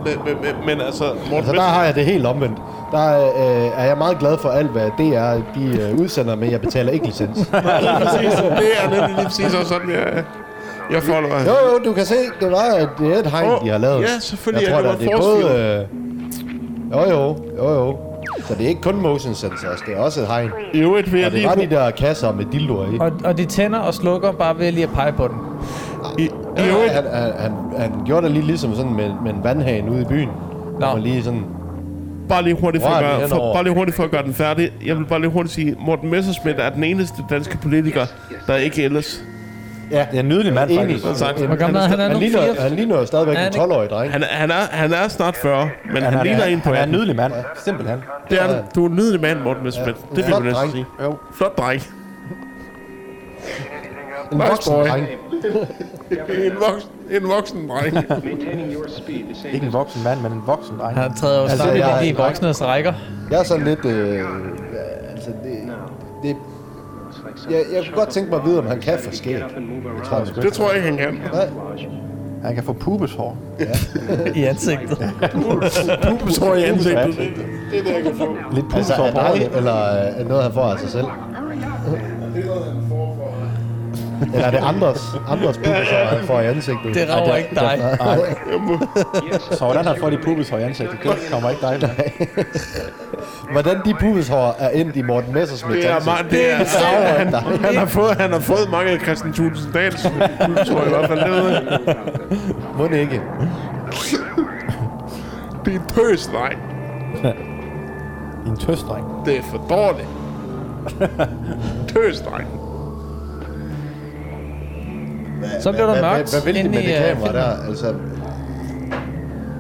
Speaker 3: Men, men, men, men altså, Morten
Speaker 1: Altså, der har jeg det helt omvendt. der øh, er jeg meget glad for alt, hvad DR de, øh, udsender, men jeg betaler ikke licens.
Speaker 3: lige præcis. Det er nemlig lige præcis også sådan, jeg, jeg folder mig.
Speaker 1: Jo, jo, du kan se, det var et, det er et hegn,
Speaker 3: Åh,
Speaker 1: de har lavet.
Speaker 3: ja, selvfølgelig,
Speaker 1: Jeg tror,
Speaker 3: ja, det
Speaker 1: da,
Speaker 3: var
Speaker 1: det er
Speaker 3: forestille.
Speaker 1: både... Øh, jo, jo, jo, jo. Så det er ikke kun motion sensors, det er også et hegn.
Speaker 3: Jo, et vil
Speaker 1: Og det var de der kasser med dildoer i.
Speaker 2: Og, og de tænder og slukker bare ved lige at pege på den.
Speaker 3: I,
Speaker 1: i han, han, han, han gjorde det lige ligesom sådan med, med en vandhagen ude i byen. Nå. Og lige sådan...
Speaker 3: Bare lige, hurtigt for, at
Speaker 1: Rør den
Speaker 3: gøre, for,
Speaker 1: henover.
Speaker 3: bare lige hurtigt for at gøre den færdig. Jeg vil bare lige hurtigt sige, Morten Messerschmidt er den eneste danske politiker, der ikke ældes.
Speaker 1: Ja, det er en nydelig
Speaker 3: mand,
Speaker 1: Enig.
Speaker 3: faktisk. Sagt.
Speaker 1: Enig.
Speaker 3: Hvor gammel er han? Han er
Speaker 1: han,
Speaker 3: nu
Speaker 1: ligner,
Speaker 3: 80.
Speaker 1: han ligner jo stadigvæk
Speaker 3: Er
Speaker 1: en
Speaker 3: han ikke?
Speaker 1: 12-årig dreng.
Speaker 3: Han, er- han, er, han er snart 40, men han, han ligner en på
Speaker 4: Han er en
Speaker 3: 18.
Speaker 4: nydelig mand. Simpelthen.
Speaker 3: Det er, du. du er en nydelig mand, Morten Messerschmidt.
Speaker 1: Ja.
Speaker 3: Ja. Det vil
Speaker 1: Flot
Speaker 3: jeg næsten
Speaker 1: dreng.
Speaker 3: sige.
Speaker 1: Jo.
Speaker 3: Flot dreng.
Speaker 1: En
Speaker 3: Nice
Speaker 1: voksen
Speaker 3: boy.
Speaker 1: dreng.
Speaker 3: en, voksen, en voksen dreng.
Speaker 4: Ikke en voksen mand, men en voksen dreng.
Speaker 2: Han træder jo altså, snart
Speaker 1: jeg-
Speaker 2: ind i de voksnes rækker.
Speaker 1: Jeg er sådan lidt... Øh, altså, det, det, jeg, jeg kunne godt tænke mig at vide, om han kan få skæg. Jeg tror, han-
Speaker 3: Det tror jeg ikke, han kan.
Speaker 4: Han kan få pubeshår.
Speaker 2: I ansigtet.
Speaker 3: Pubeshår i ansigtet. Det er det, jeg kan få.
Speaker 4: Lidt
Speaker 1: Altså,
Speaker 4: pubeshår
Speaker 1: er
Speaker 4: på
Speaker 1: det
Speaker 4: håret.
Speaker 1: dig, eller øh, er det noget, han får af sig selv? Eller er det andres, andres pubesår, han får i ansigtet?
Speaker 2: Det rager ikke dig.
Speaker 4: Så hvordan han får de pubeshår i ansigtet, det kommer ikke dig med.
Speaker 1: Hvordan de pubeshår er endt i Morten Messersmiths
Speaker 3: Det er,
Speaker 1: ansigt?
Speaker 3: meget, det er,
Speaker 1: rager
Speaker 3: han,
Speaker 1: ikke dig.
Speaker 3: han, har fået, han har fået mange af Christian Thulesen Dahls pubeshår i hvert fald. Det ved jeg.
Speaker 1: Må det ikke?
Speaker 3: Det er en pøs, nej.
Speaker 4: En tøsdreng.
Speaker 3: Det er for dårligt. Tøs, dreng.
Speaker 2: Så blev der
Speaker 1: Hvad-
Speaker 2: mørkt
Speaker 1: hvad- Hvad vil de
Speaker 2: inde
Speaker 1: med
Speaker 2: i,
Speaker 1: det
Speaker 2: øh,
Speaker 1: kamera
Speaker 2: filmen.
Speaker 1: der? Altså,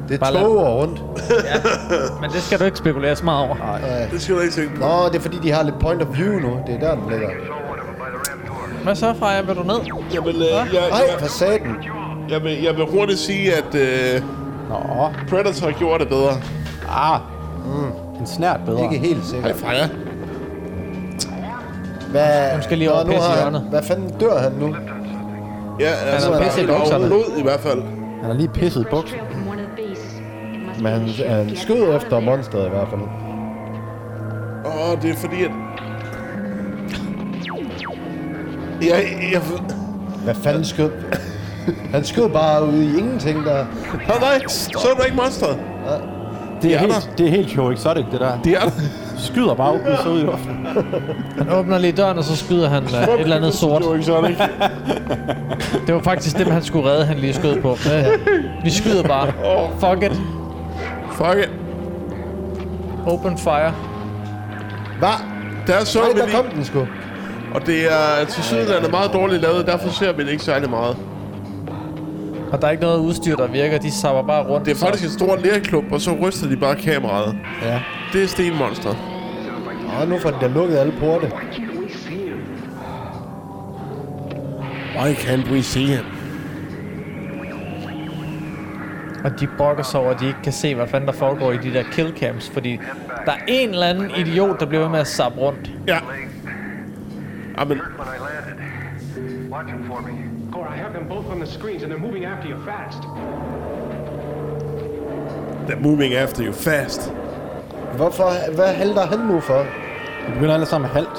Speaker 1: det
Speaker 2: Bare lad-
Speaker 1: tåger rundt.
Speaker 2: Men det skal du ikke spekulere så meget over.
Speaker 3: Det skal du ikke tænke på.
Speaker 1: Nå, det er fordi, de har lidt point of view nu. Det er der, den ligger.
Speaker 2: Hvad så, Freja? Vil du ned?
Speaker 3: Jamen, øh, jeg,
Speaker 1: Ej,
Speaker 3: jeg,
Speaker 1: for satan.
Speaker 3: jeg, vil, jeg vil hurtigt sige, at øh,
Speaker 4: Nå,
Speaker 3: Predator gjorde det bedre.
Speaker 4: ah. En snært bedre.
Speaker 1: Ikke helt
Speaker 3: Hej,
Speaker 1: sikkert.
Speaker 3: Freja.
Speaker 1: Hvad, Hun
Speaker 2: skal lige over og pisse i hjørnet.
Speaker 1: Hvad fanden dør han nu?
Speaker 3: Ja, altså,
Speaker 2: er
Speaker 3: han
Speaker 2: pisse i
Speaker 3: er
Speaker 2: bukserne.
Speaker 3: overhovedet i hvert fald.
Speaker 4: Han har lige pisset i buksen.
Speaker 12: trail from one of the beasts. It must
Speaker 1: Men
Speaker 12: be
Speaker 1: han,
Speaker 12: the ship
Speaker 1: han
Speaker 12: getting
Speaker 1: skød
Speaker 12: out of
Speaker 1: efter
Speaker 12: there.
Speaker 1: monsteret i hvert fald.
Speaker 3: Åh, det er fordi, at... Jeg, jeg,
Speaker 1: Hvad fanden skød? Han skød bare ud i ingenting der.
Speaker 3: Nå, nej, så er du ikke monstret.
Speaker 4: Det er,
Speaker 3: er
Speaker 4: helt, det er helt Joe Exotic, det der.
Speaker 3: Det er der.
Speaker 4: Skyder bare ud så ud i luften.
Speaker 2: Han åbner lige døren, og så skyder han øh, et eller andet sort.
Speaker 3: Det er jo ikke sådan, ikke?
Speaker 2: Det var faktisk dem, han skulle redde, han lige skød på. Ja, ja. Vi skyder bare. Fuck it.
Speaker 3: Fuck it.
Speaker 2: Open fire.
Speaker 1: Hvad?
Speaker 3: Der så
Speaker 1: Nej,
Speaker 3: vi
Speaker 1: der
Speaker 3: lige,
Speaker 1: kom den sgu.
Speaker 3: og det er til siden er meget dårligt lavet, derfor ser vi det ikke særlig meget.
Speaker 2: Og der er ikke noget udstyr, der virker. De sapper bare rundt.
Speaker 3: Det er faktisk en stor lærklub, og så ryster de bare kameraet.
Speaker 1: Ja.
Speaker 3: Det er stenmonster.
Speaker 1: Og nu får den der lukket alle porte.
Speaker 3: Why can't we see him?
Speaker 2: Og de brokker sig over, at de ikke kan se, hvad fanden der foregår i de der killcams, fordi der er en eller anden idiot, der bliver ved med at sappe rundt.
Speaker 3: Ja.
Speaker 10: When
Speaker 3: Amen.
Speaker 10: I landed, watch them for me. Gore, I have them both on the screens, and they're moving after you fast.
Speaker 3: They're moving after you fast.
Speaker 1: Hvorfor? Hvad halter han nu for?
Speaker 4: De begynder alle sammen halvt.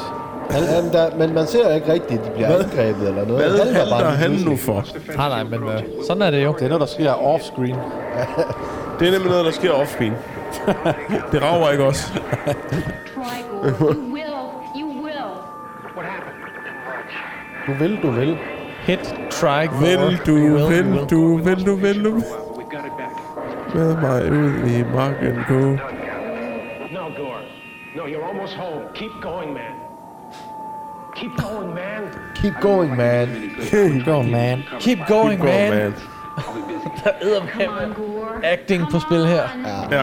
Speaker 1: Jamen, der, men man ser ikke rigtigt, de bliver angrebet eller noget.
Speaker 3: Hvad
Speaker 1: Halter bare lige
Speaker 3: handler han nu
Speaker 1: pludselig.
Speaker 3: for?
Speaker 2: Nej, nej, men øh, sådan er det jo.
Speaker 4: Det er noget, der sker off-screen.
Speaker 3: Det er nemlig noget, der sker off-screen. det rager ikke os.
Speaker 12: Try, Gore. You will. You will.
Speaker 1: Du vil, du vil.
Speaker 2: Hit, try, gore.
Speaker 3: Vil du,
Speaker 2: You will,
Speaker 3: vil
Speaker 2: you will.
Speaker 3: du, vil du, vil du. Med mig ud i marken gå.
Speaker 10: No, Gore. No, you're almost home. Keep going, man. Keep going, man.
Speaker 1: Keep going, man.
Speaker 4: Go man.
Speaker 2: Keep going,
Speaker 3: Gå,
Speaker 2: man.
Speaker 3: man.
Speaker 2: Der æder acting på spil her.
Speaker 3: Ja.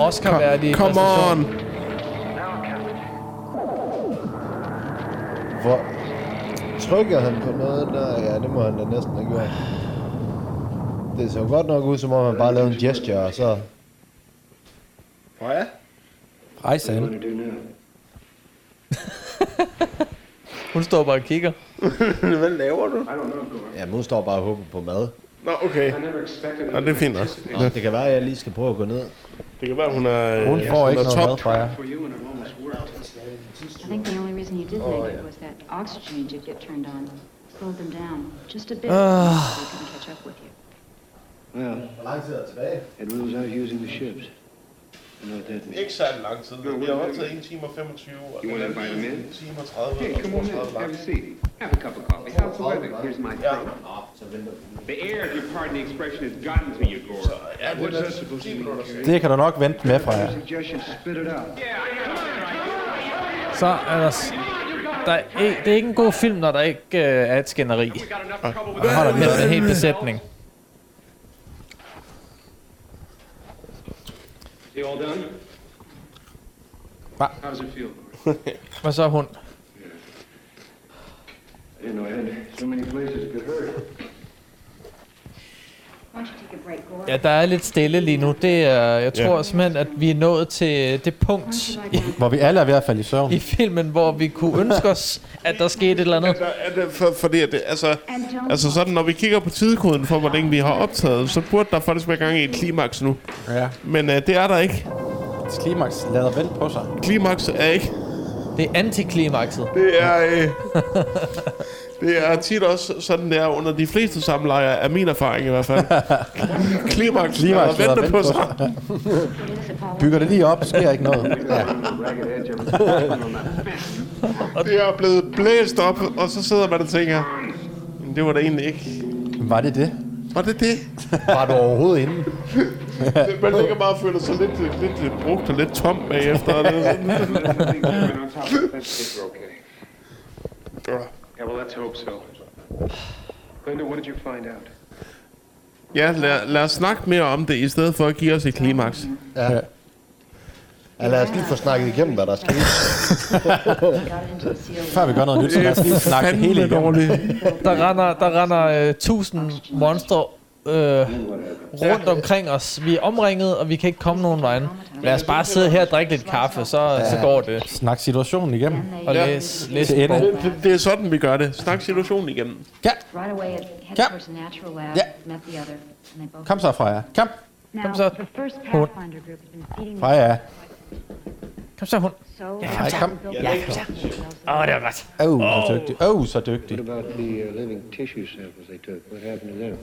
Speaker 2: Oscar-værdige
Speaker 3: Come on.
Speaker 2: præstation.
Speaker 1: Hvor trykker han på noget der? Ja, det må han da næsten have gjort. Det så godt nok ud, som om han bare lavede en gesture, og så...
Speaker 4: Rejse ind.
Speaker 2: Hun står bare og kigger.
Speaker 1: Ja, nu står bare og håber på mad.
Speaker 3: Nå, okay. Nå, det er fint også.
Speaker 1: Nå, det kan være, at jeg lige skal prøve at gå ned.
Speaker 3: Det kan være, hun er...
Speaker 1: Hun får ikke
Speaker 3: er
Speaker 1: noget mad fra jer.
Speaker 6: I think the only reason you did make it was that oxygen did get turned on. Slowed them down just a bit.
Speaker 8: Ah.
Speaker 6: so they couldn't catch up with you.
Speaker 8: Well, it rules out using the ships. I know what that means.
Speaker 3: Ikke særlig lang tid. Vi har også taget 1 time og 25, og den anden er 1 time og 30.
Speaker 7: Hey, come on in. Have a seat. Have a cup of coffee. How's the weather? Here's my thing. The air, if you pardon the expression, has gotten to you, Gore.
Speaker 3: er
Speaker 7: What's that supposed to mean?
Speaker 4: Det kan du nok vente med fra jer.
Speaker 8: Suggestion, spit it out.
Speaker 2: Så er der... s- der er ikke, det er ikke en god film, når der ikke øh, er et skænderi. Og der holder med en hel besætning.
Speaker 7: You all done?
Speaker 2: Hva?
Speaker 7: How's it feel?
Speaker 2: Hvad så hund?
Speaker 8: I didn't know I had so many places it could hurt.
Speaker 6: Why don't you take a break, Gore?
Speaker 2: Ja, der er lidt stille lige nu. Det er, jeg
Speaker 4: Ja.
Speaker 2: tror yeah. simpelthen, at vi er nået til det punkt i,
Speaker 4: Hvor vi alle er ved at falde i søvn.
Speaker 2: i filmen, hvor vi kunne ønske os, at der skete et eller andet.
Speaker 3: Altså, er det for, fordi at det, altså, altså sådan, når vi kigger på tidekoden for, hvor længe vi har optaget, så burde der faktisk være gang i et klimaks nu.
Speaker 4: Ja.
Speaker 3: Men øh, det er der ikke.
Speaker 4: Klimaks lader vel på sig.
Speaker 3: Klimaks er ikke.
Speaker 2: Det er antiklimakset.
Speaker 3: Det er, øh, det er tit også sådan, der under de fleste samlejer, er min erfaring i hvert fald. klimaks,
Speaker 4: Klimaks
Speaker 3: klimaks
Speaker 4: lader
Speaker 3: lader vente
Speaker 4: vente
Speaker 3: på
Speaker 4: på
Speaker 3: sig.
Speaker 4: Bygger det lige op, sker ikke noget. Ja.
Speaker 3: Og det er blevet blæst op, og så sidder man og tænker, "Men det var det egentlig ikke.
Speaker 4: Var det det?
Speaker 3: Var det det?
Speaker 1: Var du overhovedet inde?
Speaker 3: Man ligger bare og føler sig lidt, lidt, lidt brugt og lidt tom bagefter. Og det er sådan.
Speaker 7: On top of the fence, we're okay. Yeah, well, let's hope so. Linda, what did you find out?
Speaker 3: Ja, lad, lad os snakke mere om det, i stedet for at give os et klimaks.
Speaker 1: Ja. Ja, lad os lige få snakket igennem, hvad der sker.
Speaker 6: E,
Speaker 4: Før vi gør noget nyt, så lad os lige snakke det hele igennem.
Speaker 2: Der render, der render øh, tusind monstre øh, rundt omkring os. Vi er omringet, og vi kan ikke komme nogen vejen. Lad os bare sidde her og drikke lidt kaffe, så, ja. så går det.
Speaker 4: Snak situationen igennem.
Speaker 2: Og læs, læs
Speaker 4: Til
Speaker 6: E
Speaker 2: en
Speaker 4: ende.
Speaker 2: bog.
Speaker 3: Det, det er sådan, vi gør det. Snak situationen igennem.
Speaker 6: Right away, it headed towards the natural lab,
Speaker 4: Yeah.
Speaker 6: met the other, and they both...
Speaker 4: Kom så, Freja. Kom.
Speaker 6: Now,
Speaker 2: så.
Speaker 6: the first Pathfinder group has been feeding the
Speaker 4: Freja.
Speaker 2: Kom så, hund.
Speaker 6: so...
Speaker 4: Ja, kom.
Speaker 2: Ja, kom så. Åh, oh, det var godt.
Speaker 4: Åh, oh, så dygtig. Åh, oh, så dygtig.
Speaker 8: What about the uh, living tissue samples they took? What happened to them?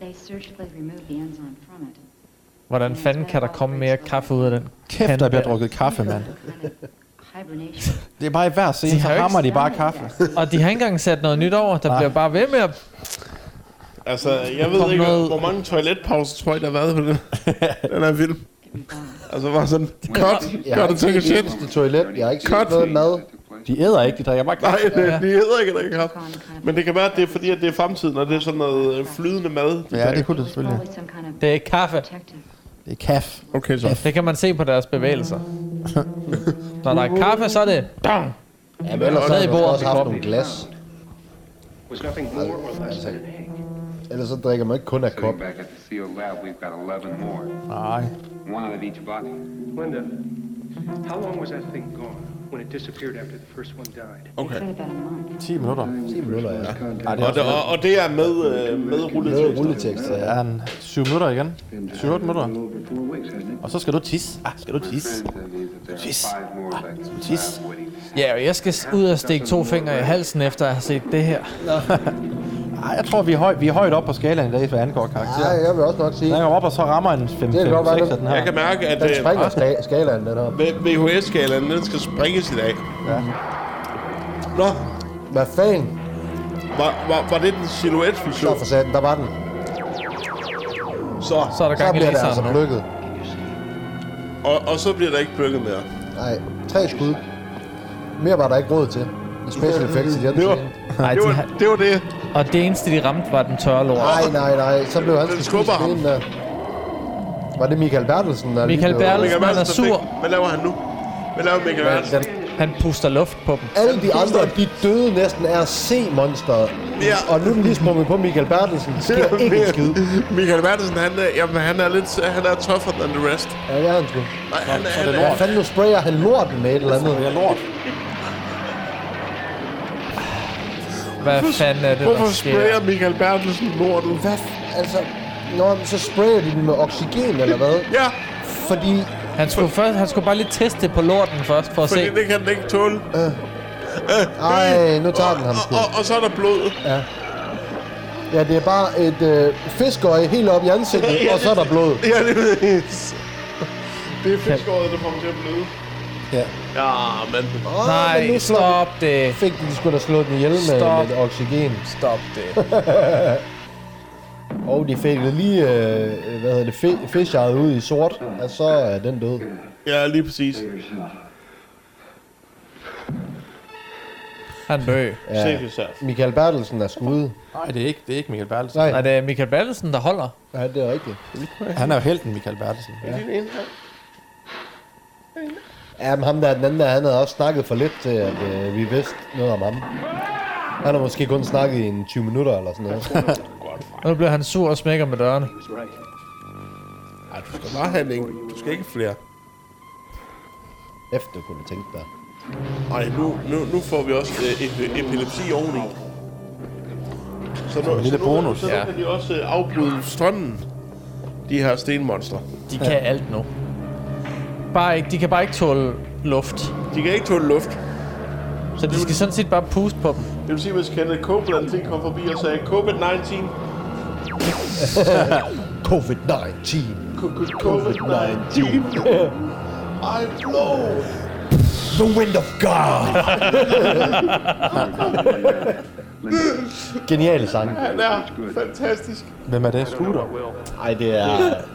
Speaker 6: They surgically removed the enzyme from it.
Speaker 2: Hvordan fanden kan der komme mere kaffe ud af den?
Speaker 4: Kæft, der bliver drukket kaffe, mand.
Speaker 6: Hibernation.
Speaker 4: Det er bare i hver scene, så
Speaker 2: har jo ikke-
Speaker 4: rammer de bare kaffe.
Speaker 2: Og de har ikke engang sat noget nyt over. Der bliver bare ved med at...
Speaker 3: Altså, jeg ved
Speaker 2: Kom
Speaker 3: ikke,
Speaker 2: noget-
Speaker 3: hvor mange toiletpauser, tror jeg, der har været på den, den her film. Altså, bare sådan,
Speaker 1: Jeg
Speaker 3: cut, gør
Speaker 1: har
Speaker 3: det
Speaker 1: ikke
Speaker 3: til
Speaker 1: set
Speaker 3: shit.
Speaker 1: det toilet, jeg har ikke
Speaker 3: Cut.
Speaker 1: set noget mad.
Speaker 4: De æder ikke, de drikker bare
Speaker 3: Nej,
Speaker 4: kaffe.
Speaker 3: det, de hedder ikke det kaffe. Men det kan være, at det er fordi, at det er fremtiden, og det er sådan noget øh, flydende mad. de
Speaker 4: Ja, det
Speaker 3: drikker.
Speaker 4: kunne det selvfølgelig.
Speaker 6: Probably some kind of
Speaker 2: Det er kaffe.
Speaker 4: Det er kaffe.
Speaker 3: Okay, så.
Speaker 2: Det kan man se på deres bevægelser. Når der er kaffe, så er det... Dang!
Speaker 1: Ja, men ellers
Speaker 2: Ned
Speaker 1: har
Speaker 2: i
Speaker 1: du
Speaker 2: bordet
Speaker 1: også
Speaker 2: med
Speaker 1: haft
Speaker 2: kroppen.
Speaker 1: nogle glas.
Speaker 7: Was nothing more or less than an egg.
Speaker 1: Ellers så drikker man ikke kun af kop.
Speaker 7: Sitting back at the sealed lab, we've got 11 more.
Speaker 4: Nej.
Speaker 7: One out of each body.
Speaker 13: Linda, how long was that thing gone when it disappeared after the first one died?
Speaker 3: Okay.
Speaker 4: 10 minutter. 10
Speaker 1: minutter, ja.
Speaker 4: Ej, det er
Speaker 3: Og det,
Speaker 4: også
Speaker 3: og, og det er med, øh, med
Speaker 1: Med
Speaker 3: rulletekster.
Speaker 1: rulletekster, ja.
Speaker 4: er en 7 minutter igen. 7-8 minutter. Og så skal du tisse. Ah, skal du tisse? Tisse. Ah, skal du tisse.
Speaker 2: Ja, og jeg skal s- ud og stikke to fingre i halsen, efter at have set det her.
Speaker 4: Ej, jeg tror, vi er, høj, vi er højt op på skalaen i dag, hvad angår
Speaker 1: Ja,
Speaker 4: karakterer.
Speaker 1: jeg vil også nok sige,
Speaker 4: Den kommer op, og så rammer en 5-6
Speaker 1: kan godt være,
Speaker 4: af
Speaker 1: den-
Speaker 4: den her.
Speaker 3: Jeg kan mærke, at
Speaker 1: den
Speaker 3: øh,
Speaker 1: springer sta- skalaen, den her.
Speaker 3: V- VHS-skalaen, den skal springes i dag.
Speaker 1: Ja.
Speaker 3: Nå,
Speaker 1: Hvad fanden?
Speaker 3: var, var, var det den silhuet, vi
Speaker 1: Så
Speaker 3: så?
Speaker 1: for satan, der var den.
Speaker 3: Så,
Speaker 2: Så er der
Speaker 1: Så
Speaker 2: gang i
Speaker 1: bliver det altså
Speaker 2: laseren.
Speaker 1: plukket.
Speaker 3: og, og så bliver der ikke plukket mere.
Speaker 1: Nej, tre skud. Mere var der ikke råd til. I special effects i den
Speaker 3: Det var,
Speaker 1: scene.
Speaker 2: Nej,
Speaker 3: det
Speaker 2: de
Speaker 3: var,
Speaker 2: har,
Speaker 3: det var det.
Speaker 2: og det eneste, de ramte, var den tørre lort.
Speaker 1: Nej, nej, nej. Så blev han
Speaker 3: Den
Speaker 1: sgu
Speaker 3: skubber
Speaker 1: spist
Speaker 3: ham.
Speaker 1: ind der. Var det Michael Bertelsen, der lige
Speaker 2: Michael
Speaker 1: blev-
Speaker 2: Bertelsen.
Speaker 3: Michael
Speaker 2: Han er
Speaker 3: Madsen, der
Speaker 2: sur.
Speaker 3: fik- Hvad laver han nu? Hvad laver Michael
Speaker 1: Ja,
Speaker 3: Madsen?
Speaker 1: den-
Speaker 2: Han puster luft på dem.
Speaker 1: Alle de andre, de døde næsten af at se monsteret.
Speaker 3: Ja.
Speaker 1: Og nu er den lige sprunget på Michael Bertelsen. Det sker ikke en skid.
Speaker 3: Michael Madsen, han, er- jamen, han er lidt han er tougher than the rest.
Speaker 1: Ja, det er han sgu.
Speaker 3: Nej, han, er, han,
Speaker 1: Hvad
Speaker 3: er,
Speaker 1: fanden nu sprayer han lorten med et eller andet?
Speaker 4: Det er lort.
Speaker 2: Hvad fanden er det,
Speaker 3: Hvorfor
Speaker 2: der sker?
Speaker 3: sprayer Michael Bertelsen lortet?
Speaker 1: Hvad? f- Altså, nå, men så sprayer de den med oxygen, eller hvad?
Speaker 3: ja.
Speaker 1: Fordi...
Speaker 2: Han skulle, først, han skulle bare lige teste det på lorten først, for at
Speaker 3: Fordi
Speaker 2: se.
Speaker 3: det kan den ikke tåle. Øh,
Speaker 1: Øh. Ej, nu tager den ham sgu.
Speaker 3: Og, og så er der blod.
Speaker 1: Ja. Ja, det er bare et øh, fiskeøje helt op i ansigtet, og så er der blod.
Speaker 3: Ja, det ved jeg. Det er fiskåret, der får mig til at bløde.
Speaker 1: Ja.
Speaker 3: Ja, men...
Speaker 1: Åh, Ah, men nu slår
Speaker 2: stop det.
Speaker 1: Fik de skulle da slå den ihjel med
Speaker 2: Stop.
Speaker 1: lidt oxygen.
Speaker 2: Stop det.
Speaker 1: og de fik lige, øh, hvad hedder det, fi- fiskeøjet ud i sort, og så er den død.
Speaker 3: Ja, lige præcis.
Speaker 2: Han dø.
Speaker 1: Ja. Michael Bertelsen er skudt.
Speaker 11: Nej, det er ikke, det er ikke Michael Bertelsen.
Speaker 1: Nej.
Speaker 2: Nej, det er Michael Bertelsen, der holder.
Speaker 1: Ja, det er rigtigt.
Speaker 4: Han er jo helten, Michael Bertelsen.
Speaker 3: Ja.
Speaker 1: Ja, men ham der, den anden der, han havde også snakket for lidt til, at øh, vi vidste noget om ham. Han har måske kun snakket i en 20 minutter eller sådan noget.
Speaker 2: Nu bliver han sur og smækker med dørene.
Speaker 3: Ej, du skal bare have en enkelt. Du skal ikke flere.
Speaker 1: Efter kunne du tænke dig.
Speaker 3: Ej, nu, nu, nu får vi også øh, ep- epilepsi oveni. Så nu,
Speaker 4: En lille
Speaker 3: så
Speaker 4: bonus,
Speaker 3: Nu, så
Speaker 4: ja.
Speaker 3: nu kan de også øh, afbryde strømmen, de her stenmonster.
Speaker 2: De kan alt nu. Bare ikke, de kan bare ikke tåle luft.
Speaker 3: De kan ikke tåle luft.
Speaker 2: Så de skal sådan set bare puste på dem.
Speaker 3: Det vil sige, hvis Kenneth Copeland lige kom forbi og sagde, COVID-19,
Speaker 1: Covid-19.
Speaker 3: COVID-19, I blow.
Speaker 1: The wind of God. Genial sang.
Speaker 3: Han er fantastisk.
Speaker 4: Hvem er det? Scooter?
Speaker 1: Ej, det er,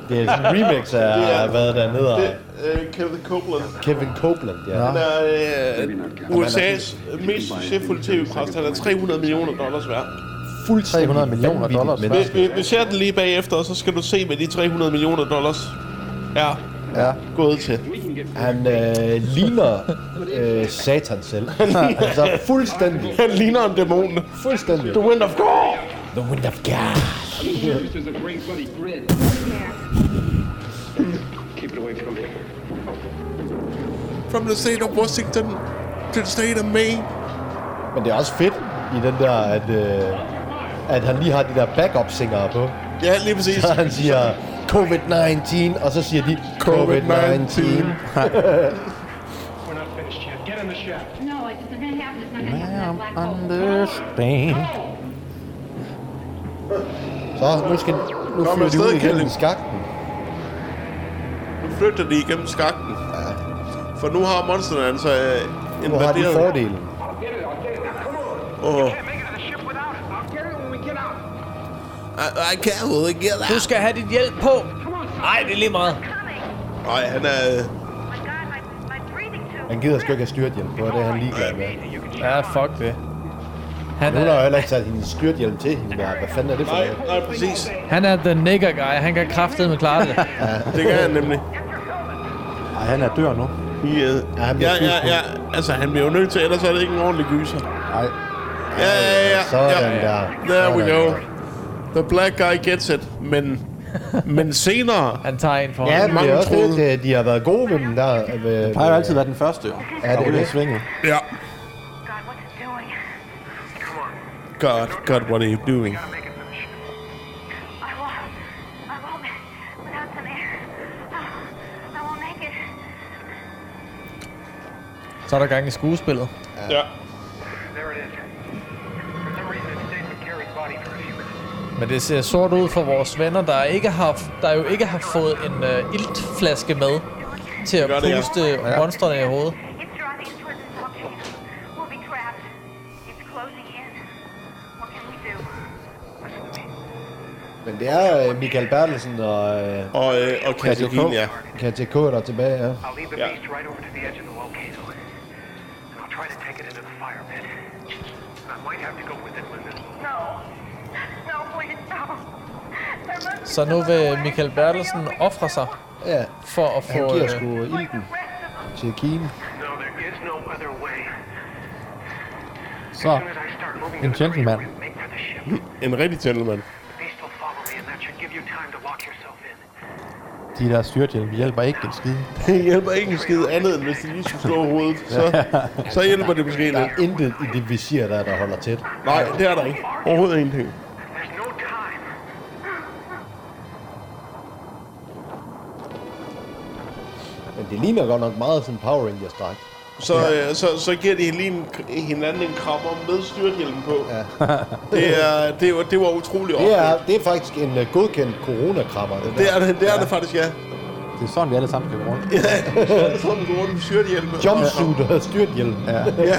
Speaker 1: det er en remix af, hvad der hedder
Speaker 3: Det, øh, Kenneth Copeland.
Speaker 1: Kevin Copeland, ja.
Speaker 3: Han er øh, USA's mest succesfulde tv-præst. Han er 300 millioner dollars værd.
Speaker 1: Fuldstændig
Speaker 4: 300 millioner
Speaker 1: vanvittigt
Speaker 4: dollars.
Speaker 1: menneske.
Speaker 3: Vi, vi, vi ser den lige bagefter, og så skal du se, hvad de 300 millioner dollars er
Speaker 4: Ja.
Speaker 3: gået til.
Speaker 1: Han øh, ligner øh, satan selv. altså fuldstændig.
Speaker 3: Han ligner en dæmon.
Speaker 1: Fuldstændig.
Speaker 3: The wind of God!
Speaker 1: The wind of God.
Speaker 7: This is a great bloody grid. Keep it away from me.
Speaker 3: From the state of Washington to the state of Maine.
Speaker 1: Men det er også fedt i den der, at, øh, at han lige har de der backup singere på.
Speaker 3: Ja, lige præcis.
Speaker 1: Så han siger COVID-19, og så siger de COVID-19.
Speaker 13: We're not finished yet. Get in the shaft.
Speaker 12: No, it's not gonna happen. It's not gonna happen. That black hole.
Speaker 4: Understand.
Speaker 1: Så nu skal nu
Speaker 3: Kom
Speaker 1: flyver de
Speaker 3: afsted,
Speaker 1: ud igennem
Speaker 3: Kelly.
Speaker 1: skakten.
Speaker 3: Nu flygter de igennem skakten. For nu har monsterne altså øh,
Speaker 1: Nu har de
Speaker 3: invaderet.
Speaker 1: fordelen.
Speaker 3: Åh.
Speaker 13: I'll get it when we get out.
Speaker 3: I, I can't really get out.
Speaker 2: Du skal have dit hjælp på. Nej, det er lige meget.
Speaker 3: Nej, han er... øh,
Speaker 1: Han gider sgu ikke have styrthjelm på, det er han ligeglad med.
Speaker 2: Ja, Ah, fuck det. Han
Speaker 1: Men hun har
Speaker 2: er,
Speaker 1: jo heller ikke sat hendes styrthjelm til hende der. Hvad fanden er det for
Speaker 3: Nej,
Speaker 1: noget?
Speaker 3: nej, præcis.
Speaker 2: han er the nigger guy. Han kan kraftedeme klare det.
Speaker 3: Det kan han nemlig.
Speaker 4: Ej, han er dør nu.
Speaker 3: Yeah.
Speaker 1: han
Speaker 3: Ja,
Speaker 1: bliver
Speaker 3: ja,
Speaker 1: skudt på.
Speaker 3: ja. Altså, han bliver jo nødt til, ellers er det ikke en ordentlig gyser.
Speaker 4: Ej.
Speaker 3: Ja, ja, ja.
Speaker 1: Sådan
Speaker 3: ja.
Speaker 1: der.
Speaker 3: There we
Speaker 1: Sådan
Speaker 3: go.
Speaker 1: der.
Speaker 3: The black guy gets it. Men, men senere...
Speaker 2: Han tager en for
Speaker 1: Ja,
Speaker 2: ja.
Speaker 1: men det
Speaker 3: Mange
Speaker 1: er også
Speaker 3: troede-
Speaker 1: lidt, øh, de har været gode ved dem der. øh, Ved,
Speaker 4: Han har jo altid været den første, jo.
Speaker 1: Ja, det er det.
Speaker 4: Svinget.
Speaker 3: Ja. God, God, what are you doing?
Speaker 2: Så er der gang i skuespillet.
Speaker 3: Ja.
Speaker 13: There it is. For some reason, it stayed with Gary's body for a few minutes.
Speaker 2: Men det ser sort ud for vores venner, der, ikke har, der jo ikke har fået en uh, iltflaske med til at
Speaker 3: Gør det, ja.
Speaker 2: puste ja. monstrene i hovedet.
Speaker 1: Men det er øh, Michael Bertelsen og øh,
Speaker 3: Og, øh, og Kategin, ja.
Speaker 1: Katja K. der er tilbage, ja.
Speaker 13: I'll lead the
Speaker 3: Yeah.
Speaker 13: beast right over to the edge of the volcano. And I'll try to take it into the fire pit. And I might have to go with it, Linda.
Speaker 2: Så nu vil Michael Bertelsen ofre sig
Speaker 1: Ja,
Speaker 2: for at
Speaker 1: han
Speaker 2: få...
Speaker 1: giver
Speaker 2: øh,
Speaker 1: sgu ilten til Kine.
Speaker 13: No, there is no other way.
Speaker 4: Så.
Speaker 13: As soon as I start
Speaker 4: En
Speaker 13: moving in the direction
Speaker 4: gentleman.
Speaker 13: we make for the ship,
Speaker 3: En rigtig gentleman.
Speaker 13: the beast will follow me, and that should give you time to lock yourself in.
Speaker 4: de der styrthjelm hjælper ikke en skid.
Speaker 3: Det hjælper ikke en skid andet, end hvis de lige skulle slå hovedet. Så, så hjælper det måske lidt.
Speaker 1: Der er intet i det visir, der, er, der holder tæt.
Speaker 3: Nej, det er der ikke. Overhovedet ingenting.
Speaker 1: Men det ligner godt nok meget sådan en Power Rangers dragt.
Speaker 3: Så, ja. øh, så, så giver de lige en, hinanden en krammer med styrthjelm på. Ja. det, er, det, var, det var utroligt
Speaker 1: Det er, det er faktisk en uh, godkendt coronakrammer. Det,
Speaker 3: Det er det, det, er ja. det faktisk, ja.
Speaker 4: Det er sådan, vi alle sammen kan gå rundt.
Speaker 3: Ja, sådan går den styrthjelm.
Speaker 1: Jumpsuit og styrthjelm.
Speaker 4: Ja.
Speaker 3: Ja.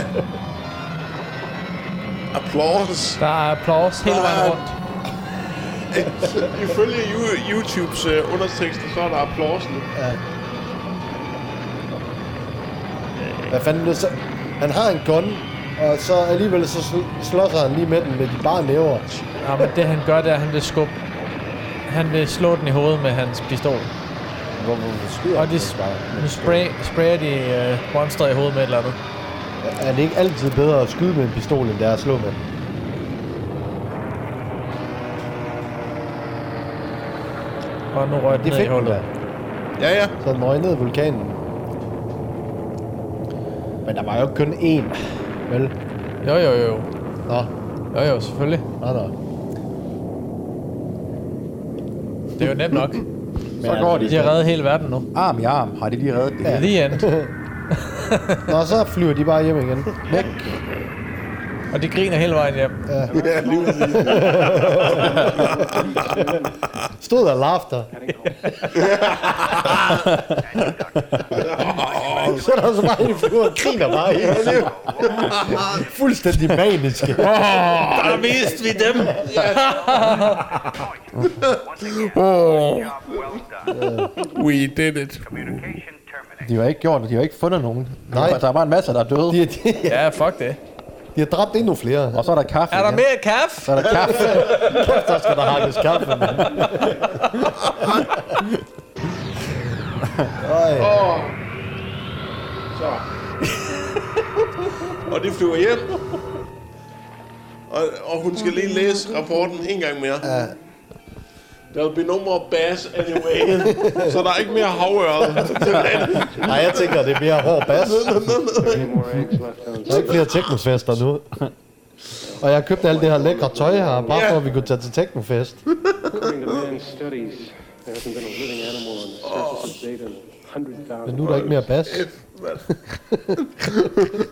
Speaker 3: Applaus.
Speaker 2: Der er applaus hele vejen rundt.
Speaker 3: Ifølge Yo- YouTubes øh, undertekster, så er der applausen.
Speaker 1: Ja. Hvad fanden det så? Han har en gun, og så alligevel så sl- slås han lige med den med de bare næver.
Speaker 2: Ja, men det han gør, det er, at han vil skubbe... Han vil slå den i hovedet med hans pistol.
Speaker 1: Hvor, hvor skyder
Speaker 2: Og
Speaker 1: han
Speaker 2: de
Speaker 1: den bare?
Speaker 2: nu spray, sprayer de øh, monster i hovedet med et eller andet.
Speaker 1: Er det ikke altid bedre at skyde med en pistol, end det er at slå med den?
Speaker 2: Og nu røg den
Speaker 1: Det
Speaker 2: ned i
Speaker 1: fik den
Speaker 2: hullet.
Speaker 1: der.
Speaker 3: Ja, ja.
Speaker 1: Så den røg ned i vulkanen. Men der var jo kun én, vel?
Speaker 2: Jo, jo, jo.
Speaker 1: Nå,
Speaker 2: Jo, jo, selvfølgelig.
Speaker 1: nå, nå.
Speaker 2: Det er jo nemt nok.
Speaker 4: Så
Speaker 1: altså,
Speaker 4: går de.
Speaker 2: De har reddet hele verden nu.
Speaker 4: Arm i arm har de lige reddet det.
Speaker 2: Ja.
Speaker 4: hele.
Speaker 2: The end.
Speaker 1: Nå, så flyver de bare hjem igen. Væk.
Speaker 2: Og de griner hele vejen hjem.
Speaker 1: Ja.
Speaker 3: Ja, lige præcis.
Speaker 1: Stod der laughter. så er der så mange, der flyver og griner bare helt sygt. Fuldstændig maniske.
Speaker 3: Der viste vi dem.
Speaker 13: Oh. Well done.
Speaker 3: We did it.
Speaker 4: De har ikke gjort det. De har ikke fundet nogen.
Speaker 1: Nej.
Speaker 4: Der er bare en masse, der er døde.
Speaker 1: De, de,
Speaker 2: Ja, fuck det.
Speaker 1: de har dræbt endnu flere.
Speaker 4: Og så er der kaffe
Speaker 2: Er der
Speaker 4: igen.
Speaker 2: mere kaffe?
Speaker 4: Så er der kaffe.
Speaker 1: Kæft, der skal der hakkes kaffe, mand. Øj.
Speaker 3: Og... Så. og de flyver hjem. Og, og hun skal lige læse rapporten en gang mere. Ja. There'll be no more bass anyway. så der er ikke mere havøret.
Speaker 1: Nej, jeg tænker, det er mere hård bas. Der er ikke flere teknofester nu. Og jeg købte alt det her lækre tøj her, bare for at vi kunne tage til teknofest.
Speaker 7: According to man's studies, there hasn't been a living animal on the surface of Zeta in a hundred
Speaker 1: Men
Speaker 7: thousand.
Speaker 1: nu er der ikke mere bas.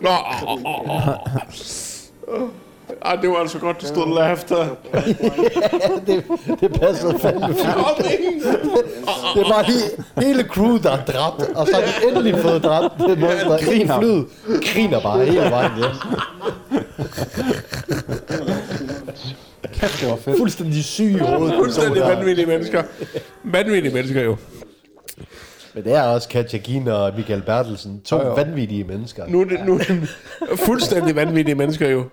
Speaker 3: Nå, ah, åh, åh, åh. Ej, ah. det var altså godt, du stod laughter.
Speaker 1: det, det passede fandme fint.
Speaker 3: Kom ind!
Speaker 1: Det var he, hele crew, der er dræbt, og så har de endelig fået dræbt det monster. Griner.
Speaker 4: griner.
Speaker 1: Flyet griner bare hele vejen hjem.
Speaker 4: Kæft, det var fedt.
Speaker 1: Fuldstændig syg i hovedet. de to
Speaker 3: Fuldstændig
Speaker 1: der.
Speaker 3: vanvittige mennesker. Vanvittige mennesker jo.
Speaker 1: Men det er også Katja Kina og Michael Bertelsen. To vanvittige mennesker.
Speaker 3: Nu er det, nu er det fuldstændig vanvittige mennesker jo.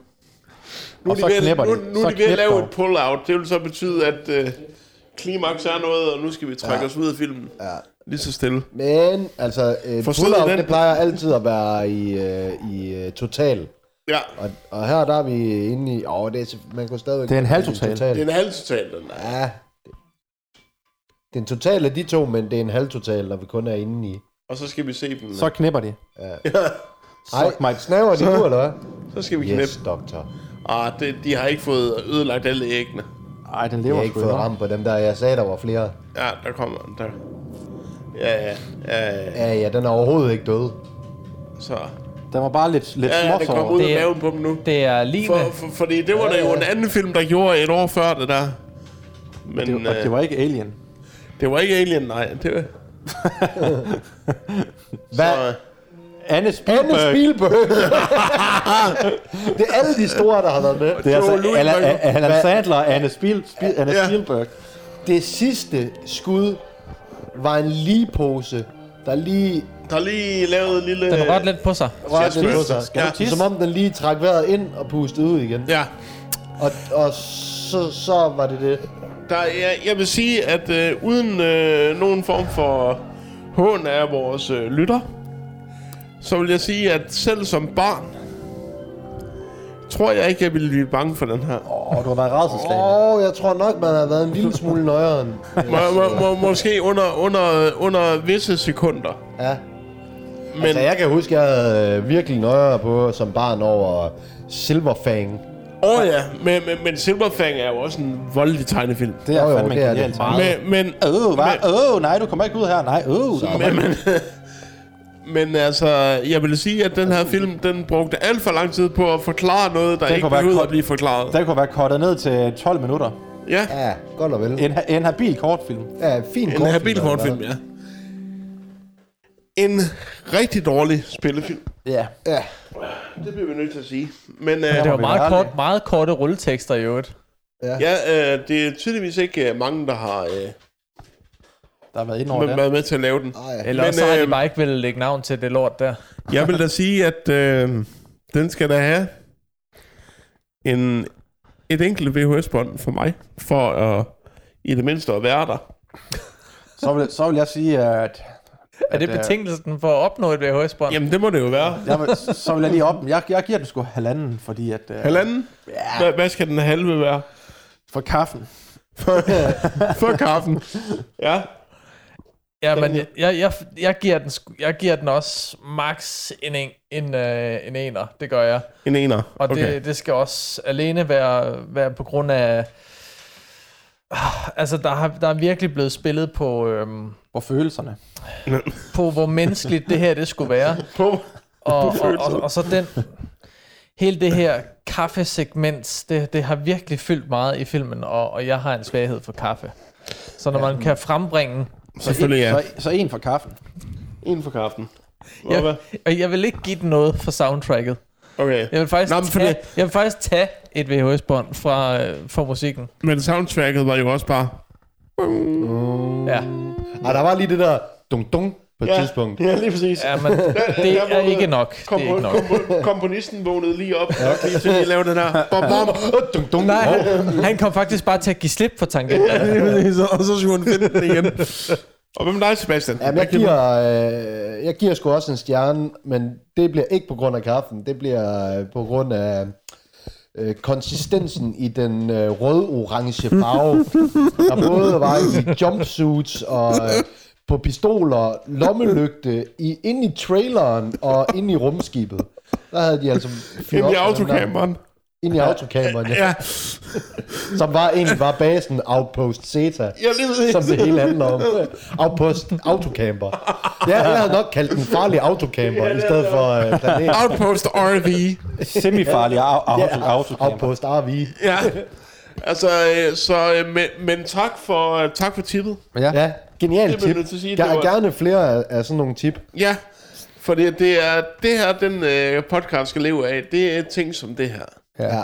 Speaker 3: Nu er
Speaker 4: Og
Speaker 3: de
Speaker 4: så
Speaker 3: ved, at-
Speaker 4: knipper
Speaker 3: nu,
Speaker 4: de.
Speaker 3: nu er
Speaker 4: Så
Speaker 3: de ved at
Speaker 4: knip
Speaker 3: lave
Speaker 4: dog.
Speaker 3: et pull-out. Det vil så betyde, at øh, klimaks er noget, og nu skal vi trække ja. os ud af filmen. Ja. Lige så stille.
Speaker 1: Men altså, øh,
Speaker 3: Forstod I
Speaker 1: pull-out,
Speaker 3: den?
Speaker 1: det plejer altid at være i, øh, i øh, total.
Speaker 3: Ja,
Speaker 1: Og, og her der er vi inde i... Åh, oh, det er, sim- man kunne stadigvæk...
Speaker 4: Det er en halv
Speaker 1: i
Speaker 4: total.
Speaker 3: det er en halv total, den der.
Speaker 1: Ja. Det er en total af de to, men det er en halv total, når vi kun er inde i.
Speaker 3: Og så skal vi se dem.
Speaker 4: Så
Speaker 3: Så,
Speaker 4: knipper de. Suck my-
Speaker 1: Ej, snaver de nu, eller hvad?
Speaker 3: så skal vi knæppe.
Speaker 1: Yes, doktor.
Speaker 3: Ah, det, de har ikke fået ødelagt alle æggene.
Speaker 4: Ej, den
Speaker 1: Jeg
Speaker 4: lever
Speaker 1: har
Speaker 4: sgu
Speaker 1: ikke fået
Speaker 4: endnu.
Speaker 1: ramt på dem der. Jeg sagde, der var flere.
Speaker 3: Ja, der kommer der. Ja, ja, ja,
Speaker 1: Ja,
Speaker 3: ja.
Speaker 1: ja, den er overhovedet ikke død.
Speaker 3: Så.
Speaker 4: Den var bare lidt, lidt
Speaker 3: Ja, ja, det kommer
Speaker 4: småsår.
Speaker 3: ud af
Speaker 2: Det er-
Speaker 3: maven på dem nu.
Speaker 2: Det er Line.
Speaker 3: For, for, fordi det var ja, da jo en anden film, der gjorde et år før det der. Men øh,
Speaker 4: Det, og det var ikke Alien.
Speaker 3: det var ikke Alien, nej. Det var,
Speaker 1: Hvad?
Speaker 3: øh,
Speaker 4: Anne
Speaker 1: Anne
Speaker 4: Spielberg.
Speaker 1: Spielberg! det er alle de store, der har været med.
Speaker 4: Det er altså
Speaker 3: Joe Louis-
Speaker 4: Alan,
Speaker 3: Michael-
Speaker 4: Alan Sandler og Anne, Spiel, Spiel, Anne
Speaker 3: Ja.
Speaker 4: Spielberg.
Speaker 1: Det sidste skud var en ligepose, der lige
Speaker 3: der lige lavet en lille...
Speaker 2: Den rørte lidt på sig.
Speaker 1: rørte lidt på sig.
Speaker 3: Skal du tisse?
Speaker 1: Som om den lige trak vejret ind og pustede ud igen.
Speaker 3: Ja.
Speaker 1: Og, og så, så var det det.
Speaker 3: Der, jeg, jeg vil sige, at øh, uden øh, nogen form for hån af vores øh, lytter, så vil jeg sige, at selv som barn, tror jeg ikke, jeg ville blive bange for den her.
Speaker 1: Åh, du har været rædselslagen. Åh, oh, jeg tror nok, man har været en lille smule nøjeren.
Speaker 3: Må, må, må, måske under, under, under visse sekunder.
Speaker 1: Ja. Men... Altså, jeg kan huske, jeg havde øh, virkelig nøjere på som barn over Silverfang.
Speaker 3: Åh oh, ja, men, men, men Silverfang er jo også en voldelig tegnefilm.
Speaker 4: Det er fandme genialt.
Speaker 3: Men, men,
Speaker 4: Øh, hvad? Øh, nej, du kommer ikke ud her. Nej, øh. Så,
Speaker 3: men, men, men altså, jeg vil sige, at den her film, den brugte alt for lang tid på at forklare noget, der
Speaker 4: Den
Speaker 3: ikke
Speaker 4: kunne være
Speaker 3: behøvede at
Speaker 4: kort-
Speaker 3: blive forklaret.
Speaker 4: Den kunne være kortet ned til 12 minutter.
Speaker 3: Ja.
Speaker 1: Ja, godt og vel.
Speaker 4: En, ha- en habil kortfilm.
Speaker 1: Ja, fin
Speaker 3: En habil kortfilm, ja. En rigtig dårlig spillefilm.
Speaker 4: Ja.
Speaker 1: Ja.
Speaker 3: Det bliver vi nødt til at sige. Men,
Speaker 2: Men
Speaker 3: øh,
Speaker 2: det var meget, kort, meget korte rulletekster i øvrigt.
Speaker 1: Ja,
Speaker 3: ja øh, det er tydeligvis ikke øh, mange, der har øh,
Speaker 4: Der har været ind over
Speaker 3: med,
Speaker 4: der.
Speaker 3: været med til at lave den.
Speaker 2: Eller Men, også har de bare ikke ville lægge navn til det lort der.
Speaker 3: jeg vil da sige, at øh, den skal da have en, et enkelt VHS-bånd for mig, for at i det mindste at være der.
Speaker 4: Så vil, så vil jeg sige, at...
Speaker 2: Er det
Speaker 4: at, øh,
Speaker 2: betingelsen for at opnå et VHS-bånd?
Speaker 3: Jamen, det må det jo være.
Speaker 4: Jeg vil, så vil jeg lige op. Jeg, jeg giver den sgu halvanden, fordi at... øh,
Speaker 3: Halvanden?
Speaker 4: Ja.
Speaker 3: Hvad, hvad skal den halve være?
Speaker 4: For kaffen.
Speaker 3: For, for kaffen. Ja.
Speaker 2: Ja, men jeg, jeg, jeg, jeg, giver den, sku- jeg giver den også max en, en, en, øh, en ener. Det gør jeg.
Speaker 3: En ener.
Speaker 2: Og det,
Speaker 3: Okay.
Speaker 2: okay. det skal også alene være, være på grund af... Ah, Altså, der, har, der er virkelig blevet spillet på, øhm,
Speaker 4: Hvor følelserne.
Speaker 2: på, hvor menneskeligt det her det skulle være.
Speaker 3: På,
Speaker 2: og, og,
Speaker 3: følelser.
Speaker 2: og, og så den... Hele det her kaffesegment, det, det har virkelig fyldt meget i filmen, og, og jeg har en svaghed for kaffe. Så når man kan frembringe...
Speaker 3: Selvfølgelig, ja.
Speaker 4: Så, så en for kaffen.
Speaker 3: En for kaffen.
Speaker 2: Jeg, og jeg vil ikke give den noget for soundtracket.
Speaker 3: Okay.
Speaker 2: Jeg vil faktisk,
Speaker 3: Nå,
Speaker 2: Nå,
Speaker 3: men for
Speaker 2: tage, jeg vil faktisk tage et VHS-bånd fra, øh, fra musikken.
Speaker 3: Men soundtracket var jo også bare...
Speaker 2: Ja.
Speaker 1: Ej, Ah, der var lige det der dung-dung på et
Speaker 3: Ja.
Speaker 1: tidspunkt.
Speaker 3: Ja, lige præcis.
Speaker 2: Ja, men det
Speaker 3: Der
Speaker 2: er
Speaker 3: vågnede-
Speaker 2: ikke nok. Det er
Speaker 3: kompo-
Speaker 2: ikke nok.
Speaker 3: kompo- komponisten vågnede lige op, og lige til at lave den her... Bom, bom,
Speaker 1: Dung-dung.
Speaker 2: Nej, han, han kom faktisk bare til at give slip på tangenterne.
Speaker 3: og så skulle hun finde den igen. Og hvem er dig, Sebastian?
Speaker 1: Jamen,
Speaker 3: Hvad
Speaker 1: jeg,
Speaker 3: giver
Speaker 1: giver, øh, jeg giver sgu også en stjerne, men det bliver ikke på grund af kaffen. Det bliver øh, på grund af øh, konsistensen i den øh, rød-orange farve, der både var i jumpsuits og øh, på pistoler, lommelygte, i, ind i traileren og ind i rumskibet. Der havde de altså...
Speaker 3: du?
Speaker 1: fyret
Speaker 3: Ind i
Speaker 1: op med den der-
Speaker 3: autocamperen.
Speaker 1: Ind i autocamperen, ja.
Speaker 3: Ja,
Speaker 1: Som var egentlig var basen Outpost Zeta.
Speaker 3: ja lige præcis.
Speaker 1: som det hele handler om. Outpost Autocamper. Ja, jeg havde nok kaldt den farlig autocamper, i stedet for øh, planet.
Speaker 3: Outpost RV.
Speaker 4: Semifarlig au- auto, auto, auto,
Speaker 1: Outpost RV.
Speaker 3: Ja. Altså, øh, så, øh, men, men tak for, øh, tak for tippet.
Speaker 1: Ja, genial
Speaker 3: Det bliver
Speaker 1: tip.
Speaker 3: jeg nødt til at sige,
Speaker 1: Jeg
Speaker 3: det
Speaker 1: er
Speaker 3: var-
Speaker 1: gerne flere af, af sådan nogle tip.
Speaker 3: Ja, for det, det er det her, den øh, podcast skal leve af. Det er ting som det her.
Speaker 1: Ja.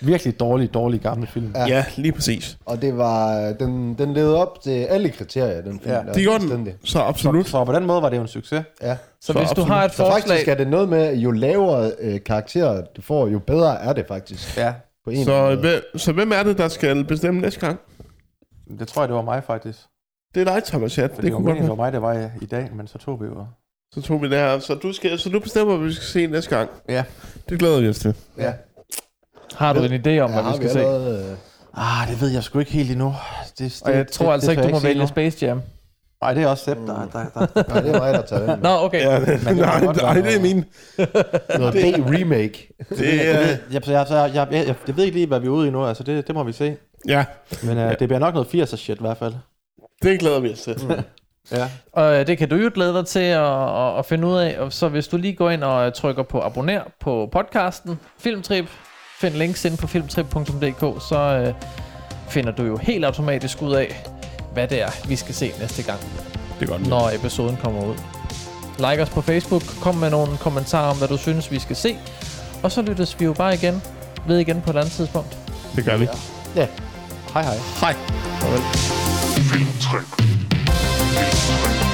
Speaker 4: Virkelig dårlig, dårlig gammel film.
Speaker 1: Ja.
Speaker 3: lige præcis.
Speaker 1: Og det var, øh, den, den levede op til alle kriterier, den film.
Speaker 4: Ja,
Speaker 1: der.
Speaker 3: Det gjorde den.
Speaker 1: Fuldstændig.
Speaker 3: Så absolut.
Speaker 4: Så på den måde var det jo en succes.
Speaker 1: Ja.
Speaker 2: Så hvis du har et
Speaker 1: Så faktisk er
Speaker 2: forslag...
Speaker 1: det noget med, at jo lavere øh, karakterer du får, jo bedre er det faktisk.
Speaker 4: Ja,
Speaker 1: På en
Speaker 3: Så, øh,
Speaker 2: øh,
Speaker 1: måde.
Speaker 3: hvem, så hvem er det, der skal bestemme næste gang?
Speaker 4: det tror jeg, det var mig faktisk.
Speaker 3: Det er dig, Thomas. Ja, det,
Speaker 4: Det, det
Speaker 3: kunne
Speaker 4: var meningen,
Speaker 3: godt være.
Speaker 4: det var mig, det var i, i dag, men så tog vi jo.
Speaker 3: Så tog vi det her. Så du, skal, så du bestemmer, hvad vi skal se næste gang.
Speaker 4: Ja.
Speaker 3: Det glæder vi os til.
Speaker 1: Ja.
Speaker 2: Har du en idé om,
Speaker 1: Ja,
Speaker 2: hvad vi
Speaker 1: har vi
Speaker 2: skal se?
Speaker 1: allerede, øh,
Speaker 4: Ah, det ved jeg sgu ikke helt endnu. Det, det,
Speaker 2: Og jeg tror altså ikke, du må vælge Space Jam.
Speaker 4: Nej, det er også Sepp, der, der, der.
Speaker 1: Nej, det er mig, der tager den.
Speaker 2: Nå, okay.
Speaker 3: Ja, nej, nej, det er min.
Speaker 1: Noget B-remake.
Speaker 3: Det er,
Speaker 4: Jeg, jeg, jeg, jeg, jeg, jeg ved ikke lige, hvad vi er ude i nu, altså det, det må vi se.
Speaker 3: ja,
Speaker 4: Men uh, det bliver nok noget 80'er shit i hvert fald.
Speaker 3: det glæder vi os til.
Speaker 4: Ja.
Speaker 2: Og øh, det kan du jo glæde dig til at, at, at finde ud af. Og så hvis du lige går ind og øh, trykker på abonner på podcasten Filmtrip, find links inde på filmtrip.dk, så øh, finder du jo helt automatisk ud af, hvad det er, vi skal se næste gang,
Speaker 3: Det er godt.
Speaker 2: når episoden kommer ud. Like os på Facebook, kom med nogle kommentarer om, hvad du synes, vi skal se. Og så lyttes vi jo bare igen ved igen på et andet tidspunkt.
Speaker 3: Det gør vi.
Speaker 1: Ja.
Speaker 4: Hej hej.
Speaker 3: Hej.
Speaker 13: Filmtrip. Filmtrip.